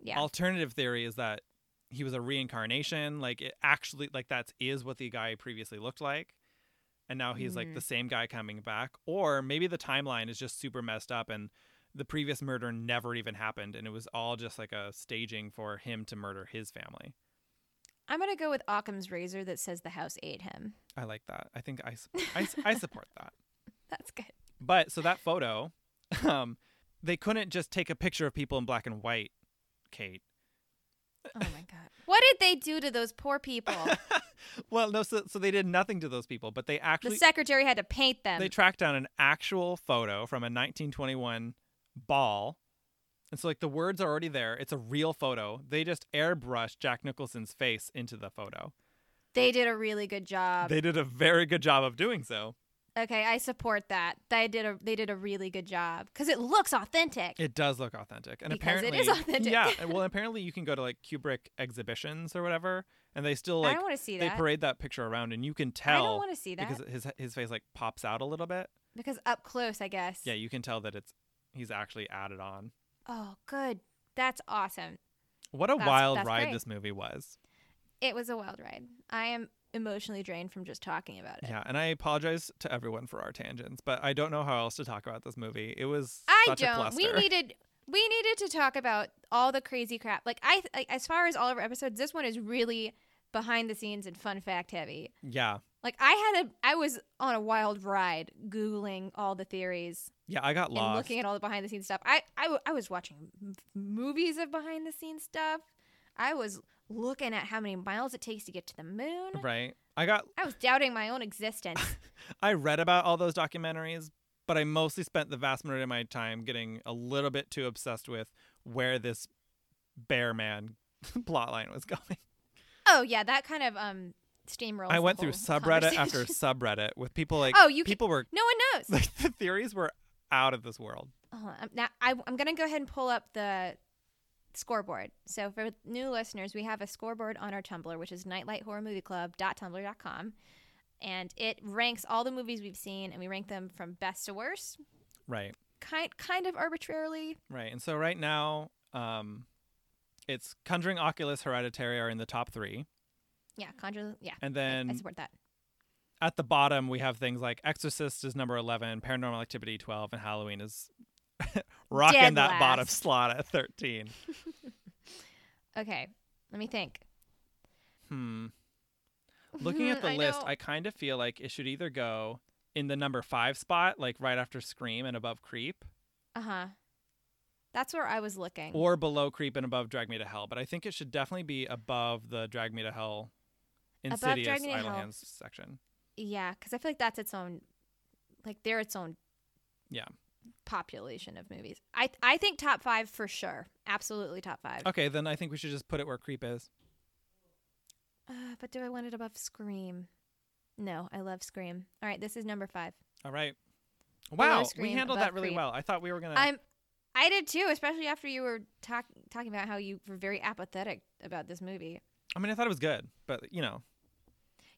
Yeah. Alternative theory is that he was a reincarnation, like it actually like that is what the guy previously looked like. And now he's like the Mm. same guy coming back or maybe the timeline is just super messed up and the previous murder never even happened and it was all just like a staging for him to murder his family. I'm gonna go with Occam's razor that says the house ate him. I like that. I think I sup- I, s- I support that. That's good. But so that photo, um, they couldn't just take a picture of people in black and white, Kate. Oh my god. What did they do to those poor people? Well, no, so, so they did nothing to those people, but they the actually secretary had to paint them. they tracked down an actual photo from a 1921 ball. And so like the words are already there. It's a real photo. They just airbrushed Jack Nicholson's face into the photo. they did a really good job. They did a very good job of doing so. okay, I support that. They did a they did a really good job because it looks authentic. It does look authentic, and Because it apparently is authentic. Yeah, and- well, apparently you can go to like Kubrick exhibitions or whatever, and they still I like wanna see they that. parade that picture around, and you can tell. wanna see that. because his his face like pops out a little bit. because up close, I guess. Yeah, you can tell that it's he's actually added on. Oh, good. That's awesome. What a That's- wild that's ride great. this movie was. It was a wild ride. I am emotionally drained from just talking about it. Yeah, and I apologize to everyone for our tangents, but I don't know how else to talk about this movie. It was I such a don't. cluster. We needed we needed to talk about all the crazy crap. Like I like, as far as all of our episodes, this one is really behind the scenes and fun fact heavy. yeah, Like I had a I was on a wild ride googling all the theories yeah, I got and lost. looking at all the behind the scenes stuff. I I, w- I was watching m- movies of behind the scenes stuff. I was looking at how many miles it takes to get to the moon. right, I got I was doubting my own existence. I read about all those documentaries, but I mostly spent the vast majority of my time getting a little bit too obsessed with where this bear man plotline was going. oh yeah, that kind of um steamrolls. I the went through whole subreddit conversation. after subreddit with people like Oh, you ca- people were No one knows. like the theories were out of this world. Hold on. Um, Now I, I'm going to go ahead and pull up the scoreboard. So for new listeners, we have a scoreboard on our Tumblr, which is nightlighthorrormovieclub.tumblr.com, and it ranks all the movies we've seen, and we rank them from best to worst, Right. kind kind of arbitrarily. Right. And so right now, um it's Conjuring Oculus Hereditary are in the top three. Yeah, conjure. Yeah, And I- I, then support that. at the bottom we have things like Exorcist is number eleven, Paranormal Activity twelve, and Halloween is rocking Dead that bottom last. slot at thirteen. Okay, let me think. Hmm. Looking at the Hmm, I list, know. I kind of feel like it should either go in the number five spot, like right after Scream and above Creep, Uh huh. That's where I was looking. or below Creep and above Drag Me to Hell. But I think it should definitely be above the Drag Me to Hell Above Insidious Drag Me to Idle Hell. Hands section. yeah, because I feel like that's its own, like they're its own Yeah. population of movies. I I think top five for sure. Absolutely top five. Okay, then I think we should just put it where Creep is. Uh, but do I want it above Scream? No, I love Scream. All right, this is number five. All right. Wow, we Scream, handled above that really Creep. well. I thought we were gonna. I'm. I did too, especially after you were talk, talking about how you were very apathetic about this movie. I mean, I thought it was good, but you know,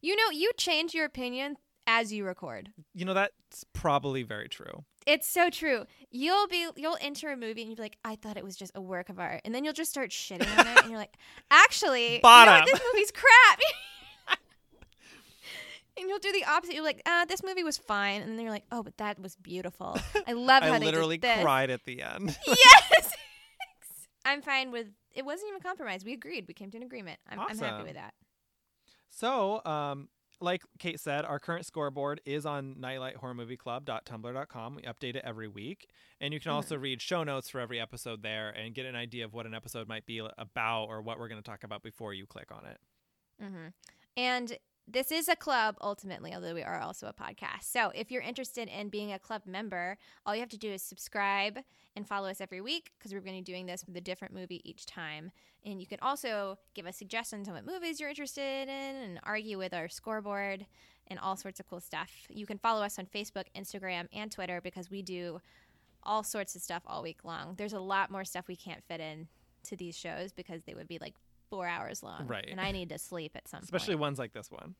You know, you change your opinion as you record. you know that's probably very true. It's so true. You'll be you'll enter a movie and you'll be like, I thought it was just a work of art, and then you'll just start shitting on it, and you're like, actually, you know what? Bottom. this movie's crap. and you'll do the opposite. You're like, uh, this movie was fine, and then you're like, oh, but that was beautiful. I love how I they literally did this. cried at the end. Yes. I'm fine with it. Wasn't even compromised. We agreed. We came to an agreement. I'm, I'm happy Awesome. with that. So, um, like Kate said, our current scoreboard is on nightlighthorrormovieclub.tumblr.com. We update it every week, and you can Mm-hmm. also read show notes for every episode there and get an idea of what an episode might be about or what we're going to talk about before you click on it. Mm-hmm. And this is a club ultimately, although we are also a podcast. So if you're interested in being a club member, all you have to do is subscribe and follow us every week because we're going to be doing this with a different movie each time. And you can also give us suggestions on what movies you're interested in and argue with our scoreboard and all sorts of cool stuff. You can follow us on Facebook, Instagram, and Twitter because we do all sorts of stuff all week long. There's a lot more stuff we can't fit in to these shows because they would be like four hours long. Right. And I need to sleep at some Especially point. ones like this one.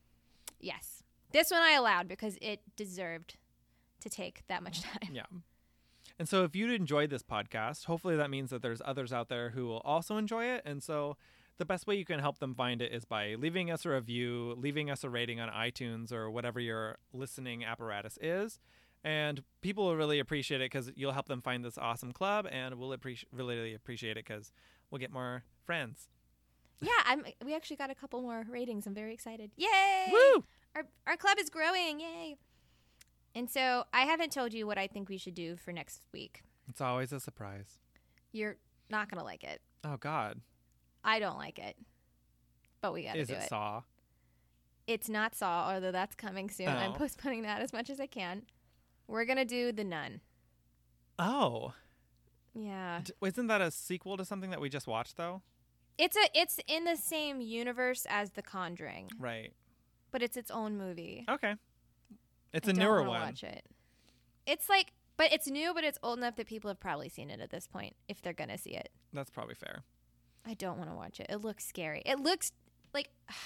Yes. This one I allowed because it deserved to take that much time. Yeah. And so, if you enjoyed this podcast, hopefully that means that there's others out there who will also enjoy it. And so, the best way you can help them find it is by leaving us a review, leaving us a rating on iTunes or whatever your listening apparatus is. And people will really appreciate it because you'll help them find this awesome club, and we'll appreci- really appreciate it because we'll get more friends. Yeah, I'm we actually got a couple more ratings. I'm very excited. Yay! Woo! Our our club is growing. Yay. And so I haven't told you what I think we should do for next week. It's always a surprise. You're not going to like it. Oh God, I don't like it. But we got to is do it, it. Saw? It's not Saw, although that's coming soon. I'm Oh. postponing that as much as I can. We're going to do The Nun. Oh, Yeah. D- isn't that a sequel to something that we just watched though? It's a it's in the same universe as The Conjuring. Right. but it's its own movie. Okay. It's I a don't newer wanna one. Watch it. It's like, but it's new, but it's old enough that people have probably seen it at this point if they're gonna see it. That's probably fair. I don't want to watch it. It looks scary. It looks like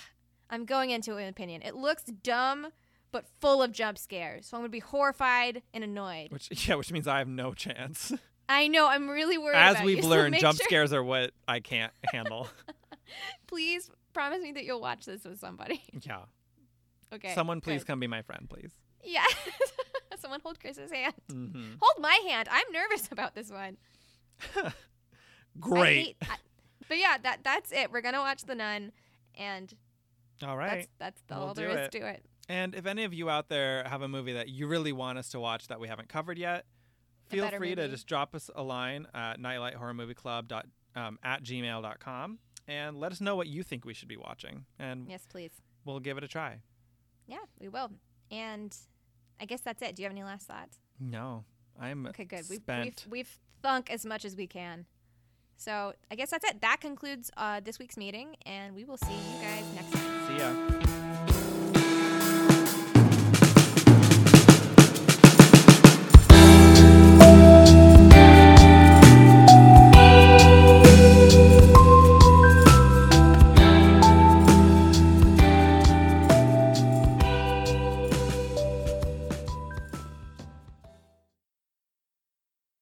I'm going into an opinion. It looks dumb, but full of jump scares. So I'm gonna be horrified and annoyed. Which yeah, which means I have no chance. I know. I'm really worried. As about we've you, so learned, make jump sure- scares are what I can't handle. Please promise me that you'll watch this with somebody. yeah. Okay. Someone please good. come be my friend, please. Yeah. Someone hold Chris's hand. hmm Hold my hand. I'm nervous about this one. I Great. hate- I- but yeah, that that's it. We're gonna watch the Nun, and All right. that's that's We'll all there do is it. to it. And if any of you out there have a movie that you really want us to watch that we haven't covered yet, A feel better free to movie. just drop us a line at nightlighthorrormovieclub dot, um, at gmail.com and let us know what you think we should be watching. And Yes, please. we'll give it a try. Yeah, we will. And I guess that's it. Do you have any last thoughts? No, I'm Okay, good. We've we've, spent. we've thunk as much as we can. So I guess that's it. That concludes uh, this week's meeting, and we will see you guys next time. See ya.